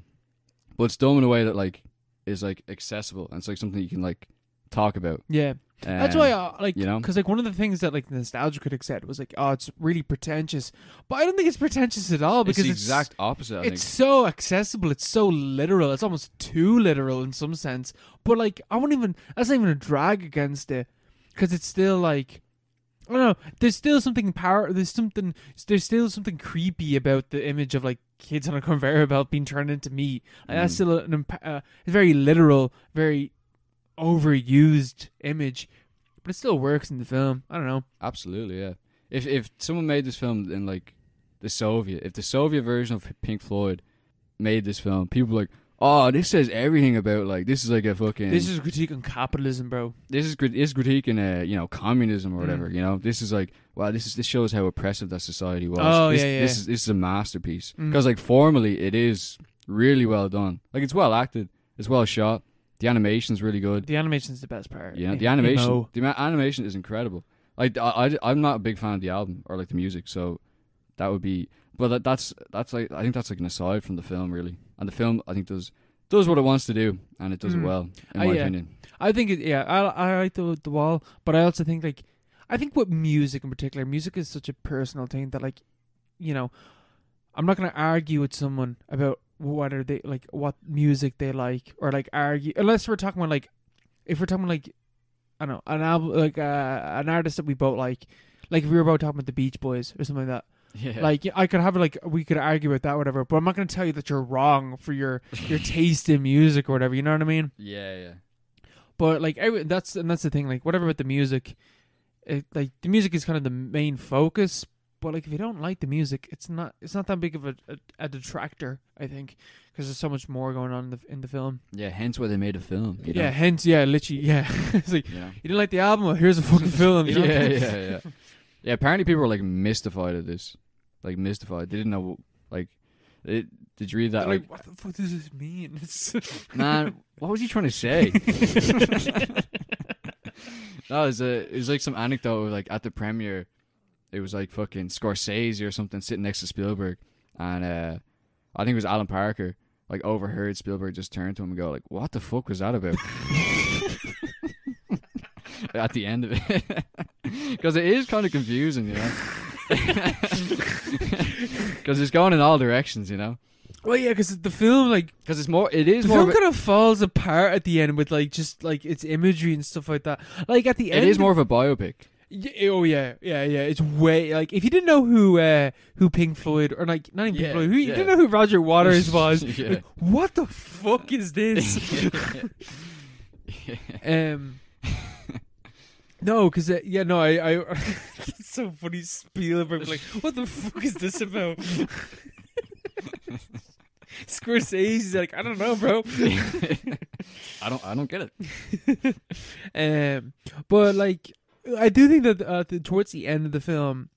S2: but it's dumb in a way that like is like accessible and it's like something you can like talk about.
S1: Yeah. That's
S2: Um,
S1: why, I, like,
S2: you
S1: because
S2: know?
S1: like one of the things that like the nostalgia critic said was like, oh, it's really pretentious, but I don't think it's pretentious at all
S2: it's
S1: because
S2: the exact opposite. I
S1: It's
S2: think.
S1: so accessible. It's so literal. It's almost too literal in some sense. But like, I wouldn't even. That's not even a drag against it, because it's still like, I don't know. There's still something power. There's something. There's still something creepy about the image of like kids on a conveyor belt being turned into meat. Like, That's
S2: Mm.
S1: still an imp- uh, it's very literal, very overused image, but it still works in the film. I don't know.
S2: Absolutely, yeah. If if someone made this film in like the Soviet, if the Soviet version of Pink Floyd made this film, people were like, oh, this says everything about like this is like a fucking
S1: This is a critique on capitalism, bro.
S2: this is crit- is critiquing uh, you know communism or
S1: Mm.
S2: whatever. You know, this is like wow, this is this shows how oppressive that society was.
S1: Oh,
S2: this,
S1: yeah, yeah.
S2: This is this is a masterpiece
S1: Mm.
S2: because like formally it is really well done. Like it's well acted, it's well shot. The animation's really good.
S1: The animation's the best part.
S2: Yeah, the
S1: Emo.
S2: animation, the ma- animation is incredible. Like I, I, am not a big fan of the album or like the music, so that would be. But that, that's that's like I think that's like an aside from the film really, and the film I think does does what it wants to do, and it does
S1: Mm.
S2: it well in
S1: Ah,
S2: my
S1: yeah.
S2: opinion.
S1: I think it, yeah, I I like the the wall, but I also think like I think with music in particular, music is such a personal thing that like you know, I'm not gonna argue with someone about whether they like what music they like or like argue unless we're talking about like if we're talking about, like I don't know an album like uh, an artist that we both like like if we were both talking about the Beach Boys or something like that
S2: Yeah,
S1: like I could have like we could argue about that whatever but I'm not gonna tell you that you're wrong for your your taste in music or whatever you know what I mean
S2: yeah, yeah.
S1: but like every, that's and that's the thing like whatever about the music it, like the music is kind of the main focus but like if you don't like the music it's not it's not that big of a, a, a detractor i think because there's so much more going on in the, in the film
S2: Yeah, hence why they made a film. You know?
S1: yeah hence yeah literally yeah it's like
S2: You know?
S1: you didn't like the album well, here's a fucking film you know?
S2: yeah, yeah, yeah. Yeah, apparently people were like mystified at this. Like mystified. They didn't know like it, did you read
S1: They're
S2: that
S1: like
S2: like,
S1: what the fuck does this mean It's-
S2: man, what was he trying to say? no, it was, a, it was like some anecdote of, like at the premiere it was like fucking Scorsese or something sitting next to Spielberg and uh I think it was Alan Parker like overheard Spielberg just turn to him and go like what the fuck was that about? at the end of it. Cuz it is kind of confusing, you know. Cuz it's going in all directions, you know.
S1: well yeah because the film like
S2: Cuz it's more it is
S1: the
S2: more
S1: film
S2: of a-
S1: kind of falls apart at the end with like just like its imagery and stuff like that like at the
S2: it
S1: end
S2: is more of a biopic.
S1: Yeah, oh yeah, yeah, yeah. It's way like if you didn't know who uh, who Pink Floyd or like not even Pink
S2: Yeah,
S1: Floyd, who you
S2: yeah.
S1: didn't know who Roger Waters was.
S2: Yeah.
S1: like, what the fuck is this? um, no, because uh, yeah, no, I, I
S3: so funny. Spielberg, like, what the fuck is this about? Scorsese's like, I don't know, bro.
S2: I don't. I don't get it.
S1: Um, but like, I do think that uh, the, towards the end of the film,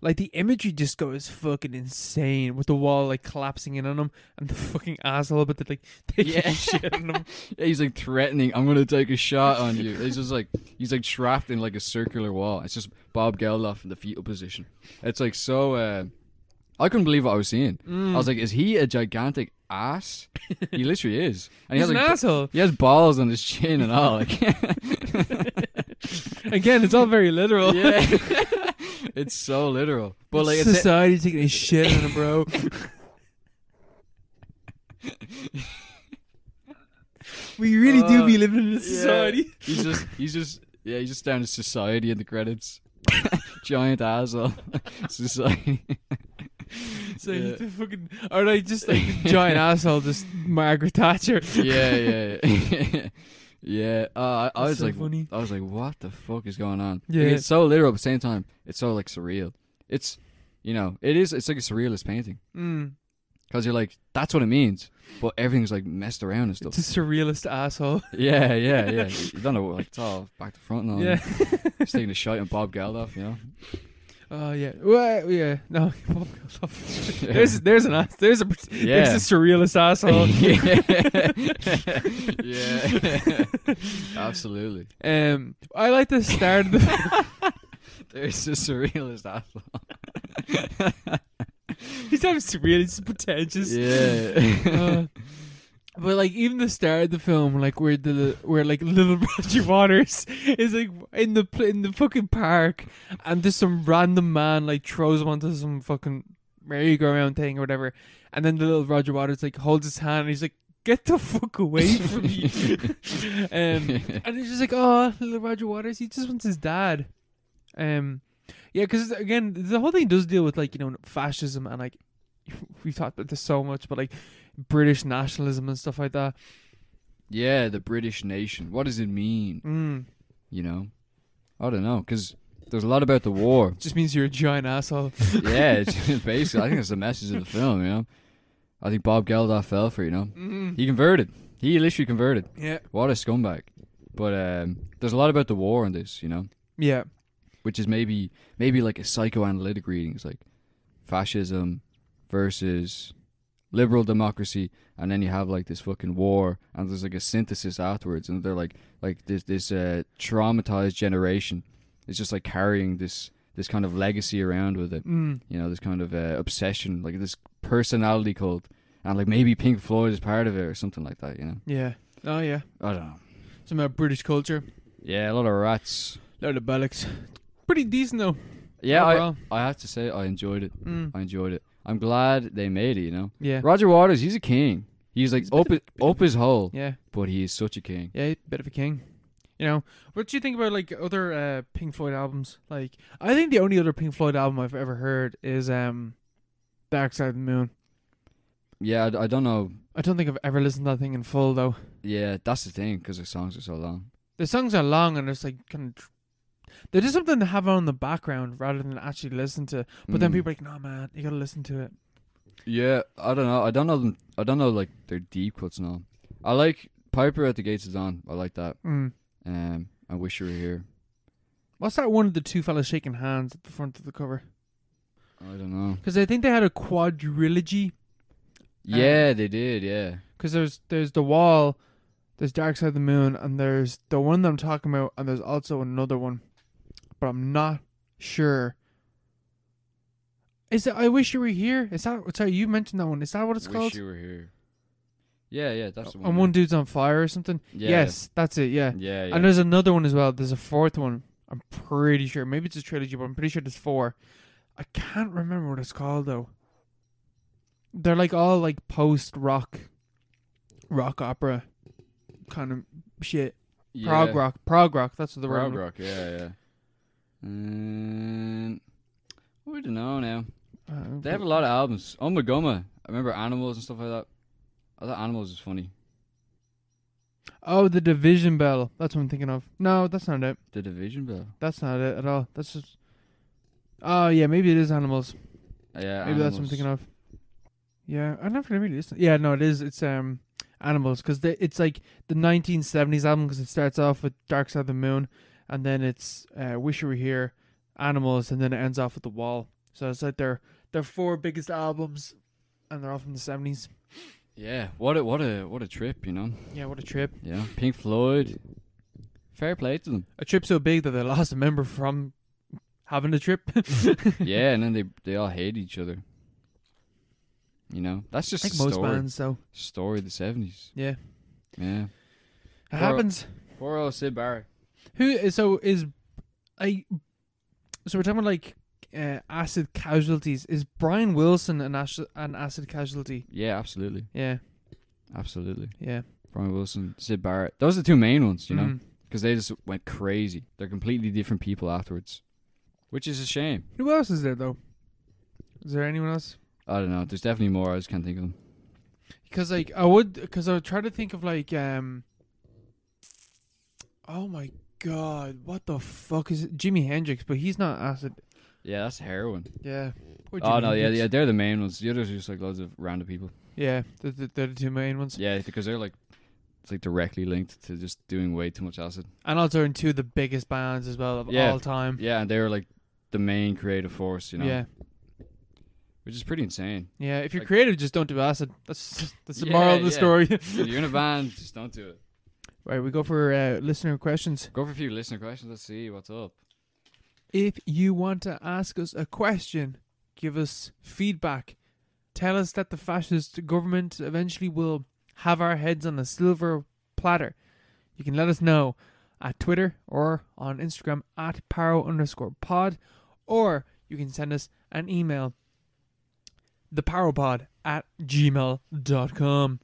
S1: like the imagery just goes fucking insane with the wall like collapsing in on him and the fucking asshole, but they like taking
S2: Yeah.
S1: shit on him.
S2: Yeah, he's like threatening. I'm gonna take a shot on you. He's just like he's like trapped in like a circular wall. It's just Bob Geldof in the fetal position. It's like so. Uh, I couldn't believe what I was seeing. I was like, is he a gigantic ass? he literally is. And he
S1: Mm. He's
S2: has
S1: an
S2: like
S1: asshole.
S2: he has balls on his chin and all. Like,
S1: Again, it's all very literal.
S2: yeah, it's so literal. But like, it's,
S1: Society taking a shit on him, bro. we really do
S2: Uh,
S1: be living in a
S2: yeah,
S1: society.
S2: he's just he's just yeah he's just down to society in the credits. Giant asshole. society.
S1: So
S2: Yeah.
S1: he's the fucking or like just like the giant asshole, just Margaret Thatcher.
S2: yeah, yeah, yeah. yeah. Uh, I, I
S1: That's
S2: was
S1: so
S2: like,
S1: funny.
S2: I was like, what the fuck is going on? Like,
S1: Yeah.
S2: it's so literal, but at the same time, it's so like surreal. It's, you know, it is. It's like a surrealist painting
S1: Mm.
S2: because you're like, that's what it means, but everything's like messed around and stuff.
S1: It's a surrealist asshole.
S2: yeah, yeah, yeah. You don't know, what, like it's all back to front and all.
S1: Yeah.
S2: Yeah, just taking a shot on Bob Geldof, you know.
S1: Oh yeah. Well, yeah. No. Bob Geldof.
S2: Yeah.
S1: There's there's an ass. There's a
S2: Yeah.
S1: there's a surrealist asshole.
S2: yeah, absolutely.
S1: um, I like the start of the.
S2: There's a surrealist asshole.
S1: He's having surrealist pretentious.
S2: Yeah.
S1: Uh, but like even the start of the film, like where the where like little Roger Waters is like in the pl- in the fucking park, and just some random man like throws him onto some fucking merry-go-round thing or whatever, and then the little Roger Waters like holds his hand and he's like, "Get the fuck away from me!" um, and it's just like, oh, little Roger Waters, he just wants his dad. Um, yeah, because again, the whole thing does deal with like you know fascism and like we've talked about this so much, but like British nationalism and stuff like that.
S2: Yeah, the British nation. What does it mean?
S1: Mm,
S2: You know, I don't know because there's a lot about the war.
S1: just means you're a giant asshole.
S2: yeah, it's basically, I think that's the message of the film. You know, I think Bob Geldof fell for. You know,
S1: Mm,
S2: he converted. He literally converted.
S1: yeah,
S2: What a scumbag! But um, there's a lot about the war in this. You know,
S1: yeah,
S2: which is maybe maybe like a psychoanalytic reading. It's like fascism versus liberal democracy, and then you have like this fucking war, and there's like a synthesis afterwards, and they're like like this this uh, traumatized generation is just like carrying this this kind of legacy around with it,
S1: mm,
S2: you know, this kind of uh, obsession, like this personality cult, and like maybe Pink Floyd is part of it or something like that, you know.
S1: yeah. Oh yeah,
S2: I don't know.
S1: some about British culture,
S2: Yeah, a lot of rats.
S1: load of bollocks. Pretty decent though.
S2: Yeah, I,
S1: overall.
S2: I have to say I enjoyed it.
S1: Mm,
S2: I enjoyed it. I'm glad they made it, you know.
S1: yeah,
S2: Roger Waters, he's a king. He's like
S1: He's a
S2: up,
S1: bit
S2: his- up his hole,
S1: yeah,
S2: but he is such a king.
S1: yeah. Bit of a king. You know, what do you think about like other uh, Pink Floyd albums? Like, I think the only other Pink Floyd album I've ever heard is um, Dark Side of the Moon.
S2: Yeah, I, I don't know.
S1: I don't think I've ever listened to that thing in full though.
S2: Yeah, that's the thing because the songs are so long.
S1: the songs are long and it's like kind of they're just something to have on in the background rather than actually listen to. But then
S2: Mm.
S1: people are like, "No, man, you gotta listen to it."
S2: Yeah, I don't know. I don't know them. I don't know like their deep cuts and all. I like Piper at the Gates of Dawn. I like that.
S1: Mm.
S2: Um, I wish you were here.
S1: What's that one of the two fellas shaking hands at the front of the cover?
S2: I don't know.
S1: Because I think they had a quadrilogy. Uh,
S2: Yeah, they did. Yeah,
S1: Because there's there's the wall, there's Dark Side of the Moon, and there's the one that I'm talking about, and there's also another one, but I'm not sure. Is it I wish you were here? Is that sorry you mentioned that one? Is that what it's
S2: wish
S1: called?
S2: you were here. Yeah, yeah, that's the one.
S1: And
S2: yeah.
S1: one dude's on fire or something.
S2: Yeah,
S1: Yes, that's it. Yeah.
S2: Yeah, yeah.
S1: And there's another one as well. There's a fourth one. I'm pretty sure. Maybe it's a trilogy, but I'm pretty sure there's four. I can't remember what it's called though. They're like all like post rock, rock opera, kind of shit.
S2: yeah.
S1: Prog rock, prog rock. That's what the
S2: Prog
S1: word.
S2: rock, yeah, yeah. Um, we don't know now.
S1: Uh,
S2: They have a lot of albums. Oh my goma. I remember Animals and stuff like that. I thought Animals was funny.
S1: oh, the division bell. That's what I'm thinking of. No, that's not it.
S2: The Division Bell.
S1: That's not it at all. That's just Oh yeah, maybe it is animals.
S2: Yeah,
S1: maybe that's what I'm thinking of. Yeah, I'm not gonna really listen. Yeah, no, it is. It's um animals because it's like the 1970s album because it starts off with Dark Side of the Moon, and then it's uh, Wish You Were Here, Animals, and then it ends off with The Wall. So it's like their their four biggest albums, and they're all from the 70s.
S2: Yeah, what a what a what a trip, you know.
S1: Yeah, what a trip!
S2: Yeah, Pink Floyd. Fair play to them.
S1: A trip so big that they lost a member from having a trip.
S2: yeah, and then they they all hate each other. You know, that's just
S1: like
S2: the
S1: most
S2: story.
S1: bands, so
S2: Story of the seventies.
S1: yeah,
S2: Yeah,
S1: it
S2: Or-
S1: happens.
S2: poor old Sid Barrett.
S1: Who so is I so we're talking about like uh, acid casualties. Is Brian Wilson an acid, an acid casualty?
S2: Yeah, absolutely,
S1: Yeah,
S2: absolutely.
S1: yeah.
S2: Brian Wilson, Sid Barrett. Those are the two main ones, you know, 'cause know,
S1: Mm.
S2: because they just went crazy. They're completely different people afterwards, which is a shame.
S1: Who else is there though? Is there anyone else?
S2: I don't know. There's definitely more. I just can't think of them.
S1: Because like I would, because I would try to think of like um. Oh my god! What the fuck is it? Jimi Hendrix? But he's not acid.
S2: Yeah, that's heroin.
S1: Yeah. Or
S2: Oh
S1: Jimi
S2: no, yeah, yeah,
S1: Hendrix.
S2: they're the main ones. The others are just like loads of random people.
S1: yeah. They're, the- they're the two main ones,
S2: Yeah, because they're like it's like directly linked to just doing way too much acid.
S1: and also in two of the biggest bands as well of
S2: Yeah.
S1: all time.
S2: Yeah, and they were like the main creative force, you know.
S1: Mm. yeah.
S2: Which is pretty insane.
S1: Yeah, if you're
S2: Like-
S1: creative, just don't do acid. That's that's the
S2: Yeah,
S1: moral of the
S2: yeah.
S1: story.
S2: You're in a van, just don't do it.
S1: right, we go for uh, listener questions.
S2: Go for a few listener questions, let's see what's up.
S1: If you want to ask us a question, give us feedback. Tell us that the fascist government eventually will have our heads on a silver platter. You can let us know at Twitter or on Instagram at paro underscore pod, or you can send us an email theparopod at gmail.com.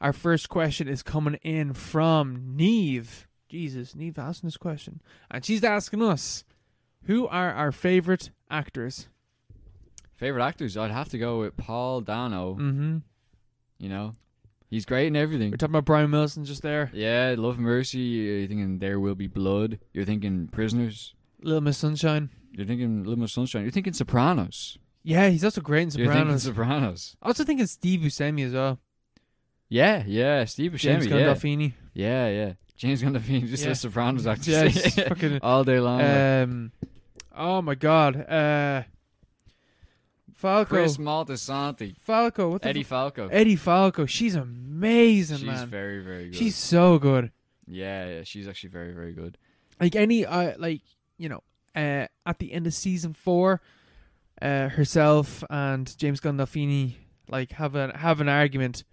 S1: Our first question is coming in from Neve. Jesus, Neve asking this question. And she's asking us, who are our favorite actors?
S2: Favorite actors, I'd have to go with Paul Dano,
S1: Mm-hmm.
S2: you know. He's great in everything.
S1: We're talking about Brian Wilson just there.
S2: Yeah, Love and Mercy, uh, you're thinking There Will Be Blood, you're thinking Prisoners,
S1: Little Miss Sunshine.
S2: you're thinking Little Miss Sunshine, you're thinking Sopranos.
S1: Yeah, he's also great in
S2: You're thinking
S1: Sopranos.
S2: Sopranos.
S1: I also thinking Steve Buscemi as well.
S2: Yeah, yeah, Steve
S1: James
S2: Buscemi, yeah.
S1: Gandolfini.
S2: Yeah, yeah. James Gandolfini just
S1: Yeah.
S2: says Sopranos actors.
S1: Yeah, he's fucking-
S2: all day long. like,
S1: Um, oh my God. Uh, Falco.
S2: Chris Maltasanti,
S1: Falco. What the
S2: Eddie
S1: fu-
S2: Falco.
S1: Eddie Falco. She's amazing,
S2: she's
S1: man.
S2: very, very good.
S1: She's so good.
S2: yeah, yeah, she's actually very, very good.
S1: like any uh like you know uh at the end of season four uh herself and james gandolfini like have an have an argument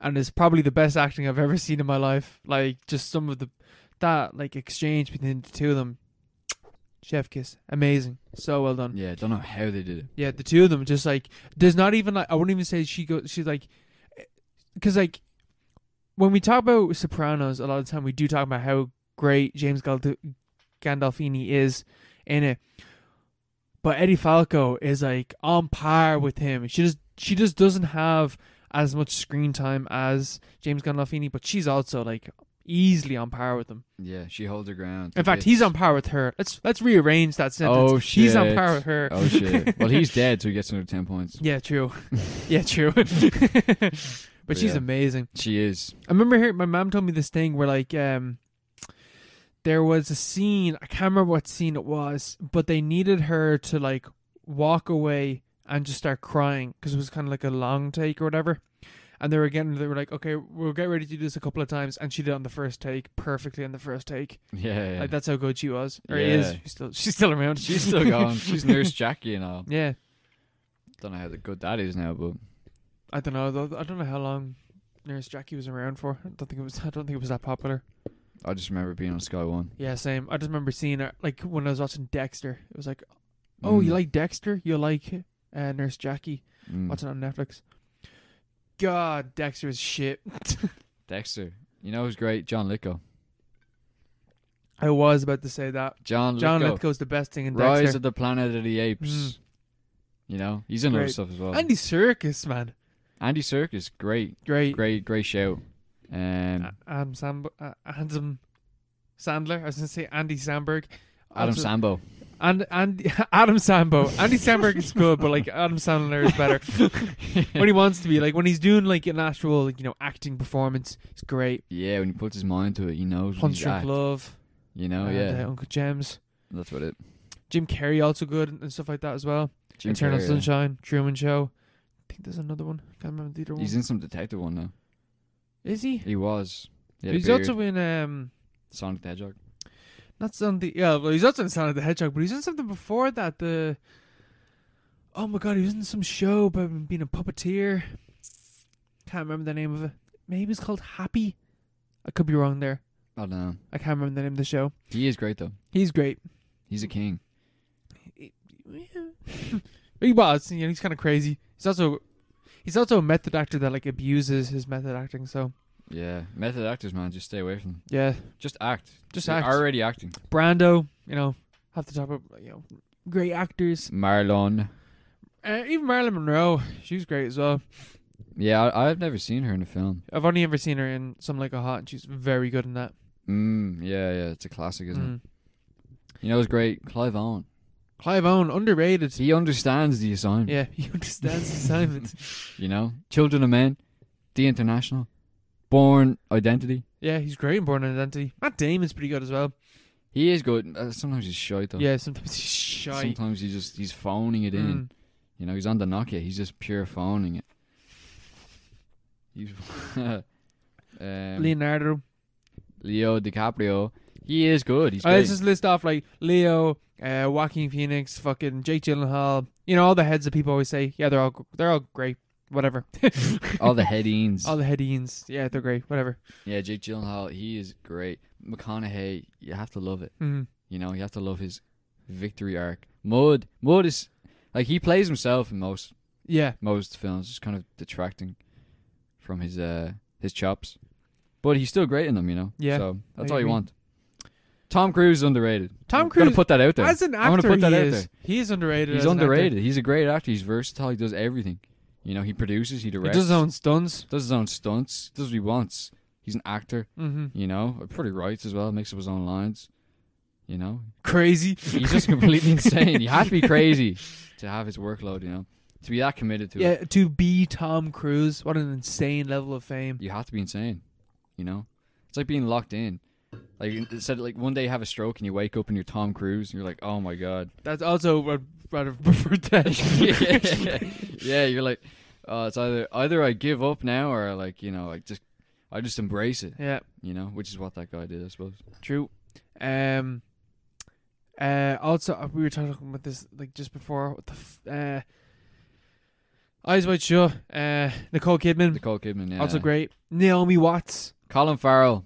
S1: and it's probably the best acting i've ever seen in my life like just some of the that like exchange between the two of them chef kiss amazing so well done
S2: Yeah, don't know how they did it.
S1: yeah, the two of them just like there's not even like I wouldn't even say she goes. She's like, because like when we talk about Sopranos, a lot of the time we do talk about how great James Gald- Gandolfini is in it, but Eddie Falco is like on par with him. She just she just doesn't have as much screen time as James Gandolfini, but she's also like easily on par with him.
S2: Yeah, she holds her ground.
S1: In fact,
S2: It's-
S1: he's on par with her. Let's let's rearrange that sentence.
S2: Oh shit.
S1: He's on par with her.
S2: Oh shit. well, he's dead, so he gets another ten points.
S1: Yeah, true. yeah, true. but she's
S2: yeah.
S1: amazing.
S2: She is.
S1: I remember hearing my mom told me this thing where like um there was a scene, I can't remember what scene it was, but they needed her to like walk away and just start crying because it was kind of like a long take or whatever. And they were getting, they were like, okay, we'll get ready to do this a couple of times. And she did it on the first take, perfectly on the first take.
S2: Yeah. yeah.
S1: Like, that's how good she was. Or is.
S2: Yeah.
S1: She's still, she's still around.
S2: she's still going. She's Nurse Jackie and all.
S1: yeah.
S2: Don't know how good that is now, but
S1: I don't know. Though. I don't know how long Nurse Jackie was around for. I don't think it was. I don't think it was that popular.
S2: I just remember being on Sky One.
S1: Yeah, same. I just remember seeing her like when I was watching Dexter. It was like, oh, you
S2: Mm,
S1: like Dexter? You like uh, Nurse Jackie?
S2: mm.
S1: Watching it on Netflix. God, Dexter is shit.
S2: Dexter? You know who's great? John Lithgow.
S1: I was about to say that.
S2: John,
S1: John
S2: Lithgow.
S1: Lithgow's the best thing in
S2: Rise
S1: Dexter.
S2: of the Planet of the Apes.
S1: Mm.
S2: You know, he's in other
S1: Great.
S2: stuff as well.
S1: Andy Serkis, man,
S2: Andy Circus, great,
S1: great.
S2: great, great show. Um,
S1: A- Adam Sam, uh, Adam Sandler. I was gonna say Andy Samberg.
S2: Adam
S1: Also-
S2: Sambo.
S1: and and Adam Sambo, Andy Samberg is good, but like Adam Sandler is better when he wants to be. Like when he's doing like an actual like, you know acting performance, it's great.
S2: yeah, when he puts his mind to it, he knows. what
S1: Punch
S2: he's
S1: Drunk
S2: at,
S1: Love,
S2: You know,
S1: and,
S2: yeah,
S1: uh, Uncle James,
S2: that's what it.
S1: Jim Carrey also good and and stuff like that as well.
S2: Jim
S1: Eternal
S2: Carrey, yeah.
S1: Sunshine, Truman Show. I think there's another one. Can't remember the other one.
S2: He's in some detective one now.
S1: is he?
S2: He was. He had a
S1: he's
S2: beard.
S1: also in um.
S2: Sonic the Hedgehog.
S1: Not something. Yeah, well, he's also in Sonic the Hedgehog, but he's in something before that. The oh my god, he was in some show about him being a puppeteer. Can't remember the name of it. Maybe it's called Happy. I could be wrong there.
S2: I don't know.
S1: I can't remember the name of the show.
S2: He is great though.
S1: He's great.
S2: He's a king.
S1: He was. You know, he's kind of crazy. He's also he's also a method actor that like abuses his method acting. So
S2: Yeah, method actors, man, just stay away from. Them.
S1: yeah,
S2: Just act.
S1: Just
S2: They're
S1: act.
S2: Already acting.
S1: Brando. You know, have to talk about you know great actors.
S2: Marlon.
S1: Uh, even Marilyn Monroe, she was great as well.
S2: Yeah, I, I've never seen her in a film.
S1: I've only ever seen her in some like a hot, and she's very good in that.
S2: Mm, yeah, yeah, it's a classic, isn't
S1: Mm.
S2: it? You know, it's great. Clive Owen.
S1: Clive Owen, underrated.
S2: He understands the assignment.
S1: Yeah, he understands assignments.
S2: You know, Children of Men, The International, Born Identity.
S1: Yeah, he's great in Born Identity. Matt Damon's pretty good as well.
S2: He is good. Uh, sometimes he's shy though.
S1: Yeah, sometimes he's shy.
S2: Sometimes he just he's phoning it in.
S1: Mm.
S2: You know, he's on the Nokia. He's just pure phoning it. He's um,
S1: Mm. Leonardo.
S2: Leo DiCaprio. He is good. He's
S1: I
S2: great.
S1: let's just Uh, list off like Leo, uh, Joaquin Phoenix, fucking Jake Gyllenhaal. You know all the heads that people always say. Yeah, they're all gr- they're all great. Whatever.
S2: All the headings.
S1: all the headings. Yeah, they're great. Whatever.
S2: yeah, Jake Gyllenhaal. He is great. McConaughey. You have to love it.
S1: Mm.
S2: You know, you have to love his victory arc. Mud. Mud is like he plays himself in most
S1: Yeah,
S2: most films, just kind of detracting from his uh his chops. But he's still great in them, you know.
S1: Yeah,
S2: So that's
S1: I
S2: all you
S1: agree.
S2: want. Tom Cruise is underrated.
S1: Tom
S2: I'm gonna
S1: Cruise-
S2: put that out there.
S1: as an
S2: I'm gonna
S1: actor,
S2: put that
S1: he
S2: out
S1: is.
S2: there.
S1: He is underrated.
S2: He's
S1: as an actor.
S2: underrated. He's a great actor. He's versatile. He does everything. You know, he produces. He
S1: He
S2: directs.
S1: does his own stunts.
S2: does his own stunts. Does what he wants. He's an actor.
S1: hmm
S2: You know, pretty writes as well. Makes up his own lines. You know,
S1: Crazy.
S2: he's just completely insane. You have to be crazy to have his workload. You know, to be that committed to it.
S1: Yeah, to be Tom Cruise, what an insane level of fame.
S2: you have to be insane. You know, it's like being locked in. Like it said, like one day you have a stroke and you wake up and you're Tom Cruise and you're like, oh my god.
S1: That's also what I'd rather prefer that.
S2: yeah, you're like, oh, it's either either I give up now or like you know, like just I just embrace it.
S1: yeah,
S2: You know, which is what that guy did, I suppose.
S1: true. Um, uh, also uh, we were talking about this like just before. What the f- uh, Eyes Wide Shut. Uh, Nicole Kidman,
S2: Nicole Kidman, yeah.
S1: also great. Naomi Watts,
S2: Colin Farrell,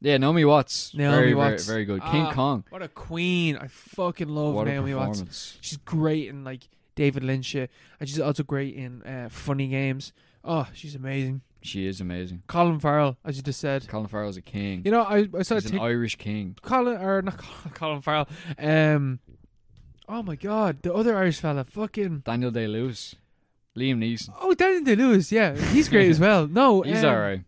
S2: yeah. Naomi Watts,
S1: Naomi
S2: very,
S1: Watts.
S2: very, very good. King
S1: Ah,
S2: Kong,
S1: what a queen! I fucking love
S2: what
S1: Naomi
S2: a
S1: Watts.
S2: performance.
S1: She's great in like David Lynch shit, and she's also great in uh, funny games. Oh, she's amazing.
S2: She is amazing.
S1: Colin Farrell, as you just said.
S2: Colin Farrell's a king.
S1: You know, I, I saw a
S2: He's an
S1: TikTok.
S2: Irish king.
S1: Colin or not Colin, Colin Farrell. Um, oh my God, the other Irish fella, fucking
S2: Daniel Day Lewis, Liam Neeson.
S1: oh Daniel Day Lewis, yeah, he's great as well. No,
S2: He's
S1: um,
S2: alright.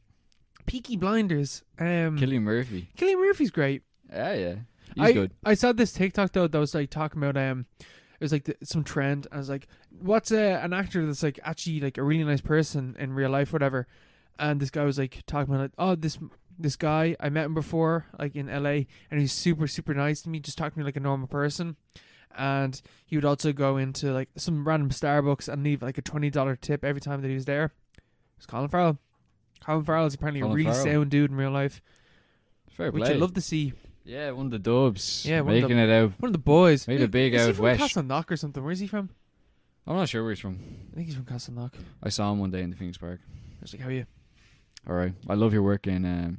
S1: Peaky Blinders. Um, Killian,
S2: Killian Murphy.
S1: Murphy's great.
S2: Yeah, yeah. He's
S1: I,
S2: good.
S1: I saw this TikTok though that was like talking about um, it was like the, some trend. I was like, what's uh, an actor that's like actually like a really nice person in real life, whatever. And this guy was like talking about like, oh this this guy I met him before like in L.A. and he's super super nice to me, just talking to me like a normal person. And he would also go into like some random Starbucks and leave like a twenty dollar tip every time that he was there. It's Colin Farrell. Colin Farrell is apparently
S2: Colin
S1: a really
S2: Farrell.
S1: sound dude in real life,
S2: Fair
S1: which
S2: play.
S1: you love to see.
S2: yeah, one of the dubs.
S1: Yeah,
S2: Yeah,
S1: one of the-
S2: making it out.
S1: One of the boys.
S2: Made a big
S1: is he
S2: out
S1: from
S2: west.
S1: Castleknock or something. Where's he from?
S2: I'm not sure where he's from.
S1: I think he's from Castleknock. I
S2: I saw him one day in the Phoenix Park.
S1: was like, how are you?
S2: All right, I love your work in um,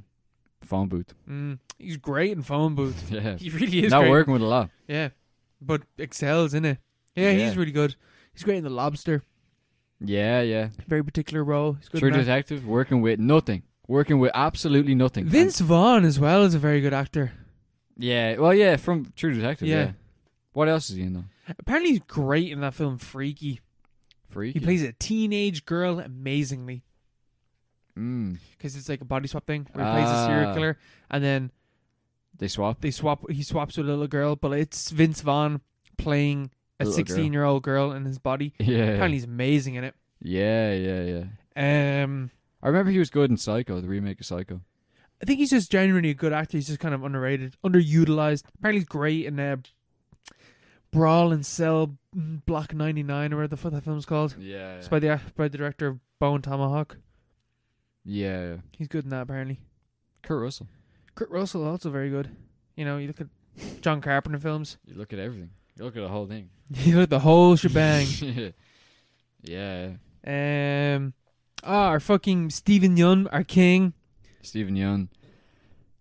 S2: phone booth.
S1: Mm, he's great in phone booth.
S2: Yeah,
S1: He really is
S2: not
S1: great.
S2: working with a lot.
S1: Yeah, but excels in it. Yeah, he's
S2: Yeah.
S1: really good. He's great in the Lobster.
S2: Yeah, yeah.
S1: Very particular role. He's good.
S2: True
S1: in that.
S2: detective, working with nothing, working with absolutely nothing.
S1: Vince Vaughn as well is a very good actor.
S2: And- yeah, well, yeah, from True Detective.
S1: Yeah.
S2: Yeah. What else is he in though?
S1: Apparently, he's great in that film Freaky.
S2: Freaky.
S1: He plays a teenage girl amazingly
S2: Mm.
S1: because it's like a body swap thing where he plays a serial
S2: Ah.
S1: killer and then
S2: They swap.
S1: they swap. He swaps with a little girl, but it's Vince Vaughn playing a
S2: Little girl.
S1: sixteen-year-old girl in his body.
S2: Yeah.
S1: Apparently, he's amazing in it.
S2: Yeah, yeah, yeah.
S1: Um,
S2: I remember he was good in Psycho, the remake of Psycho.
S1: I think he's just genuinely a good actor. He's just kind of underrated, underutilized. Apparently, he's great in uh, Brawl and Cell mm, Block 99, or whatever the fuck that film's called.
S2: Yeah.
S1: It's by the by the director of Bow and Tomahawk.
S2: yeah, yeah.
S1: He's good in that apparently.
S2: Kurt Russell.
S1: Kurt Russell also very good. You know, you look at John Carpenter films.
S2: You look at everything. You look at the whole thing.
S1: You look at the whole shebang.
S2: yeah. yeah.
S1: um, ah, our fucking Stephen Yun, our king,
S2: Stephen Young.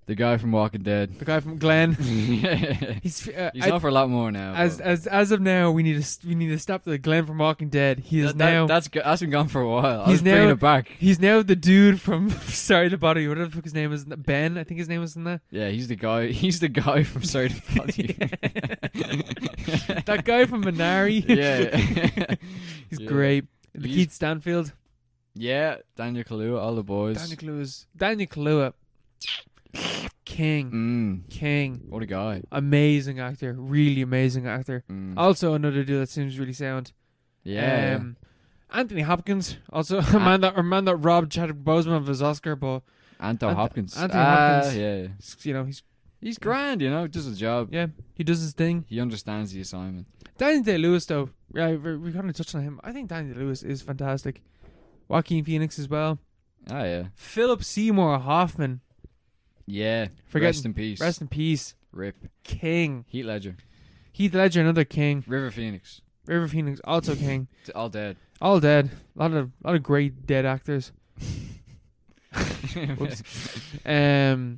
S2: The guy from Walking Dead.
S1: the guy from Glenn.
S2: He's
S1: He's uh, I-
S2: off for a lot more now.
S1: as
S2: but-
S1: as as of now, we need to st- we need to stop the Glenn from Walking Dead. He is
S2: That- that-
S1: now
S2: that's go- that's been gone for a while. I
S1: He's
S2: was bringing
S1: now-
S2: it back.
S1: He's now the dude from Sorry to Bother You. Whatever the fuck his name is, Ben. I think his name was in that.
S2: Yeah, he's the guy. He's the guy from Sorry to Bother You.
S1: That guy from Minari.
S2: yeah,
S1: he's
S2: Yeah.
S1: great. The
S2: He's-
S1: Keith Stanfield,
S2: yeah. Daniel Kaluuya, all the boys.
S1: Daniel Kaluuya, Daniel Kaluuya, king,
S2: mm,
S1: king,
S2: what a guy.
S1: amazing actor, really amazing actor.
S2: Mm.
S1: Also another dude that seems really sound.
S2: yeah,
S1: Um, Anthony Hopkins, also a man that a man that robbed Chadwick Boseman of his Oscar, but
S2: Anto
S1: Ant-
S2: Hopkins.
S1: Anthony
S2: Ah,
S1: Hopkins.
S2: Yeah, yeah.
S1: you know he's
S2: he's grand. You know, does a job.
S1: yeah he does his thing.
S2: He understands the assignment.
S1: Danny Day Lewis though, yeah, we we kind of touched on him. I think Danny Day Lewis is fantastic. Joaquin Phoenix as well.
S2: Ah, yeah,
S1: Philip Seymour Hoffman,
S2: yeah.
S1: Forget-
S2: rest in peace.
S1: rest in peace,
S2: Rip.
S1: king.
S2: Heat Ledger.
S1: Heath Ledger, another king.
S2: River Phoenix.
S1: River Phoenix, also king.
S2: It's all dead.
S1: All dead. A lot of lot of great dead actors. Um,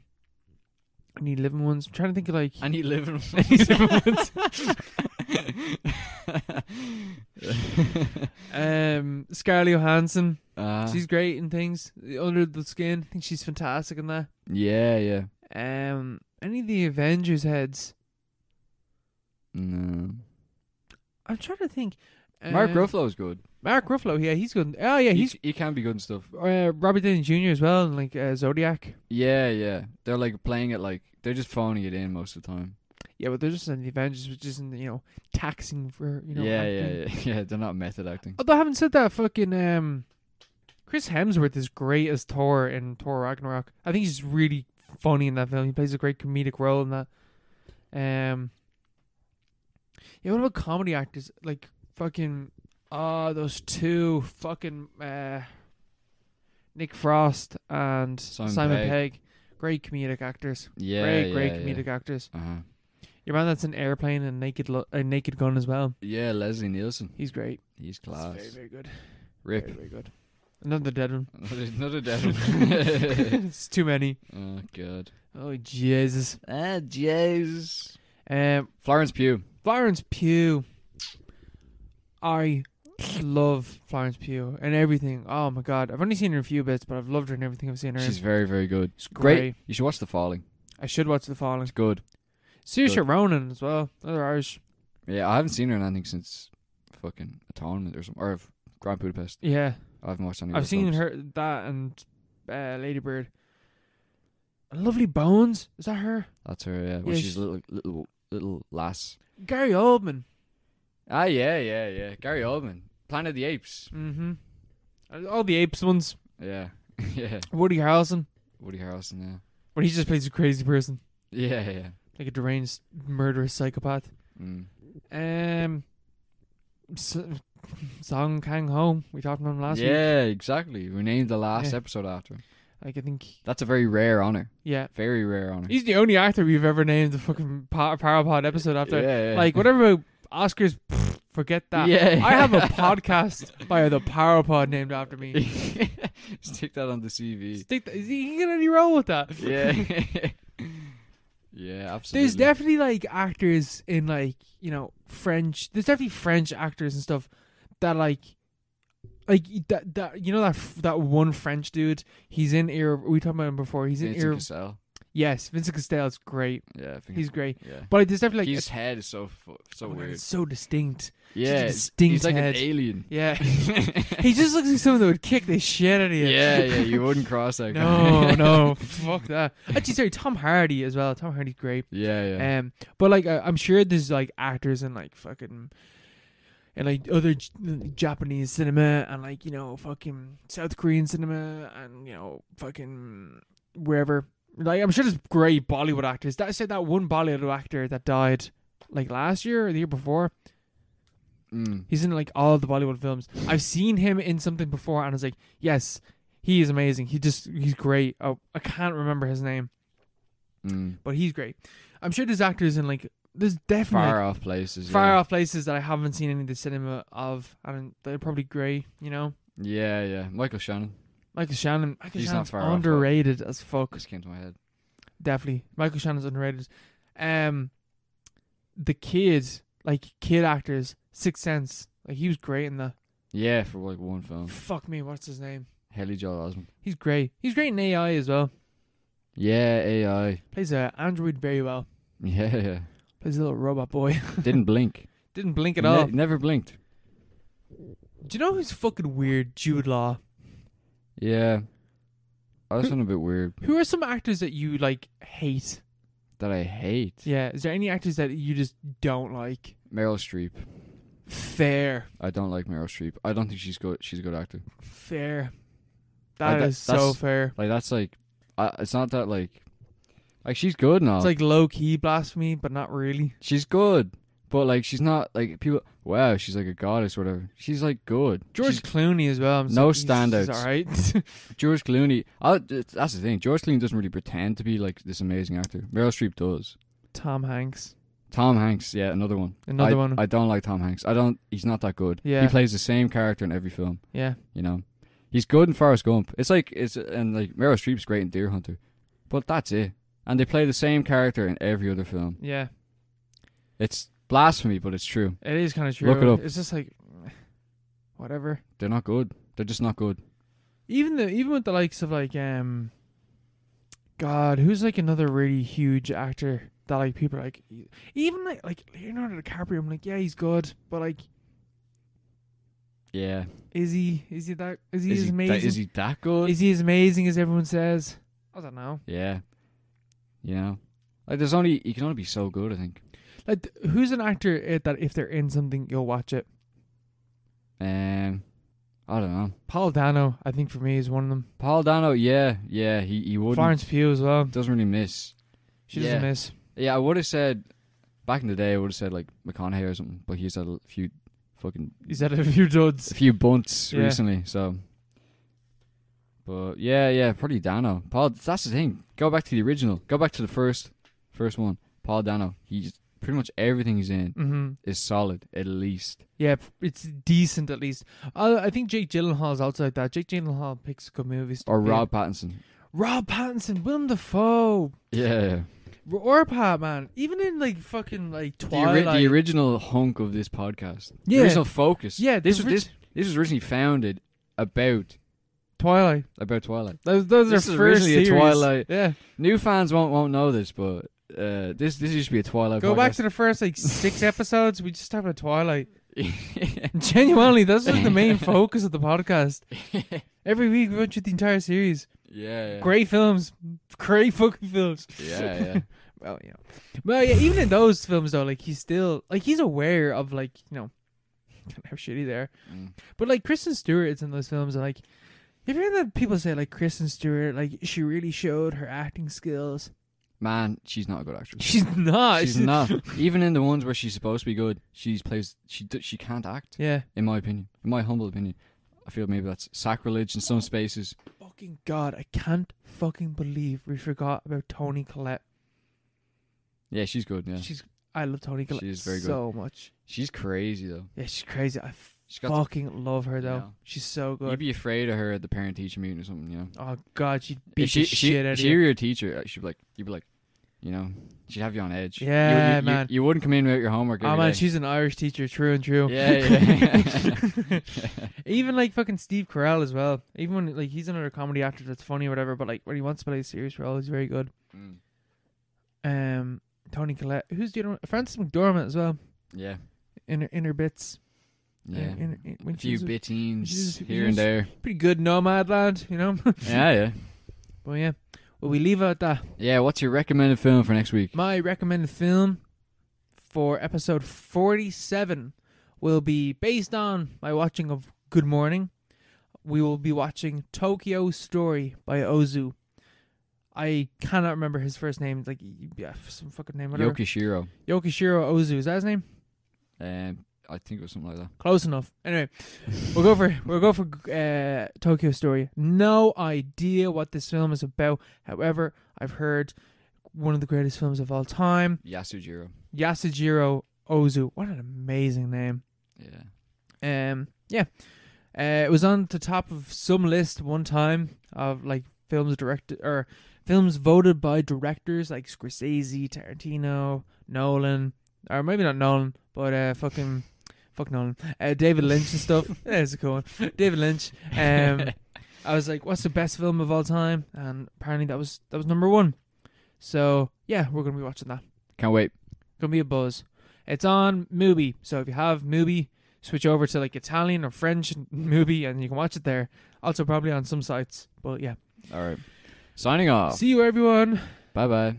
S1: any living ones? I'm trying to think of like
S2: And he living.
S1: um Scarlett Johansson.
S2: uh,
S1: she's great in things. Under the skin, I think she's fantastic in that.
S2: yeah, yeah.
S1: Um, any of the Avengers heads?
S2: No.
S1: I'm trying to think.
S2: Mark
S1: Uh,
S2: Ruffalo's good.
S1: Mark Ruffalo, yeah, he's good. Oh yeah,
S2: He-
S1: he's
S2: he, can be good and stuff.
S1: uh, Robert Downey Jr. as well, and like uh, Zodiac.
S2: Yeah, yeah. They're like playing it like they're just phoning it in most of the time.
S1: Yeah, but they're just in the Avengers, which isn't you know taxing for you know. Oh,
S2: yeah, yeah,
S1: acting.
S2: yeah, yeah. They're not method acting.
S1: Although having said that, fucking um, Chris Hemsworth is great as Thor in Thor Ragnarok. I think he's really funny in that film. He plays a great comedic role in that. Um, yeah. What about comedy actors like fucking ah those two fucking uh, Nick Frost and
S2: Simon
S1: Simon,
S2: Pegg.
S1: Pegg. Great comedic actors.
S2: Yeah,
S1: great, great
S2: yeah,
S1: comedic actors.
S2: Yeah. Uh-huh.
S1: Your man that's in Airplane and Naked Lo- uh, Naked Gun as well.
S2: yeah, Leslie Nielsen.
S1: He's great.
S2: He's
S1: He's
S2: class.
S1: very very good.
S2: Rip.
S1: Very very good. Another dead one.
S2: Another, another dead one.
S1: it's too many.
S2: oh god.
S1: Oh Jesus.
S2: Ah, Jesus.
S1: Um,
S2: Florence Pugh.
S1: Florence Pugh. I love Florence Pugh and everything. Oh my God, I've only seen her in a few bits, but I've loved her in everything I've seen her. in.
S2: She's very, very good.
S1: She's
S2: Great. You should watch The Falling.
S1: I should watch The Falling.
S2: It's good.
S1: Saoirse
S2: Good.
S1: Ronan as well. Another Irish.
S2: Yeah, I haven't seen her in anything since fucking Atonement or some or Grand Budapest.
S1: Yeah,
S2: I haven't watched any. of
S1: I've
S2: her
S1: seen
S2: films.
S1: her that and uh, Lady Bird. Lovely Bones. Is that her?
S2: That's her. Yeah, when
S1: Yeah,
S2: she's
S1: she-
S2: a little, little, little lass.
S1: Gary Oldman.
S2: Ah, yeah, yeah, yeah. Gary Oldman, Planet of the Apes.
S1: Mm-hmm. All the apes ones.
S2: Yeah, yeah.
S1: Woody Harrelson.
S2: Woody Harrelson.
S1: But he just plays a crazy person.
S2: Yeah, yeah, yeah.
S1: like a deranged murderous psychopath.
S2: Mm.
S1: Um, S- Song Kang Ho, we talked about him last week.
S2: yeah, exactly. We named the last
S1: Yeah.
S2: episode after him.
S1: Like I think,
S2: That's a very rare honor.
S1: yeah,
S2: Very rare honor.
S1: he's the only actor we've ever named the fucking pa- Parapod episode after.
S2: yeah, yeah.
S1: Like whatever about Oscars, pfft, forget that.
S2: Yeah,
S1: I have a podcast by the Parapod named after me.
S2: Stick that on the CV.
S1: Stick th- is he he get any role with that?
S2: Yeah. yeah, absolutely.
S1: There's definitely like actors in like you know French. There's definitely French actors and stuff that like like that that you know that f- that one French dude. He's in Air. We talked about him before. He's in
S2: Vincent
S1: Air.
S2: Cassel.
S1: Yes, Vincent Castell's great.
S2: Yeah, I think
S1: He's great.
S2: yeah.
S1: But there's definitely like
S2: His head is so fu- so
S1: oh my God,
S2: weird.
S1: it's so distinct.
S2: Yeah, it's-
S1: distinct
S2: he's like
S1: head.
S2: an alien.
S1: Yeah. he just looks like someone that would kick the shit out of you.
S2: yeah, yeah. You wouldn't cross that.
S1: No,
S2: guy.
S1: no, fuck that. Actually, sorry, Tom Hardy as well. Tom Hardy's great.
S2: Yeah, yeah.
S1: Um, but like, I I'm sure there's like actors and like fucking, and like other J- Japanese cinema and like you know fucking South Korean cinema and you know fucking wherever. Like, I'm sure there's great Bollywood actors. That I said that one Bollywood actor that died like last year or the year before.
S2: Mm.
S1: He's in like all the Bollywood films. I've seen him in something before, and I was like, yes, he is amazing. He just he's great. Oh, I can't remember his name,
S2: Mm.
S1: but he's great. I'm sure there's actors in like there's definitely
S2: Far
S1: like,
S2: off places.
S1: far
S2: yeah.
S1: off places that I haven't seen any of the cinema of, and they're probably great. You know,
S2: Yeah, yeah. Michael Shannon
S1: Michael Shannon. Michael
S2: He's not
S1: Shannon's
S2: far off, though.
S1: underrated as fuck.
S2: just came to my head.
S1: Definitely, Michael Shannon's underrated. Um, the kid, like kid actors, Sixth Sense, like he was great in the.
S2: Yeah, for like one film.
S1: Fuck me, what's his name?
S2: Haley Joel Osment.
S1: He's great. He's great in AI as well.
S2: Yeah, AI.
S1: Plays a android very well.
S2: Yeah, yeah.
S1: Plays a little robot boy.
S2: Didn't blink.
S1: Didn't blink at
S2: Ne-
S1: all.
S2: never blinked.
S1: Do you know who's fucking weird? Jude Law.
S2: Yeah. I was feeling a bit weird
S1: Who are some actors that you like hate?
S2: that I hate.
S1: Yeah. Is there any actors that you just don't like?
S2: Meryl Streep.
S1: Fair,
S2: I don't like Meryl Streep. I don't think she's good. She's a good actor.
S1: fair.
S2: Like,
S1: that
S2: that-
S1: is so
S2: that's-
S1: fair.
S2: Like that's like, I, it's not that like, like she's good now.
S1: It's like low key blasphemy, but not really.
S2: she's good, but like she's not like people. Wow, she's like a goddess, whatever. She's like good.
S1: George
S2: She's-
S1: Clooney as well. I'm
S2: No
S1: standards.
S2: standouts.
S1: All right.
S2: George Clooney. I, that's the thing. George Clooney doesn't really pretend to be like this amazing actor. Meryl Streep does.
S1: Tom Hanks.
S2: Tom Hanks, yeah, another one.
S1: Another
S2: I,
S1: one.
S2: I don't like Tom Hanks. I don't. He's not that good.
S1: Yeah.
S2: He plays the same character in every film.
S1: yeah.
S2: You know, he's good in Forrest Gump. It's like it's and like Meryl Streep's great in Deer Hunter, but that's it. And they play the same character in every other film.
S1: Yeah.
S2: It's blasphemy, but it's true.
S1: It is kind of true.
S2: Look it up.
S1: It's just like, whatever.
S2: They're not good. They're just not good.
S1: even the even with the likes of like um god who's like another really huge actor that like people are like e, even like like leonardo dicaprio i'm like yeah he's good but like
S2: Yeah.
S1: is he is he that is he
S2: Is
S1: as
S2: he,
S1: amazing
S2: that, is he that good?
S1: Is he as amazing as everyone says i don't know
S2: yeah. You know, like there's only you can only be so good. I think.
S1: like th- who's an actor eh, that if they're in something you'll watch it
S2: Um, I don't know.
S1: paul dano i think for me is one of them
S2: Paul Dano, yeah, yeah, he he wouldn't
S1: florence pugh as well
S2: doesn't really miss.
S1: she doesn't
S2: Yeah.
S1: miss
S2: Yeah, I would have said back in the day, I would have said like McConaughey or something, but he's had a few fucking
S1: he's had a few duds
S2: a few bunts
S1: Yeah.
S2: recently, so. But yeah, yeah, probably Dano. Paul, that's the thing. Go back to the original. Go back to the first, first one. Paul Dano. He's pretty much everything he's in
S1: mm-hmm
S2: is solid at least.
S1: Yeah, p- it's decent at least. Uh, I think Jake Gyllenhaal is also like that. Jake Gyllenhaal picks good movies. to
S2: Or
S1: be in.
S2: Rob Pattinson.
S1: Rob Pattinson, Willem Dafoe,
S2: Yeah, yeah.
S1: R- or Pat man. Even in like fucking like
S2: The, ori-
S1: Twilight.
S2: the original hunk of this podcast.
S1: Yeah.
S2: The original focus.
S1: yeah,
S2: This
S1: the
S2: was
S1: ri-
S2: this this was originally founded about
S1: Twilight.
S2: about Twilight.
S1: Those, those
S2: This
S1: are
S2: is
S1: first
S2: originally a
S1: series.
S2: Twilight-
S1: Yeah,
S2: New fans won't won't know this, but uh, this this used to be a Twilight.
S1: go back
S2: podcast.
S1: to the first like six episodes. We just talked about Twilight. Genuinely, that's like the main focus of the podcast. Every week we went through the entire series.
S2: yeah, yeah,
S1: Great films, great fucking films.
S2: Yeah, yeah.
S1: well, you know, well, yeah. Even in those films, though, like he's still like he's aware of like you know, kind of how shitty there.
S2: Mm.
S1: But like Kristen Stewart's in those films, and like if you that people say like Kristen Stewart, like she really showed her acting skills.
S2: Man, she's not a good actress.
S1: She's not.
S2: she's not. Even in the ones where she's supposed to be good, she's plays. She d- she can't act.
S1: Yeah.
S2: In my opinion, in my humble opinion, I feel maybe that's sacrilege in some spaces.
S1: Fucking god, I can't fucking believe we forgot about Tony Collette.
S2: Yeah, she's good. Yeah,
S1: She's I love Tony Collette
S2: She's very good.
S1: so much.
S2: she's crazy though.
S1: Yeah, she's crazy. I
S2: She's got.
S1: fucking love her though.
S2: Yeah.
S1: She's so
S2: the, you'd
S1: good.
S2: be afraid of her at the parent-teacher meeting or something. You know,
S1: Oh god, she'd
S2: If
S1: beat
S2: she
S1: the
S2: she
S1: shit out
S2: if
S1: of
S2: she
S1: you.
S2: were your teacher, uh, she'd be like, you'd be like, you know, she'd have you on edge. You- you-
S1: Yeah,
S2: you,
S1: man.
S2: You, wouldn't come in without your homework.
S1: Oh
S2: every
S1: man,
S2: day.
S1: she's an Irish teacher, true and true.
S2: Yeah, yeah.
S1: Even like fucking Steve Carell as well. Even when like he's another comedy actor that's funny or whatever, but like when he wants to play a serious role, he's very good.
S2: Mm.
S1: um, Tony Collette. Who's the other one? Frances McDormand as well.
S2: Yeah,
S1: In her, in her bits. In-
S2: yeah.
S1: in- in- when
S2: a
S1: she
S2: few
S1: was a
S2: bitines
S1: she's-
S2: here and
S1: she's-
S2: there.
S1: pretty good nomad land, you know.
S2: yeah, yeah,
S1: but yeah, well, we leave out that.
S2: yeah. What's your recommended film for next week?
S1: My recommended film for episode 47 will be based on my watching of Good Morning. We will be watching Tokyo Story by Ozu. I cannot remember his first name, like yeah, some fucking name, whatever.
S2: Yokishiro.
S1: Yokishiro Ozu, is that his name?
S2: Um, I think it was something like that.
S1: Close enough. Anyway, we'll go for we'll go for uh, Tokyo Story. No idea what this film is about. However, I've heard one of the greatest films of all time.
S2: Yasujiro.
S1: Yasujiro Ozu. What an amazing name.
S2: Yeah.
S1: Um, yeah, uh, it was on the top of some list one time of like films directed or films voted by directors like Scorsese, Tarantino, Nolan, or maybe not Nolan, but uh, fucking. Fuck Nolan, uh, David Lynch and stuff. There's a cool one. David Lynch. Um, I was like, "What's the best film of all time?" And apparently that was that was number one. So yeah, we're gonna be watching that
S2: Can't wait.
S1: gonna be a buzz. It's on Mubi, so if you have Mubi, switch over to like Italian or French Mubi, and you can watch it there. Also, probably on some sites. But yeah,
S2: All right. Signing off.
S1: see you everyone.
S2: Bye bye.